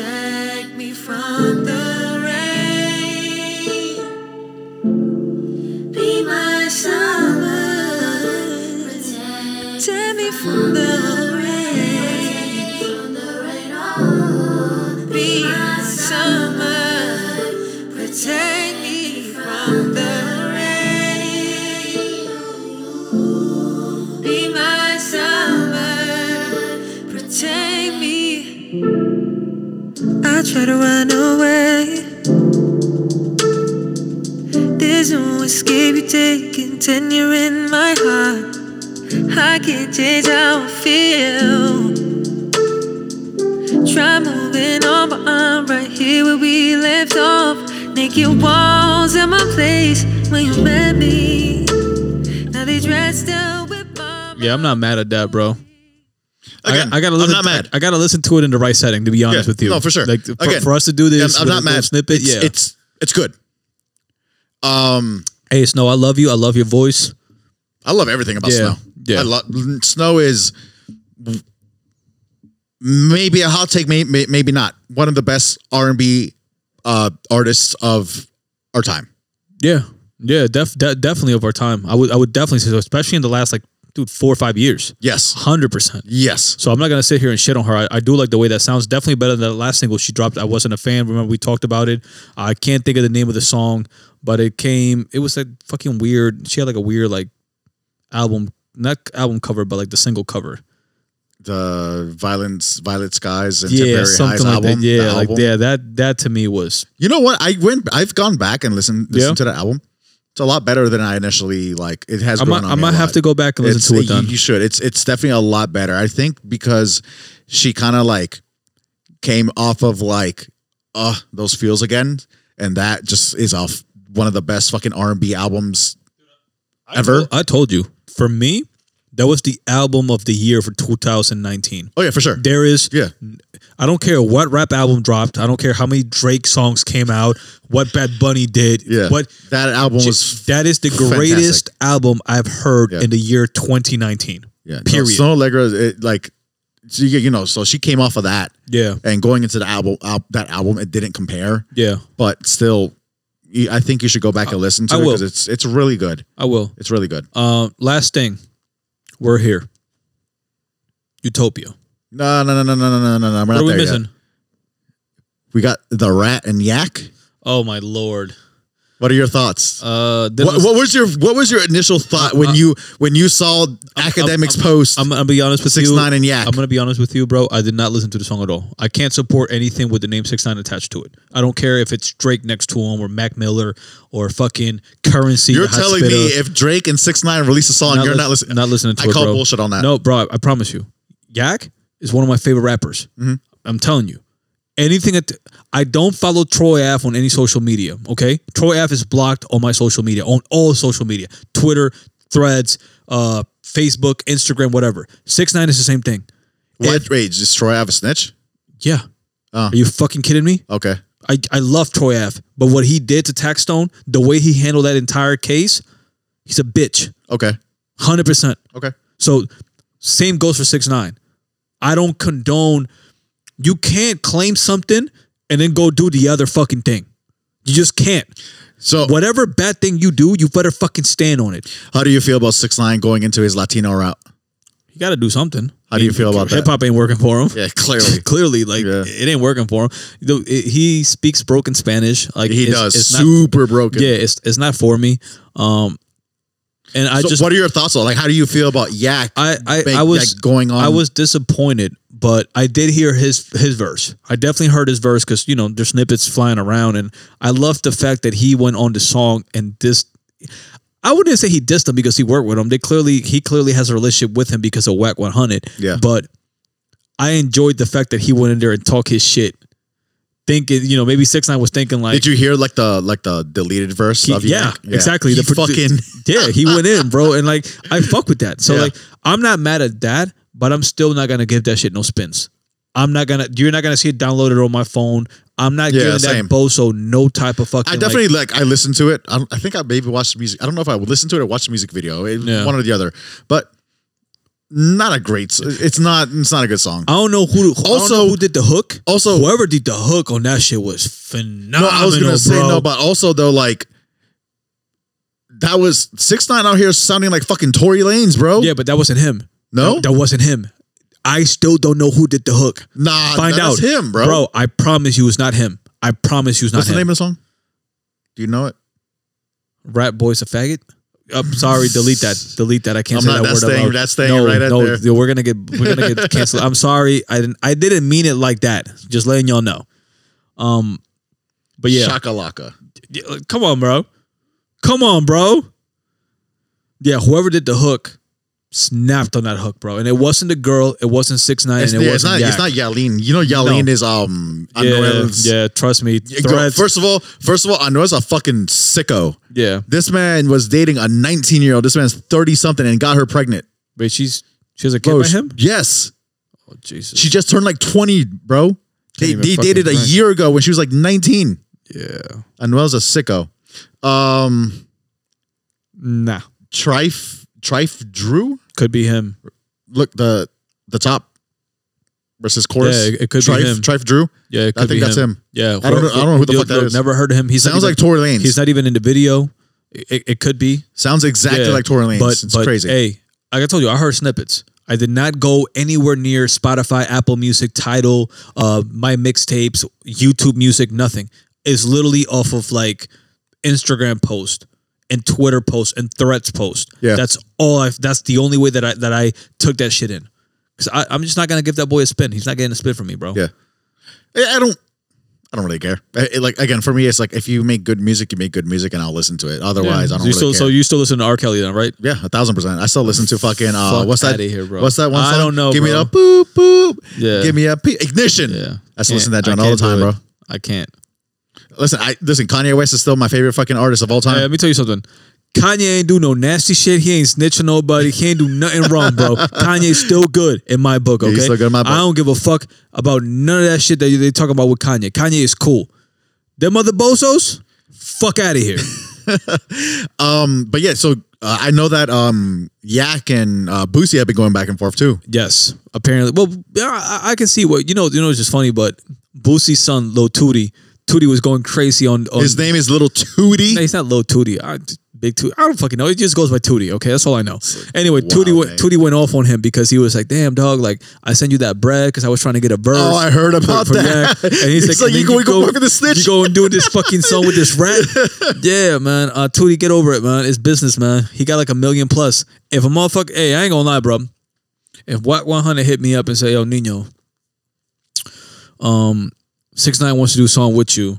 [SPEAKER 5] Protect me from the rain. Be my summer. Protect me from the rain. Be my summer. Protect me from the rain. Be my summer. Protect me. I try to run away. There's no escape you take, and you're in my heart. I can't change how I feel. Try moving on, but I'm right here where we left off. Naked walls in my place when you met me. Now they dressed up with bomb.
[SPEAKER 1] Yeah, I'm not mad at that, bro.
[SPEAKER 2] Again,
[SPEAKER 1] I, I gotta listen.
[SPEAKER 2] I'm not mad.
[SPEAKER 1] I, I gotta listen to it in the right setting. To be honest
[SPEAKER 2] Yeah,
[SPEAKER 1] with you,
[SPEAKER 2] no, for sure.
[SPEAKER 1] Like for,
[SPEAKER 2] Again,
[SPEAKER 1] for us to do this,
[SPEAKER 2] I'm, I'm
[SPEAKER 1] with a
[SPEAKER 2] not
[SPEAKER 1] little
[SPEAKER 2] mad.
[SPEAKER 1] Snippet,
[SPEAKER 2] It's,
[SPEAKER 1] yeah.
[SPEAKER 2] it's it's good. Um,
[SPEAKER 1] hey, Snow, I love you. I love your voice.
[SPEAKER 2] I love everything about
[SPEAKER 1] Yeah,
[SPEAKER 2] snow.
[SPEAKER 1] yeah.
[SPEAKER 2] I love snow is maybe a hot take, may- may- maybe not. One of the best R and B uh, artists of our time.
[SPEAKER 1] Yeah, yeah, def, de- definitely of our time. I would, I would definitely say so, especially in the last like dude four or five years,
[SPEAKER 2] Yes,
[SPEAKER 1] hundred percent.
[SPEAKER 2] yes,
[SPEAKER 1] So I'm not gonna sit here and shit on her. I, I do like the way that sounds. Definitely better than the last single she dropped. I wasn't a fan. Remember we talked about it. I can't think of the name of the song, but it came. It was like fucking weird. She had like a weird like album, not album cover, but like the single cover.
[SPEAKER 2] the violence, violet skies, and
[SPEAKER 1] yeah,
[SPEAKER 2] temporary
[SPEAKER 1] something
[SPEAKER 2] highs
[SPEAKER 1] like
[SPEAKER 2] album.
[SPEAKER 1] that. Yeah,
[SPEAKER 2] the
[SPEAKER 1] like
[SPEAKER 2] album.
[SPEAKER 1] yeah, that that to me was
[SPEAKER 2] You know what? I went. I've gone back and listened listened
[SPEAKER 1] Yeah.
[SPEAKER 2] to that album. It's a lot better than I initially like. It has.
[SPEAKER 1] I
[SPEAKER 2] grown
[SPEAKER 1] might,
[SPEAKER 2] on
[SPEAKER 1] I
[SPEAKER 2] me a
[SPEAKER 1] might have
[SPEAKER 2] lot.
[SPEAKER 1] to go back and listen
[SPEAKER 2] It's-
[SPEAKER 1] to it
[SPEAKER 2] you-
[SPEAKER 1] then.
[SPEAKER 2] You, should. It's it's definitely a lot better. I think because she kind of like came off of like uh those feels again, and that just is off one of the best fucking R and B albums ever.
[SPEAKER 1] I told you. For me, that was the album of the year for 2019.
[SPEAKER 2] oh yeah, for sure.
[SPEAKER 1] There is,
[SPEAKER 2] Yeah,
[SPEAKER 1] I don't care what rap album dropped. I don't care how many Drake songs came out. What Bad Bunny did.
[SPEAKER 2] yeah.
[SPEAKER 1] What
[SPEAKER 2] that album was?
[SPEAKER 1] that is the
[SPEAKER 2] fantastic.
[SPEAKER 1] greatest album I've heard
[SPEAKER 2] Yeah.
[SPEAKER 1] in the year 2019.
[SPEAKER 2] Yeah, no,
[SPEAKER 1] Period.
[SPEAKER 2] Snow Allegra, is- it, like so you, you know, so she came off of that
[SPEAKER 1] yeah.
[SPEAKER 2] and going into the album al- that album, it didn't compare,
[SPEAKER 1] Yeah.
[SPEAKER 2] but still, you- I think you should go back and listen to
[SPEAKER 1] I
[SPEAKER 2] it
[SPEAKER 1] will.
[SPEAKER 2] because it's it's really good.
[SPEAKER 1] I will.
[SPEAKER 2] It's really good.
[SPEAKER 1] Uh, last thing, we're here. Utopia.
[SPEAKER 2] No, no, no, no, no, no, no, no. We're
[SPEAKER 1] What
[SPEAKER 2] not
[SPEAKER 1] are we
[SPEAKER 2] there
[SPEAKER 1] missing?
[SPEAKER 2] yet. We got the rat and yak.
[SPEAKER 1] Oh my lord.
[SPEAKER 2] What are your thoughts?
[SPEAKER 1] Uh, this
[SPEAKER 2] what,
[SPEAKER 1] was-
[SPEAKER 2] what was your what was your initial thought when you when you saw academics post
[SPEAKER 1] I'm gonna be honest with
[SPEAKER 2] six
[SPEAKER 1] you.
[SPEAKER 2] nine and yak?
[SPEAKER 1] I'm gonna be honest with you, bro. I did not listen to the song at all. I can't support anything with the name Six Nine attached to it. I don't care if it's Drake next to him or Mac Miller or fucking Currency.
[SPEAKER 2] you're
[SPEAKER 1] the Hot
[SPEAKER 2] telling
[SPEAKER 1] Spitter.
[SPEAKER 2] me if Drake and Six Nine release a song, you're
[SPEAKER 1] lis-
[SPEAKER 2] not listening.
[SPEAKER 1] Not listening to
[SPEAKER 2] I
[SPEAKER 1] it,
[SPEAKER 2] call
[SPEAKER 1] bro.
[SPEAKER 2] bullshit on that.
[SPEAKER 1] No, bro. I, I promise you, Yak is one of my favorite rappers.
[SPEAKER 2] Mm-hmm.
[SPEAKER 1] I'm telling you. Anything that I don't follow Troy F on any social media. Okay, Troy F is blocked on my social media, on all social media, Twitter, Threads, uh, Facebook, Instagram, whatever. Six nine is the same thing.
[SPEAKER 2] What? Wait, does Troy have a snitch?
[SPEAKER 1] Yeah.
[SPEAKER 2] Oh.
[SPEAKER 1] Are you fucking kidding me?
[SPEAKER 2] Okay.
[SPEAKER 1] I, I love Troy F, but what he did to Tax Stone, the way he handled that entire case, he's a bitch.
[SPEAKER 2] Okay.
[SPEAKER 1] 100%.
[SPEAKER 2] Okay.
[SPEAKER 1] So same goes for six nine. I don't condone. You can't claim something and then go do the other fucking thing. You just can't.
[SPEAKER 2] So,
[SPEAKER 1] Whatever bad thing you do, you better fucking stand on it.
[SPEAKER 2] how do you feel about Six Nine going into his Latino route?
[SPEAKER 1] You got to do something.
[SPEAKER 2] How do you feel about that?
[SPEAKER 1] Hip hop ain't working for <laughs> him.
[SPEAKER 2] Yeah, clearly. <laughs>
[SPEAKER 1] Clearly, like
[SPEAKER 2] Yeah.
[SPEAKER 1] it ain't working for him. Though it- he speaks broken Spanish. Like
[SPEAKER 2] He
[SPEAKER 1] it's-
[SPEAKER 2] does
[SPEAKER 1] It's not,
[SPEAKER 2] super broken.
[SPEAKER 1] yeah, it's it's not for me. Um, and I
[SPEAKER 2] so
[SPEAKER 1] just
[SPEAKER 2] what are your thoughts on like how do you feel about Yak?
[SPEAKER 1] I, I,
[SPEAKER 2] Big
[SPEAKER 1] I was
[SPEAKER 2] Yak going on.
[SPEAKER 1] I was disappointed, but I did hear his his verse. I definitely heard his verse because you know there's snippets flying around, and I love the fact that he went on the song and this. I wouldn't say he dissed him because he worked with him. They clearly he clearly has a relationship with him because of Whack 100.
[SPEAKER 2] Yeah.
[SPEAKER 1] but I enjoyed the fact that he went in there and talked his shit, thinking you know maybe Six Nine was thinking like
[SPEAKER 2] Did you hear like the like the deleted verse
[SPEAKER 1] he-
[SPEAKER 2] of
[SPEAKER 1] yeah,
[SPEAKER 2] Yak?
[SPEAKER 1] exactly.
[SPEAKER 2] He
[SPEAKER 1] The pro-
[SPEAKER 2] fucking <laughs>
[SPEAKER 1] yeah, he went in, bro, and like I fuck with that. So
[SPEAKER 2] Yeah.
[SPEAKER 1] like I'm not mad at that, but I'm still not gonna give that shit no spins. I'm not gonna. You're not gonna see it downloaded on my phone. I'm not
[SPEAKER 2] Yeah,
[SPEAKER 1] giving
[SPEAKER 2] same.
[SPEAKER 1] that bozo no type of fucking.
[SPEAKER 2] I definitely like, I listened to it. I, don't- I think I maybe watched the music. I don't know if I would listen to it or watch the music video. It-
[SPEAKER 1] Yeah.
[SPEAKER 2] One or the other. But not a great. s- It's not. It's not a good song.
[SPEAKER 1] Like, I don't know who. Also,
[SPEAKER 2] Also-
[SPEAKER 1] who did the hook?
[SPEAKER 2] also-
[SPEAKER 1] whoever did the hook on that shit was phenomenal.
[SPEAKER 2] no, I was gonna
[SPEAKER 1] bro.
[SPEAKER 2] say no, but also though, like that was six nine out here sounding like fucking Tory Lanez, bro.
[SPEAKER 1] yeah, but that wasn't him.
[SPEAKER 2] No?
[SPEAKER 1] that, that wasn't him. I still don't know who did the hook.
[SPEAKER 2] Nah,
[SPEAKER 1] Find out,
[SPEAKER 2] that's Uh, him, bro.
[SPEAKER 1] Bro, I promise you, it's not him. I promise you, it's not
[SPEAKER 2] What's
[SPEAKER 1] him.
[SPEAKER 2] the name of the song? Do you know it?
[SPEAKER 1] Rat boy's a faggot. I'm sorry, delete
[SPEAKER 2] <laughs>
[SPEAKER 1] that. Delete that. I can't
[SPEAKER 2] I'm
[SPEAKER 1] say
[SPEAKER 2] not-
[SPEAKER 1] that
[SPEAKER 2] that's
[SPEAKER 1] word
[SPEAKER 2] staying-
[SPEAKER 1] out loud.
[SPEAKER 2] that's staying
[SPEAKER 1] no,
[SPEAKER 2] right out
[SPEAKER 1] no,
[SPEAKER 2] there.
[SPEAKER 1] yo, we're gonna get we're gonna
[SPEAKER 2] <laughs>
[SPEAKER 1] get canceled. I'm sorry. I didn't I didn't mean it like that. Just letting y'all know. Um, but yeah,
[SPEAKER 2] Shakalaka.
[SPEAKER 1] Yeah, like, come on, bro. Come on, bro. Yeah, whoever did the hook snapped on that hook, bro. And it wasn't the girl. It wasn't six nine.
[SPEAKER 2] It's,
[SPEAKER 1] and it
[SPEAKER 2] yeah, it's
[SPEAKER 1] wasn't
[SPEAKER 2] not. It's
[SPEAKER 1] Yak.
[SPEAKER 2] not Yaleen. You know, Yaleen is um.
[SPEAKER 1] Yeah,
[SPEAKER 2] Anuel's-
[SPEAKER 1] yeah, trust me.
[SPEAKER 2] Yeah, go-
[SPEAKER 1] Threads,
[SPEAKER 2] First of all, first of all, Anuel's a fucking sicko.
[SPEAKER 1] yeah,
[SPEAKER 2] This man was dating a 19 year old. This man's 30 something and got her pregnant.
[SPEAKER 1] but she's she has a kid by
[SPEAKER 2] she-
[SPEAKER 1] him.
[SPEAKER 2] Yes.
[SPEAKER 1] Oh Jesus,
[SPEAKER 2] She just turned like 20, bro. They,
[SPEAKER 1] even
[SPEAKER 2] they
[SPEAKER 1] fucking
[SPEAKER 2] dated a
[SPEAKER 1] crack.
[SPEAKER 2] year ago when she was like 19.
[SPEAKER 1] yeah,
[SPEAKER 2] Anuel's a sicko. Um,
[SPEAKER 1] nah,
[SPEAKER 2] Trife, Trife Drew?
[SPEAKER 1] could be him.
[SPEAKER 2] Look, the the top versus chorus.
[SPEAKER 1] Yeah, it- it could be
[SPEAKER 2] Trife,
[SPEAKER 1] him.
[SPEAKER 2] Trife Drew?
[SPEAKER 1] Yeah, it
[SPEAKER 2] I
[SPEAKER 1] could
[SPEAKER 2] think
[SPEAKER 1] be
[SPEAKER 2] that's him.
[SPEAKER 1] Yeah,
[SPEAKER 2] I don't know- I don't know who the
[SPEAKER 1] Yo,
[SPEAKER 2] fuck that
[SPEAKER 1] look,
[SPEAKER 2] is.
[SPEAKER 1] Never heard of him. He
[SPEAKER 2] Sounds like Tory Lanez.
[SPEAKER 1] He's not even in the video. It, it could be
[SPEAKER 2] Sounds exactly
[SPEAKER 1] Yeah,
[SPEAKER 2] like Tory Lanez.
[SPEAKER 1] But,
[SPEAKER 2] it's
[SPEAKER 1] but,
[SPEAKER 2] crazy.
[SPEAKER 1] Hey, like I told you, I heard snippets. I did not go anywhere near Spotify, Apple Music, Title, uh, my mixtapes, YouTube Music, nothing. It's literally off of like Instagram post and Twitter post and Threads post.
[SPEAKER 2] Yeah.
[SPEAKER 1] that's all. I. That's the only way that I that I took that shit in. Because I'm just not gonna give that boy a spin. He's not getting a spin from me, bro.
[SPEAKER 2] Yeah. I I don't. I don't really care. I- it- like again, for me, it's like if you make good music, you make good music, and I'll listen to it. Otherwise,
[SPEAKER 1] So
[SPEAKER 2] I don't
[SPEAKER 1] you
[SPEAKER 2] really
[SPEAKER 1] still,
[SPEAKER 2] care.
[SPEAKER 1] So you still listen to R. Kelly then, right?
[SPEAKER 2] yeah, a thousand percent. I still listen to fucking uh,
[SPEAKER 1] Fuck
[SPEAKER 2] what's that?
[SPEAKER 1] outta here, bro.
[SPEAKER 2] What's that one?
[SPEAKER 1] I
[SPEAKER 2] song?
[SPEAKER 1] don't know,
[SPEAKER 2] Give me
[SPEAKER 1] bro.
[SPEAKER 2] a boop boop.
[SPEAKER 1] Yeah.
[SPEAKER 2] Give me a p- ignition.
[SPEAKER 1] Yeah.
[SPEAKER 2] I still listen to that
[SPEAKER 1] Can't-
[SPEAKER 2] John
[SPEAKER 1] I
[SPEAKER 2] all the
[SPEAKER 1] can't do
[SPEAKER 2] time, bro.
[SPEAKER 1] it. I can't.
[SPEAKER 2] Listen, I listen. Kanye West is still my favorite fucking artist of all
[SPEAKER 1] Hey,
[SPEAKER 2] time.
[SPEAKER 1] let me tell you something. Kanye ain't do no nasty shit. He ain't snitching nobody. He ain't do nothing wrong,
[SPEAKER 2] <laughs>
[SPEAKER 1] bro. Kanye's still good in my book, okay?
[SPEAKER 2] he's still good in my book.
[SPEAKER 1] I don't give a fuck about none of that shit that they talking about with Kanye. Kanye is cool. Them other bozos, fuck out of
[SPEAKER 2] <laughs>
[SPEAKER 1] here.
[SPEAKER 2] but yeah, so uh, I know that um Yak and uh, Boosie have been going back and forth too.
[SPEAKER 1] yes, apparently. Well, yeah, I, I can see what you know. You know, it's just funny, but Boosie's son, Lil Tootie, Tootie was going crazy on, on
[SPEAKER 2] His name is Little Tootie.
[SPEAKER 1] No, he's not Lil Tootie. I, big Tootie. I don't fucking know. It just goes by Tootie. Okay, that's all I know. Anyway, Tootie went
[SPEAKER 2] man.
[SPEAKER 1] Tootie went off on him because he was like, "Damn dog, like I sent you that bread because I was trying to get a bird."
[SPEAKER 2] Oh, I heard about that.
[SPEAKER 1] And he's
[SPEAKER 2] It's
[SPEAKER 1] like, and then
[SPEAKER 2] like, you go- you go work with a snitch."
[SPEAKER 1] You go and do this fucking song with this rat.
[SPEAKER 2] <laughs>
[SPEAKER 1] yeah, man. Uh, Tootie, get over it, man. It's business, man. He got like a million plus. If a motherfucker, hey, I ain't gonna lie, bro. If Wack 100 hit me up and say, "Yo, Nino, um, Six Nine wants to do a song with you,"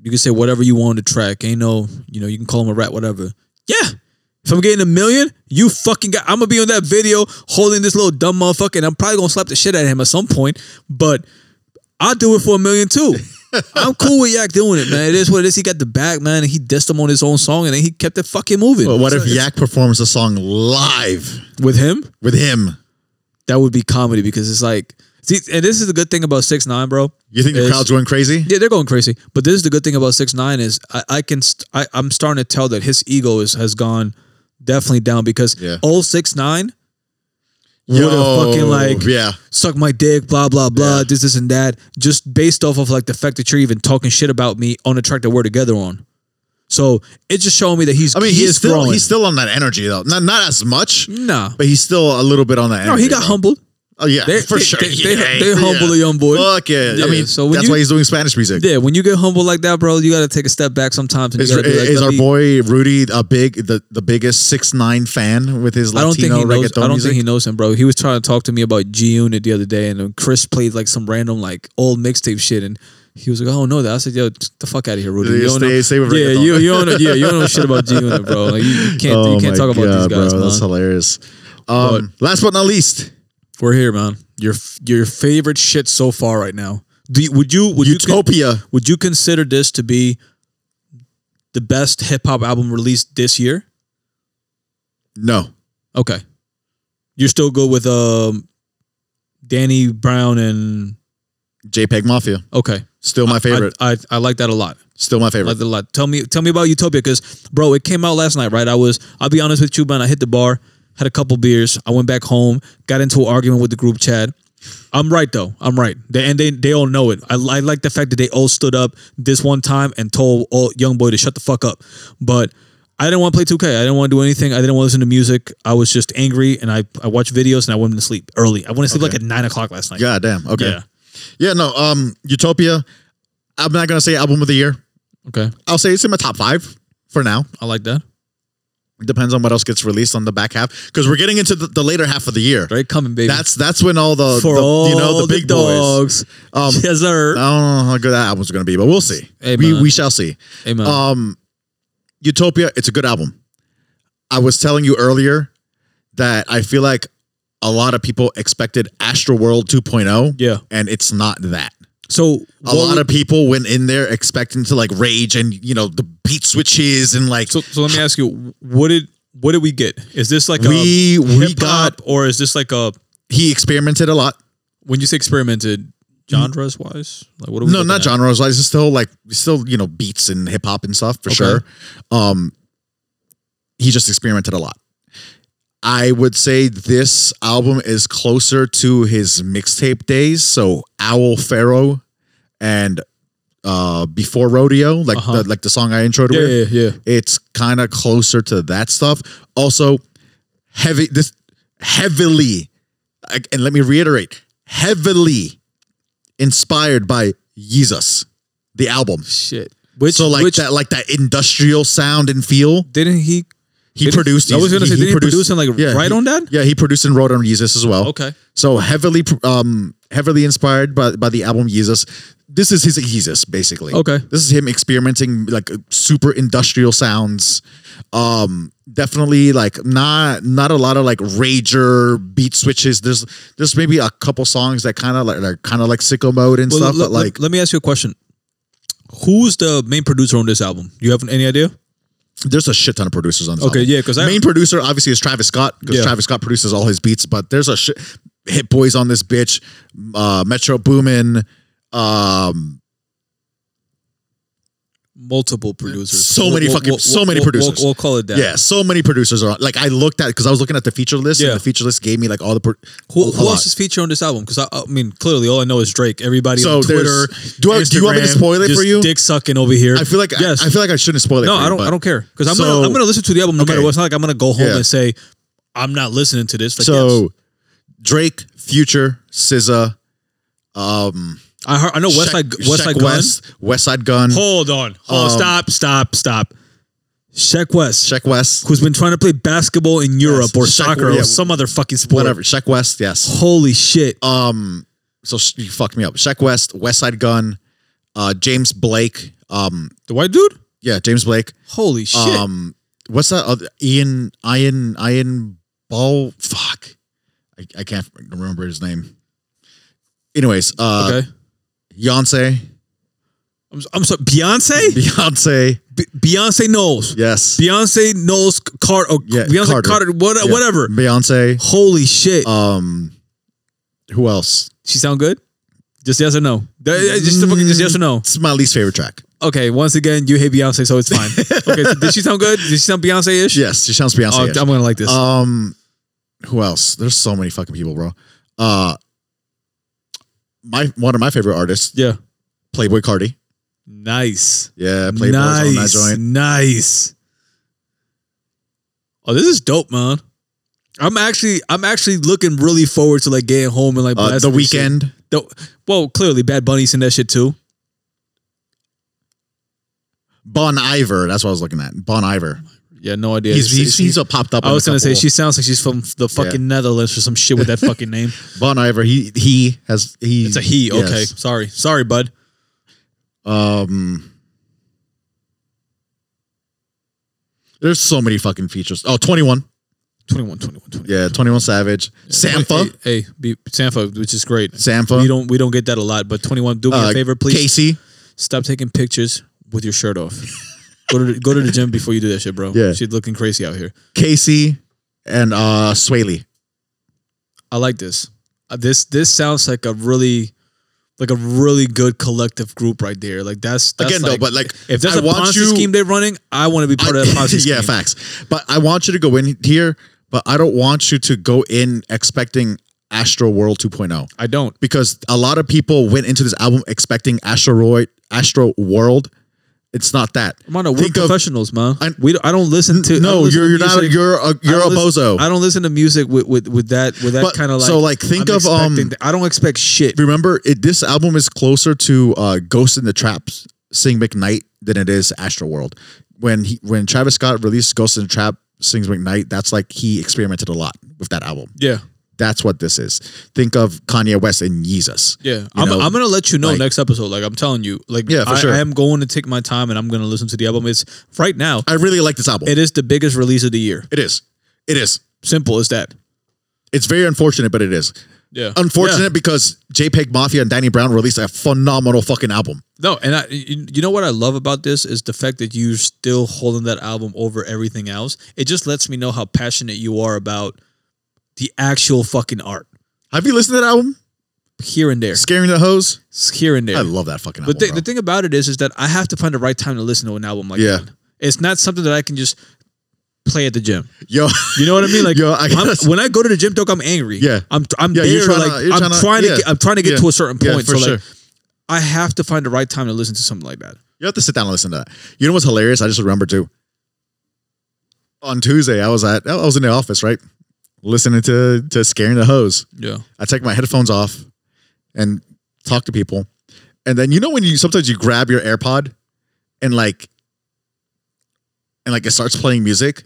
[SPEAKER 1] you can say whatever you want on the track. Ain't no, you know, you can call him a rat, whatever. Yeah. If I'm getting a million, you fucking got. I'm gonna be on that video holding this little dumb motherfucker, and I'm probably gonna slap the shit out of him at some point. But I'll do it for a million too. I'm cool with Yak doing it, man. It is what it is. He got the bag, man, and he dissed him on his own song, and then he kept it fucking moving.
[SPEAKER 2] But what if Yak performs a song live
[SPEAKER 1] with him?
[SPEAKER 2] with him?
[SPEAKER 1] That would be comedy because it's like, see, and this is the good thing about Six Nine, bro.
[SPEAKER 2] You think the
[SPEAKER 1] Is-
[SPEAKER 2] crowd's going crazy?
[SPEAKER 1] Yeah, they're going crazy. But this is the good thing about six nine is I, I can st- I, I'm starting to tell that his ego is has gone definitely down because
[SPEAKER 2] Yeah.
[SPEAKER 1] old six nine would have
[SPEAKER 2] Yo,
[SPEAKER 1] fucking like
[SPEAKER 2] yeah.
[SPEAKER 1] suck my dick, blah blah blah,
[SPEAKER 2] Yeah.
[SPEAKER 1] this this and that, just based off of like the fact that you're even talking shit about me on the track that we're together on. So it's just showing me that he's
[SPEAKER 2] I mean,
[SPEAKER 1] he
[SPEAKER 2] he's
[SPEAKER 1] is
[SPEAKER 2] still
[SPEAKER 1] growing.
[SPEAKER 2] he's still on that energy though. Not not as much,
[SPEAKER 1] nah,
[SPEAKER 2] but he's still a little bit on that.
[SPEAKER 1] no,
[SPEAKER 2] energy,
[SPEAKER 1] he got
[SPEAKER 2] though.
[SPEAKER 1] humbled.
[SPEAKER 2] Oh yeah,
[SPEAKER 1] They-
[SPEAKER 2] for
[SPEAKER 1] they-
[SPEAKER 2] sure.
[SPEAKER 1] they- they-
[SPEAKER 2] Yeah,
[SPEAKER 1] they humble the young boy.
[SPEAKER 2] Fuck yeah. I
[SPEAKER 1] Yeah,
[SPEAKER 2] mean,
[SPEAKER 1] so when
[SPEAKER 2] that's
[SPEAKER 1] you-
[SPEAKER 2] why he's doing Spanish music.
[SPEAKER 1] Yeah, when you get humble like that, bro, you got to take a step back sometimes. And
[SPEAKER 2] Is,
[SPEAKER 1] you gotta be like,
[SPEAKER 2] is
[SPEAKER 1] let
[SPEAKER 2] our
[SPEAKER 1] me-
[SPEAKER 2] boy Rudy a big the, the biggest six nine fan with his
[SPEAKER 1] I
[SPEAKER 2] Latino
[SPEAKER 1] don't think he knows.
[SPEAKER 2] reggaeton
[SPEAKER 1] I don't
[SPEAKER 2] music?
[SPEAKER 1] think he knows him, bro. He was trying to talk to me about G Unit the other day, and then Chris played like some random like old mixtape shit, and he was like, "I don't know that." I said, "Yo, get the fuck out of here, Rudy.
[SPEAKER 2] Yeah,
[SPEAKER 1] You don't
[SPEAKER 2] stay-
[SPEAKER 1] know,
[SPEAKER 2] stay with
[SPEAKER 1] yeah,
[SPEAKER 2] reggaeton." Oh
[SPEAKER 1] you, you don't
[SPEAKER 2] <laughs>
[SPEAKER 1] know, yeah, you don't know shit about G Unit, bro. Like you, you can't, you can't
[SPEAKER 2] my
[SPEAKER 1] talk about these guys, man.
[SPEAKER 2] That's hilarious. Um, last but not least,
[SPEAKER 1] We're here, man. Your your favorite shit so far right now. Do you, would you would you con-
[SPEAKER 2] Utopia.
[SPEAKER 1] would you consider this to be the best hip hop album released this year?
[SPEAKER 2] No,
[SPEAKER 1] Okay. You're still good with um Danny Brown and
[SPEAKER 2] JPEG Mafia,
[SPEAKER 1] okay.
[SPEAKER 2] still my favorite.
[SPEAKER 1] I, I, I like that a lot.
[SPEAKER 2] still my
[SPEAKER 1] I like
[SPEAKER 2] favorite.
[SPEAKER 1] that a lot. Tell me tell me about Utopia because bro, it came out last night, right? I was I'll be honest with you, man. I hit the bar, had a couple beers, I went back home, got into an argument with the group chat. I'm right though. I'm right. They, and they they all know it. I, I like the fact that they all stood up this one time and told all young boy to shut the fuck up. But I didn't want to play 2K. I didn't want to do anything. I didn't want to listen to music. I was just angry and I, I watched videos and I went to sleep early. I went to sleep like at nine o'clock last night.
[SPEAKER 2] God damn. Okay.
[SPEAKER 1] Yeah.
[SPEAKER 2] Yeah. No. Um, Utopia. I'm not gonna say album of the year.
[SPEAKER 1] Okay.
[SPEAKER 2] I'll say it's in my top five for now.
[SPEAKER 1] I like that.
[SPEAKER 2] Depends on what else gets released on the back half because we're getting into the, the later half of the year.
[SPEAKER 1] Right coming, baby.
[SPEAKER 2] That's that's when all the,
[SPEAKER 1] for
[SPEAKER 2] the-
[SPEAKER 1] all
[SPEAKER 2] you know the big boys.
[SPEAKER 1] dogs.
[SPEAKER 2] Um,
[SPEAKER 1] <laughs> yes, sir.
[SPEAKER 2] I don't know how good that album's gonna be, but we'll see.
[SPEAKER 1] Hey,
[SPEAKER 2] we
[SPEAKER 1] man.
[SPEAKER 2] we shall see.
[SPEAKER 1] Hey, man.
[SPEAKER 2] Um, Utopia, it's a good album. I was telling you earlier that I feel like a lot of people expected Astroworld 2.0.
[SPEAKER 1] Yeah.
[SPEAKER 2] oh, And it's not that.
[SPEAKER 1] so
[SPEAKER 2] A lot of people went in there expecting to like rage and you know the beat switches and like
[SPEAKER 1] So, so let me ask you, what did what did we get? Is this like
[SPEAKER 2] We-
[SPEAKER 1] a
[SPEAKER 2] we
[SPEAKER 1] hip hop,
[SPEAKER 2] got-
[SPEAKER 1] or is this like a
[SPEAKER 2] he experimented a lot.
[SPEAKER 1] when you say experimented genres wise? Like what? Are we
[SPEAKER 2] No,
[SPEAKER 1] looking
[SPEAKER 2] not
[SPEAKER 1] at?
[SPEAKER 2] genres wise. It's still like still you know beats and hip hop and stuff for
[SPEAKER 1] Okay.
[SPEAKER 2] sure. Um, he just experimented a lot. I would say this album is closer to his mixtape days. So Owl Pharaoh and uh before rodeo like
[SPEAKER 1] Uh-huh.
[SPEAKER 2] the, like the song I introed
[SPEAKER 1] Yeah,
[SPEAKER 2] with.
[SPEAKER 1] yeah, yeah.
[SPEAKER 2] It's kind of closer to that stuff. Also, heavy this heavily, like, and let me reiterate, heavily inspired by Jesus, the album.
[SPEAKER 1] Shit. Which
[SPEAKER 2] so like
[SPEAKER 1] which,
[SPEAKER 2] that, like that industrial sound and feel.
[SPEAKER 1] Didn't he?
[SPEAKER 2] He
[SPEAKER 1] Didn't-
[SPEAKER 2] produced.
[SPEAKER 1] I was
[SPEAKER 2] Jesus-
[SPEAKER 1] gonna say, didn't he produce and, like, write
[SPEAKER 2] he-
[SPEAKER 1] on that?
[SPEAKER 2] Yeah, he produced and wrote on Jesus as well.
[SPEAKER 1] Okay.
[SPEAKER 2] So heavily, um, heavily inspired by by the album Jesus. This is his Jesus, basically.
[SPEAKER 1] Okay.
[SPEAKER 2] This is him experimenting like super industrial sounds. Um, definitely like not not a lot of like rager beat switches. There's there's maybe a couple songs that kind of like are kind of like sicko mode and
[SPEAKER 1] Well,
[SPEAKER 2] stuff,
[SPEAKER 1] let,
[SPEAKER 2] but like
[SPEAKER 1] let me ask you a question. Who's the main producer on this album? You have any idea?
[SPEAKER 2] there's a shit ton of producers on. This
[SPEAKER 1] Okay,
[SPEAKER 2] album.
[SPEAKER 1] yeah, 'cause I-
[SPEAKER 2] main producer obviously is Travis Scott because
[SPEAKER 1] Yeah.
[SPEAKER 2] Travis Scott produces all his beats. But there's a shit Hit Boys on this bitch, uh, Metro Boomin, um,
[SPEAKER 1] multiple producers.
[SPEAKER 2] So
[SPEAKER 1] We'll-
[SPEAKER 2] many
[SPEAKER 1] we'll-
[SPEAKER 2] fucking-
[SPEAKER 1] we'll-
[SPEAKER 2] so many
[SPEAKER 1] we'll- we'll-
[SPEAKER 2] producers.
[SPEAKER 1] We'll, call it that.
[SPEAKER 2] Yeah, so many producers are like I looked at because I was looking at the feature list,
[SPEAKER 1] Yeah.
[SPEAKER 2] and the feature list gave me like all the. Pro-
[SPEAKER 1] Who, who
[SPEAKER 2] a lot.
[SPEAKER 1] else is featured on this album? Because I, I mean, clearly, all I know is Drake. Everybody
[SPEAKER 2] So
[SPEAKER 1] on Twitter.
[SPEAKER 2] there's- do I- do you want me to
[SPEAKER 1] Instagram,
[SPEAKER 2] spoil it
[SPEAKER 1] just
[SPEAKER 2] for you?
[SPEAKER 1] Dick sucking over here.
[SPEAKER 2] I feel like
[SPEAKER 1] yes.
[SPEAKER 2] I, I feel like I shouldn't spoil it.
[SPEAKER 1] no,
[SPEAKER 2] for you,
[SPEAKER 1] I don't.
[SPEAKER 2] but-
[SPEAKER 1] I don't care because I'm
[SPEAKER 2] So-
[SPEAKER 1] gonna I'm gonna listen to the album no matter
[SPEAKER 2] Okay.
[SPEAKER 1] what. It's not like I'm gonna go home
[SPEAKER 2] Yeah.
[SPEAKER 1] and say I'm not listening to this. Like,
[SPEAKER 2] So,
[SPEAKER 1] yes.
[SPEAKER 2] Drake, Future, SZA,
[SPEAKER 1] I heard, I know Oh, West Side
[SPEAKER 2] Sheck-
[SPEAKER 1] West
[SPEAKER 2] Sheck
[SPEAKER 1] Side Gun.
[SPEAKER 2] West, West Side Gun,
[SPEAKER 1] Hold on. Hold
[SPEAKER 2] Um,
[SPEAKER 1] stop. Stop. Stop. Sheck West,
[SPEAKER 2] Check West,
[SPEAKER 1] who's been trying to play basketball in Europe or
[SPEAKER 2] Sheck-
[SPEAKER 1] soccer
[SPEAKER 2] yeah,
[SPEAKER 1] or some other fucking sport.
[SPEAKER 2] whatever. Check West, yes.
[SPEAKER 1] Holy shit.
[SPEAKER 2] Um, so sh- you fucked me up. Check West, West Side Gun, uh, James Blake, um,
[SPEAKER 1] the white dude.
[SPEAKER 2] yeah, James Blake.
[SPEAKER 1] Holy shit.
[SPEAKER 2] Um, what's that other Ian Ian Ian Ball? Fuck, I, I can't remember his name. Anyways, uh,
[SPEAKER 1] okay.
[SPEAKER 2] Beyonce,
[SPEAKER 1] I'm, s- I'm sorry. Beyonce.
[SPEAKER 2] Beyonce,
[SPEAKER 1] Be- Beyonce knows.
[SPEAKER 2] yes,
[SPEAKER 1] Beyonce knows Carter.
[SPEAKER 2] Yeah,
[SPEAKER 1] Beyonce
[SPEAKER 2] Carter.
[SPEAKER 1] Carter. what,
[SPEAKER 2] Yeah,
[SPEAKER 1] Whatever.
[SPEAKER 2] Beyonce.
[SPEAKER 1] Holy shit.
[SPEAKER 2] Um, who else?
[SPEAKER 1] she sound good. Just yes or no. Th- Just the fucking just yes or no.
[SPEAKER 2] It's my least favorite track.
[SPEAKER 1] Okay. Once again, you hate Beyonce, so it's <laughs> fine. okay. So did she sound good? Did she sound Beyonce ish?
[SPEAKER 2] Yes, she sounds Beyonce.
[SPEAKER 1] Oh, I'm gonna like this.
[SPEAKER 2] um, who else? There's so many fucking people, bro. Uh, my one of my favorite artists,
[SPEAKER 1] yeah.
[SPEAKER 2] Playboy Cardi.
[SPEAKER 1] Nice.
[SPEAKER 2] Yeah, Playboy's on that
[SPEAKER 1] nice.
[SPEAKER 2] joint.
[SPEAKER 1] Nice. Oh, this is dope, man. I'm actually, I'm actually looking really forward to like getting home and like
[SPEAKER 2] Uh, the
[SPEAKER 1] blasting this shit.
[SPEAKER 2] weekend.
[SPEAKER 1] The, well, clearly, Bad Bunny's in that shit too.
[SPEAKER 2] Bon Iver. That's what I was looking at. Bon
[SPEAKER 1] Oh
[SPEAKER 2] Iver.
[SPEAKER 1] Yeah, no idea.
[SPEAKER 2] he's
[SPEAKER 1] She-
[SPEAKER 2] he's,
[SPEAKER 1] she-
[SPEAKER 2] he's a popped up.
[SPEAKER 1] I
[SPEAKER 2] on
[SPEAKER 1] was
[SPEAKER 2] a
[SPEAKER 1] gonna say
[SPEAKER 2] couple-
[SPEAKER 1] she sounds like she's from the fucking Netherlands or some shit with that fucking <laughs> name.
[SPEAKER 2] Bon Iver. He he has he.
[SPEAKER 1] It's a he.
[SPEAKER 2] yes.
[SPEAKER 1] Okay, sorry, sorry, bud.
[SPEAKER 2] Um. There's so many fucking features. Oh, 21.
[SPEAKER 1] 21, 21, 20.
[SPEAKER 2] Yeah, 21 Savage. Sampha.
[SPEAKER 1] Hey, hey, be, Sampha, which is great.
[SPEAKER 2] Sampha.
[SPEAKER 1] We don't we don't get that a lot, but 21. Do me
[SPEAKER 2] uh,
[SPEAKER 1] a favor, please.
[SPEAKER 2] Casey.
[SPEAKER 1] Stop taking pictures with your shirt off. go to the, go to the gym before you do that shit, bro.
[SPEAKER 2] Yeah.
[SPEAKER 1] she's looking crazy out here.
[SPEAKER 2] Casey and uh Swaley.
[SPEAKER 1] I like this. Uh, this this sounds like a really like a really good collective group right there. Like that's, that's
[SPEAKER 2] Again, though,
[SPEAKER 1] like,
[SPEAKER 2] but, like,
[SPEAKER 1] if there's
[SPEAKER 2] I
[SPEAKER 1] a
[SPEAKER 2] want
[SPEAKER 1] Ponzi
[SPEAKER 2] you-
[SPEAKER 1] scheme they're running, I want to be part of that Ponzi scheme.
[SPEAKER 2] <laughs> yeah, facts. But I want you to go in here, but I don't want you to go in expecting Astro World oh. 2.0.
[SPEAKER 1] I don't.
[SPEAKER 2] because a lot of people went into this album expecting Asteroid Astro World. It's not that.
[SPEAKER 1] Come on, no, we're
[SPEAKER 2] Think of-
[SPEAKER 1] professionals, man.
[SPEAKER 2] I-
[SPEAKER 1] we don't, I don't listen to. I don't
[SPEAKER 2] no,
[SPEAKER 1] listen
[SPEAKER 2] you're
[SPEAKER 1] to
[SPEAKER 2] you're not.
[SPEAKER 1] music-
[SPEAKER 2] You're a
[SPEAKER 1] I
[SPEAKER 2] you're a
[SPEAKER 1] don't listen-
[SPEAKER 2] bozo.
[SPEAKER 1] I don't listen to music with with, with that with that
[SPEAKER 2] But-
[SPEAKER 1] kind of like.
[SPEAKER 2] so, like, think
[SPEAKER 1] I'm
[SPEAKER 2] of, um,
[SPEAKER 1] expecting- I don't expect shit.
[SPEAKER 2] Remember, it, this album is closer to uh, Ghost in the Traps, Sing McKnight, than it is Astro World. When he when Travis Scott released Ghost in the Trap, Sings McKnight, that's like he experimented a lot with that album.
[SPEAKER 1] Yeah,
[SPEAKER 2] That's what this is. Think of Kanye West and Yeezus.
[SPEAKER 1] yeah.
[SPEAKER 2] You
[SPEAKER 1] I'm,
[SPEAKER 2] know,
[SPEAKER 1] I'm gonna let you know
[SPEAKER 2] like-
[SPEAKER 1] next episode. Like I'm telling you, like
[SPEAKER 2] Yeah, for
[SPEAKER 1] I,
[SPEAKER 2] sure.
[SPEAKER 1] I am going to take my time and I'm gonna listen to the album. It's right now.
[SPEAKER 2] I really like this album.
[SPEAKER 1] It is the biggest release of the year.
[SPEAKER 2] it is. It is.
[SPEAKER 1] Simple as that.
[SPEAKER 2] It's very unfortunate, but it is.
[SPEAKER 1] Yeah.
[SPEAKER 2] <laughs> Unfortunate because JPEG Mafia and Danny Brown released a phenomenal fucking album.
[SPEAKER 1] No, and I, you you know what I love about this is the fact that you're still holding that album over everything else. It just lets me know how passionate you are about the actual fucking art
[SPEAKER 2] Have you listened to that album?
[SPEAKER 1] here and there,
[SPEAKER 2] Scaring the Hose?
[SPEAKER 1] here and there.
[SPEAKER 2] I love that fucking album.
[SPEAKER 1] but the,
[SPEAKER 2] bro.
[SPEAKER 1] the thing about it is, is that I have to find the right time to listen to an album like
[SPEAKER 2] Yeah.
[SPEAKER 1] that. It's not something that I can just play at the gym.
[SPEAKER 2] Yo, <laughs>
[SPEAKER 1] You know what I mean? Like
[SPEAKER 2] Yo, I
[SPEAKER 1] I'm-
[SPEAKER 2] guess-
[SPEAKER 1] when I go to the gym, dog, I'm angry.
[SPEAKER 2] Yeah.
[SPEAKER 1] I'm I'm
[SPEAKER 2] Yeah, you're
[SPEAKER 1] there.
[SPEAKER 2] tryna-
[SPEAKER 1] like
[SPEAKER 2] you're
[SPEAKER 1] I'm
[SPEAKER 2] tryna-
[SPEAKER 1] trying to
[SPEAKER 2] yeah.
[SPEAKER 1] get, I'm trying to get
[SPEAKER 2] Yeah.
[SPEAKER 1] to a certain
[SPEAKER 2] Yeah,
[SPEAKER 1] point.
[SPEAKER 2] for
[SPEAKER 1] so
[SPEAKER 2] sure.
[SPEAKER 1] like, I have to find the right time to listen to something like that.
[SPEAKER 2] you have to sit down and listen to that. You know what's hilarious? I just remember too. On Tuesday, I was at I was in the office, right? Listening to to Scaring the Hose.
[SPEAKER 1] Yeah.
[SPEAKER 2] I take my headphones off and talk to people. And then you know when you sometimes you grab your AirPod and like and like it starts playing music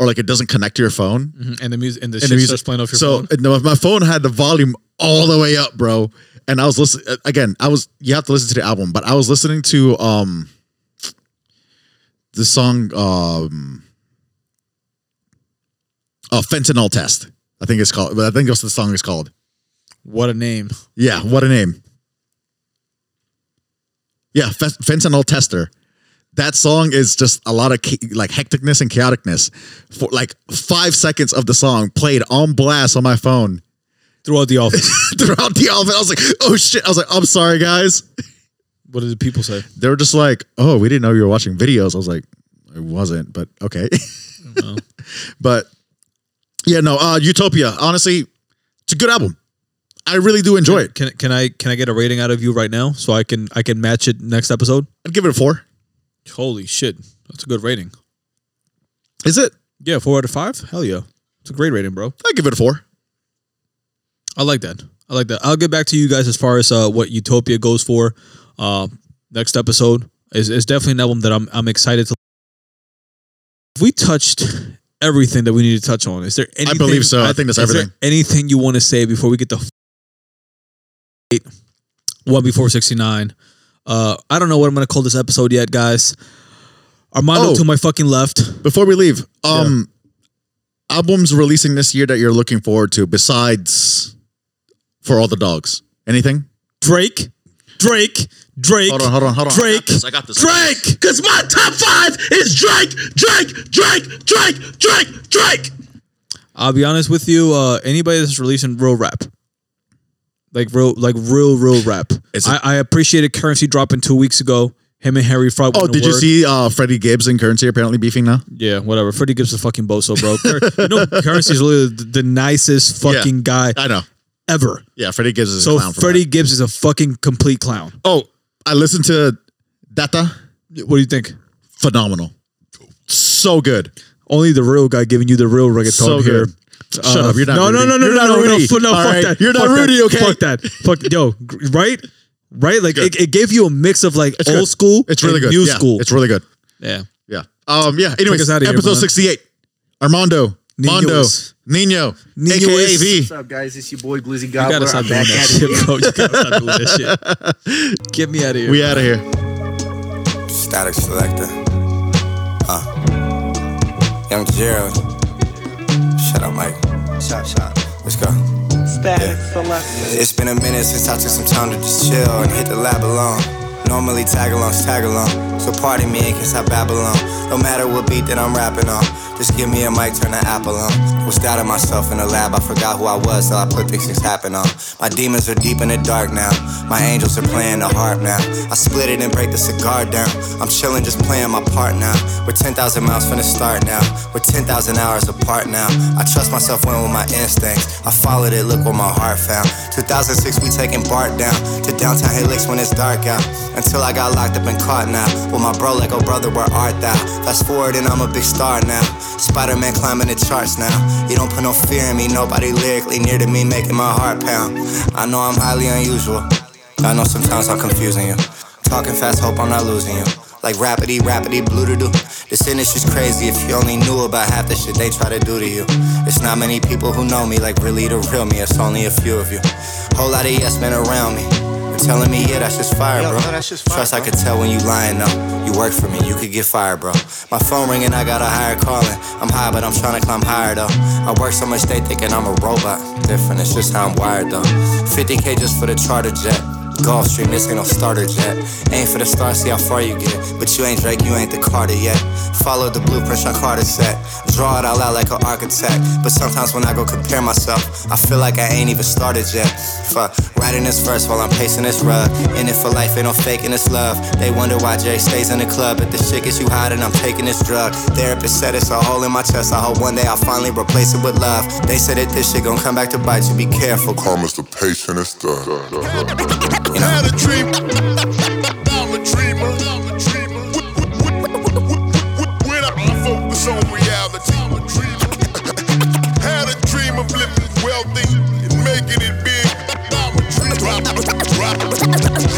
[SPEAKER 2] or like it doesn't connect to your phone.
[SPEAKER 1] Mhm. And the music and the
[SPEAKER 2] and
[SPEAKER 1] shit
[SPEAKER 2] the music-
[SPEAKER 1] starts playing off your
[SPEAKER 2] so,
[SPEAKER 1] phone.
[SPEAKER 2] no, my phone had the volume all the way up, bro. And I was listening again. I was you have to listen to the album, but I was listening to um the song um uh, fentanyl test. I think it's called. But I think that's what the song is called.
[SPEAKER 1] What a name.
[SPEAKER 2] Yeah, what a name. Yeah, fe- fentanyl tester. That song is just a lot of cha- like hecticness and chaoticness. For like five seconds of the song played on blast on my phone <laughs>
[SPEAKER 1] Throughout the office.
[SPEAKER 2] throughout the album, I was like, "Oh shit!" I was like, "I'm sorry, guys."
[SPEAKER 1] What did the people say?
[SPEAKER 2] They were just like, "Oh, we didn't know you were watching videos." I was like, "I wasn't," but okay. <laughs> but yeah, no. Uh, Utopia. Honestly, it's a good album. I really do enjoy it.
[SPEAKER 1] Can can I can I get a rating out of you right now so I can I can match it next episode?
[SPEAKER 2] I'd give it a four.
[SPEAKER 1] Holy shit, that's a good rating.
[SPEAKER 2] Is it?
[SPEAKER 1] Yeah, four out of five. Hell yeah, it's a great rating, bro.
[SPEAKER 2] I'd give it a four.
[SPEAKER 1] I like that. I like that. I'll get back to you guys as far as uh, what Utopia goes for. Uh, next episode is is definitely an album that I'm I'm excited to. We touched everything that we need to touch on. Is there anything?
[SPEAKER 2] believe so. I think
[SPEAKER 1] is
[SPEAKER 2] that's
[SPEAKER 1] there
[SPEAKER 2] everything.
[SPEAKER 1] anything you want to say before we get the one before sixty nine? Uh, I don't know what I'm gonna call this episode yet, guys. Armando
[SPEAKER 2] Oh.
[SPEAKER 1] to my fucking left.
[SPEAKER 2] Before we leave, um, albums releasing this year that you're looking forward to besides for all the dogs. Anything?
[SPEAKER 1] Drake, Drake, Drake.
[SPEAKER 2] Hold on, hold on, hold on. I got
[SPEAKER 1] Drake,
[SPEAKER 2] this, I got this.
[SPEAKER 1] Drake. Because my top five is Drake, Drake, Drake, Drake, Drake, Drake. I'll be honest with you. Uh, anybody that's releasing real rap, like real, like real, real rap.
[SPEAKER 2] It's a-
[SPEAKER 1] I I appreciated currency dropping two weeks ago. Him and Harry Fry.
[SPEAKER 2] Oh, did you see uh, Freddie Gibbs and Currency apparently beefing now?
[SPEAKER 1] Yeah, whatever. Freddie Gibbs is a fucking bozo, bro. Cur- you know,
[SPEAKER 2] <laughs>
[SPEAKER 1] currency's really the, the nicest fucking guy
[SPEAKER 2] I know.
[SPEAKER 1] ever.
[SPEAKER 2] Yeah, Freddie Gibbs is a
[SPEAKER 1] So
[SPEAKER 2] clown. for
[SPEAKER 1] Freddie Gibbs is a fucking complete clown.
[SPEAKER 2] that. Oh, I listened to Data.
[SPEAKER 1] What do you think?
[SPEAKER 2] Phenomenal. So good.
[SPEAKER 1] Only the real guy giving you the real reggaeton
[SPEAKER 2] So
[SPEAKER 1] here.
[SPEAKER 2] good. Shut
[SPEAKER 1] Uh,
[SPEAKER 2] up. You're not
[SPEAKER 1] no,
[SPEAKER 2] Rudy.
[SPEAKER 1] no, no, no,
[SPEAKER 2] You're
[SPEAKER 1] no,
[SPEAKER 2] not
[SPEAKER 1] no, no,
[SPEAKER 2] Rudy.
[SPEAKER 1] fu- no,
[SPEAKER 2] All
[SPEAKER 1] fuck
[SPEAKER 2] right?
[SPEAKER 1] that.
[SPEAKER 2] You're not
[SPEAKER 1] fuck
[SPEAKER 2] Rudy,
[SPEAKER 1] that.
[SPEAKER 2] okay?
[SPEAKER 1] Fuck that. Fuck, yo, g- right? Right? Like, it, it gave you a mix of like
[SPEAKER 2] It's
[SPEAKER 1] old
[SPEAKER 2] good.
[SPEAKER 1] school
[SPEAKER 2] It's really
[SPEAKER 1] and
[SPEAKER 2] good.
[SPEAKER 1] new
[SPEAKER 2] yeah,
[SPEAKER 1] school.
[SPEAKER 2] It's really good.
[SPEAKER 1] yeah.
[SPEAKER 2] Yeah. Um. Yeah. Anyways,
[SPEAKER 1] us outta here,
[SPEAKER 2] episode
[SPEAKER 1] man.
[SPEAKER 2] sixty-eight. Armando.
[SPEAKER 1] Nino
[SPEAKER 2] Mondo.
[SPEAKER 1] is-
[SPEAKER 2] Nino.
[SPEAKER 1] Nino
[SPEAKER 2] AKA
[SPEAKER 1] is-
[SPEAKER 2] V.
[SPEAKER 4] What's up, guys? It's your boy Glizzy
[SPEAKER 2] Uh,
[SPEAKER 1] You
[SPEAKER 4] Gobbler.
[SPEAKER 1] gotta stop
[SPEAKER 4] I'm
[SPEAKER 1] doing
[SPEAKER 4] back
[SPEAKER 1] that
[SPEAKER 4] at it.
[SPEAKER 1] shit, bro. You gotta stop doing that
[SPEAKER 2] <laughs>
[SPEAKER 1] shit. Get me out of here.
[SPEAKER 2] We out of here.
[SPEAKER 6] Static Selector. Uh. Young Gerald. Shut up, Mike. Shut, shut. Let's go.
[SPEAKER 7] Static
[SPEAKER 6] Yeah.
[SPEAKER 7] selector.
[SPEAKER 6] It's been a minute since I took some time to just chill and hit the lab alone. Normally tagalongs tag along, so pardon me in case I babble on. No matter what beat that I'm rapping on, just give me a mic, turn an apple on. Was doubting myself in the lab, I forgot who I was, so I put things things happen on. My demons are deep in the dark now, my angels are playing the harp now. I split it and break the cigar down. I'm chilling, just playing my part now. We're 10,000 miles from the start now, we're 10,000 hours apart now. I trust myself when with my instincts. I followed it, look what my heart found. 2006, we taking Bart down to downtown Helix when it's dark out. Until I got locked up and caught now. With my bro, like, oh brother, where art thou? Fast forward and I'm a big star now. Spider Man climbing the charts now. You don't put no fear in me, nobody lyrically near to me, making my heart pound. I know I'm highly unusual. I know sometimes I'm confusing you. Talking fast, hope I'm not losing you. Like rapidy, rapidy, blue to do. This industry's crazy. If you only knew about half the shit they try to do to you. It's not many people who know me, like really the real me. It's only a few of you. Whole lot of yes men around me. They're telling me, yeah, that's just fire,
[SPEAKER 7] Yo,
[SPEAKER 6] bro.
[SPEAKER 7] no, that's just fire,
[SPEAKER 6] Trust I
[SPEAKER 7] bro.
[SPEAKER 6] could tell when you lying, though. You work for me, you could get fired, bro. My phone ringing, I got a higher calling. I'm high, but I'm trying to climb higher, though. I work so much, they thinking I'm a robot. Different, it's just how I'm wired, though. 50k just for the charter jet. Golf stream, this ain't no starter jet. Aim for the star, see how far you get. But you ain't Drake, you ain't the Carter yet. Follow the blueprint Sean Carter set. Draw it all out like an architect. But sometimes when I go compare myself, I feel like I ain't even started yet. Fuck, writing this verse while I'm pacing this rug. In it for life, ain't no faking this love. They wonder why Jay stays in the club. If the shit gets you hot and I'm taking this drug. Therapist said it's a hole in my chest. I hope one day I'll finally replace it with love. They said that this shit gon' come back to bite you. Be careful,
[SPEAKER 8] Calm is the patientest. Uh,
[SPEAKER 6] you know?
[SPEAKER 9] had a dream. I'm a dreamer. I'm a dreamer. When I focus on reality, I'm a dreamer. Had a dream of living wealthy and making it big. I'm a dreamer.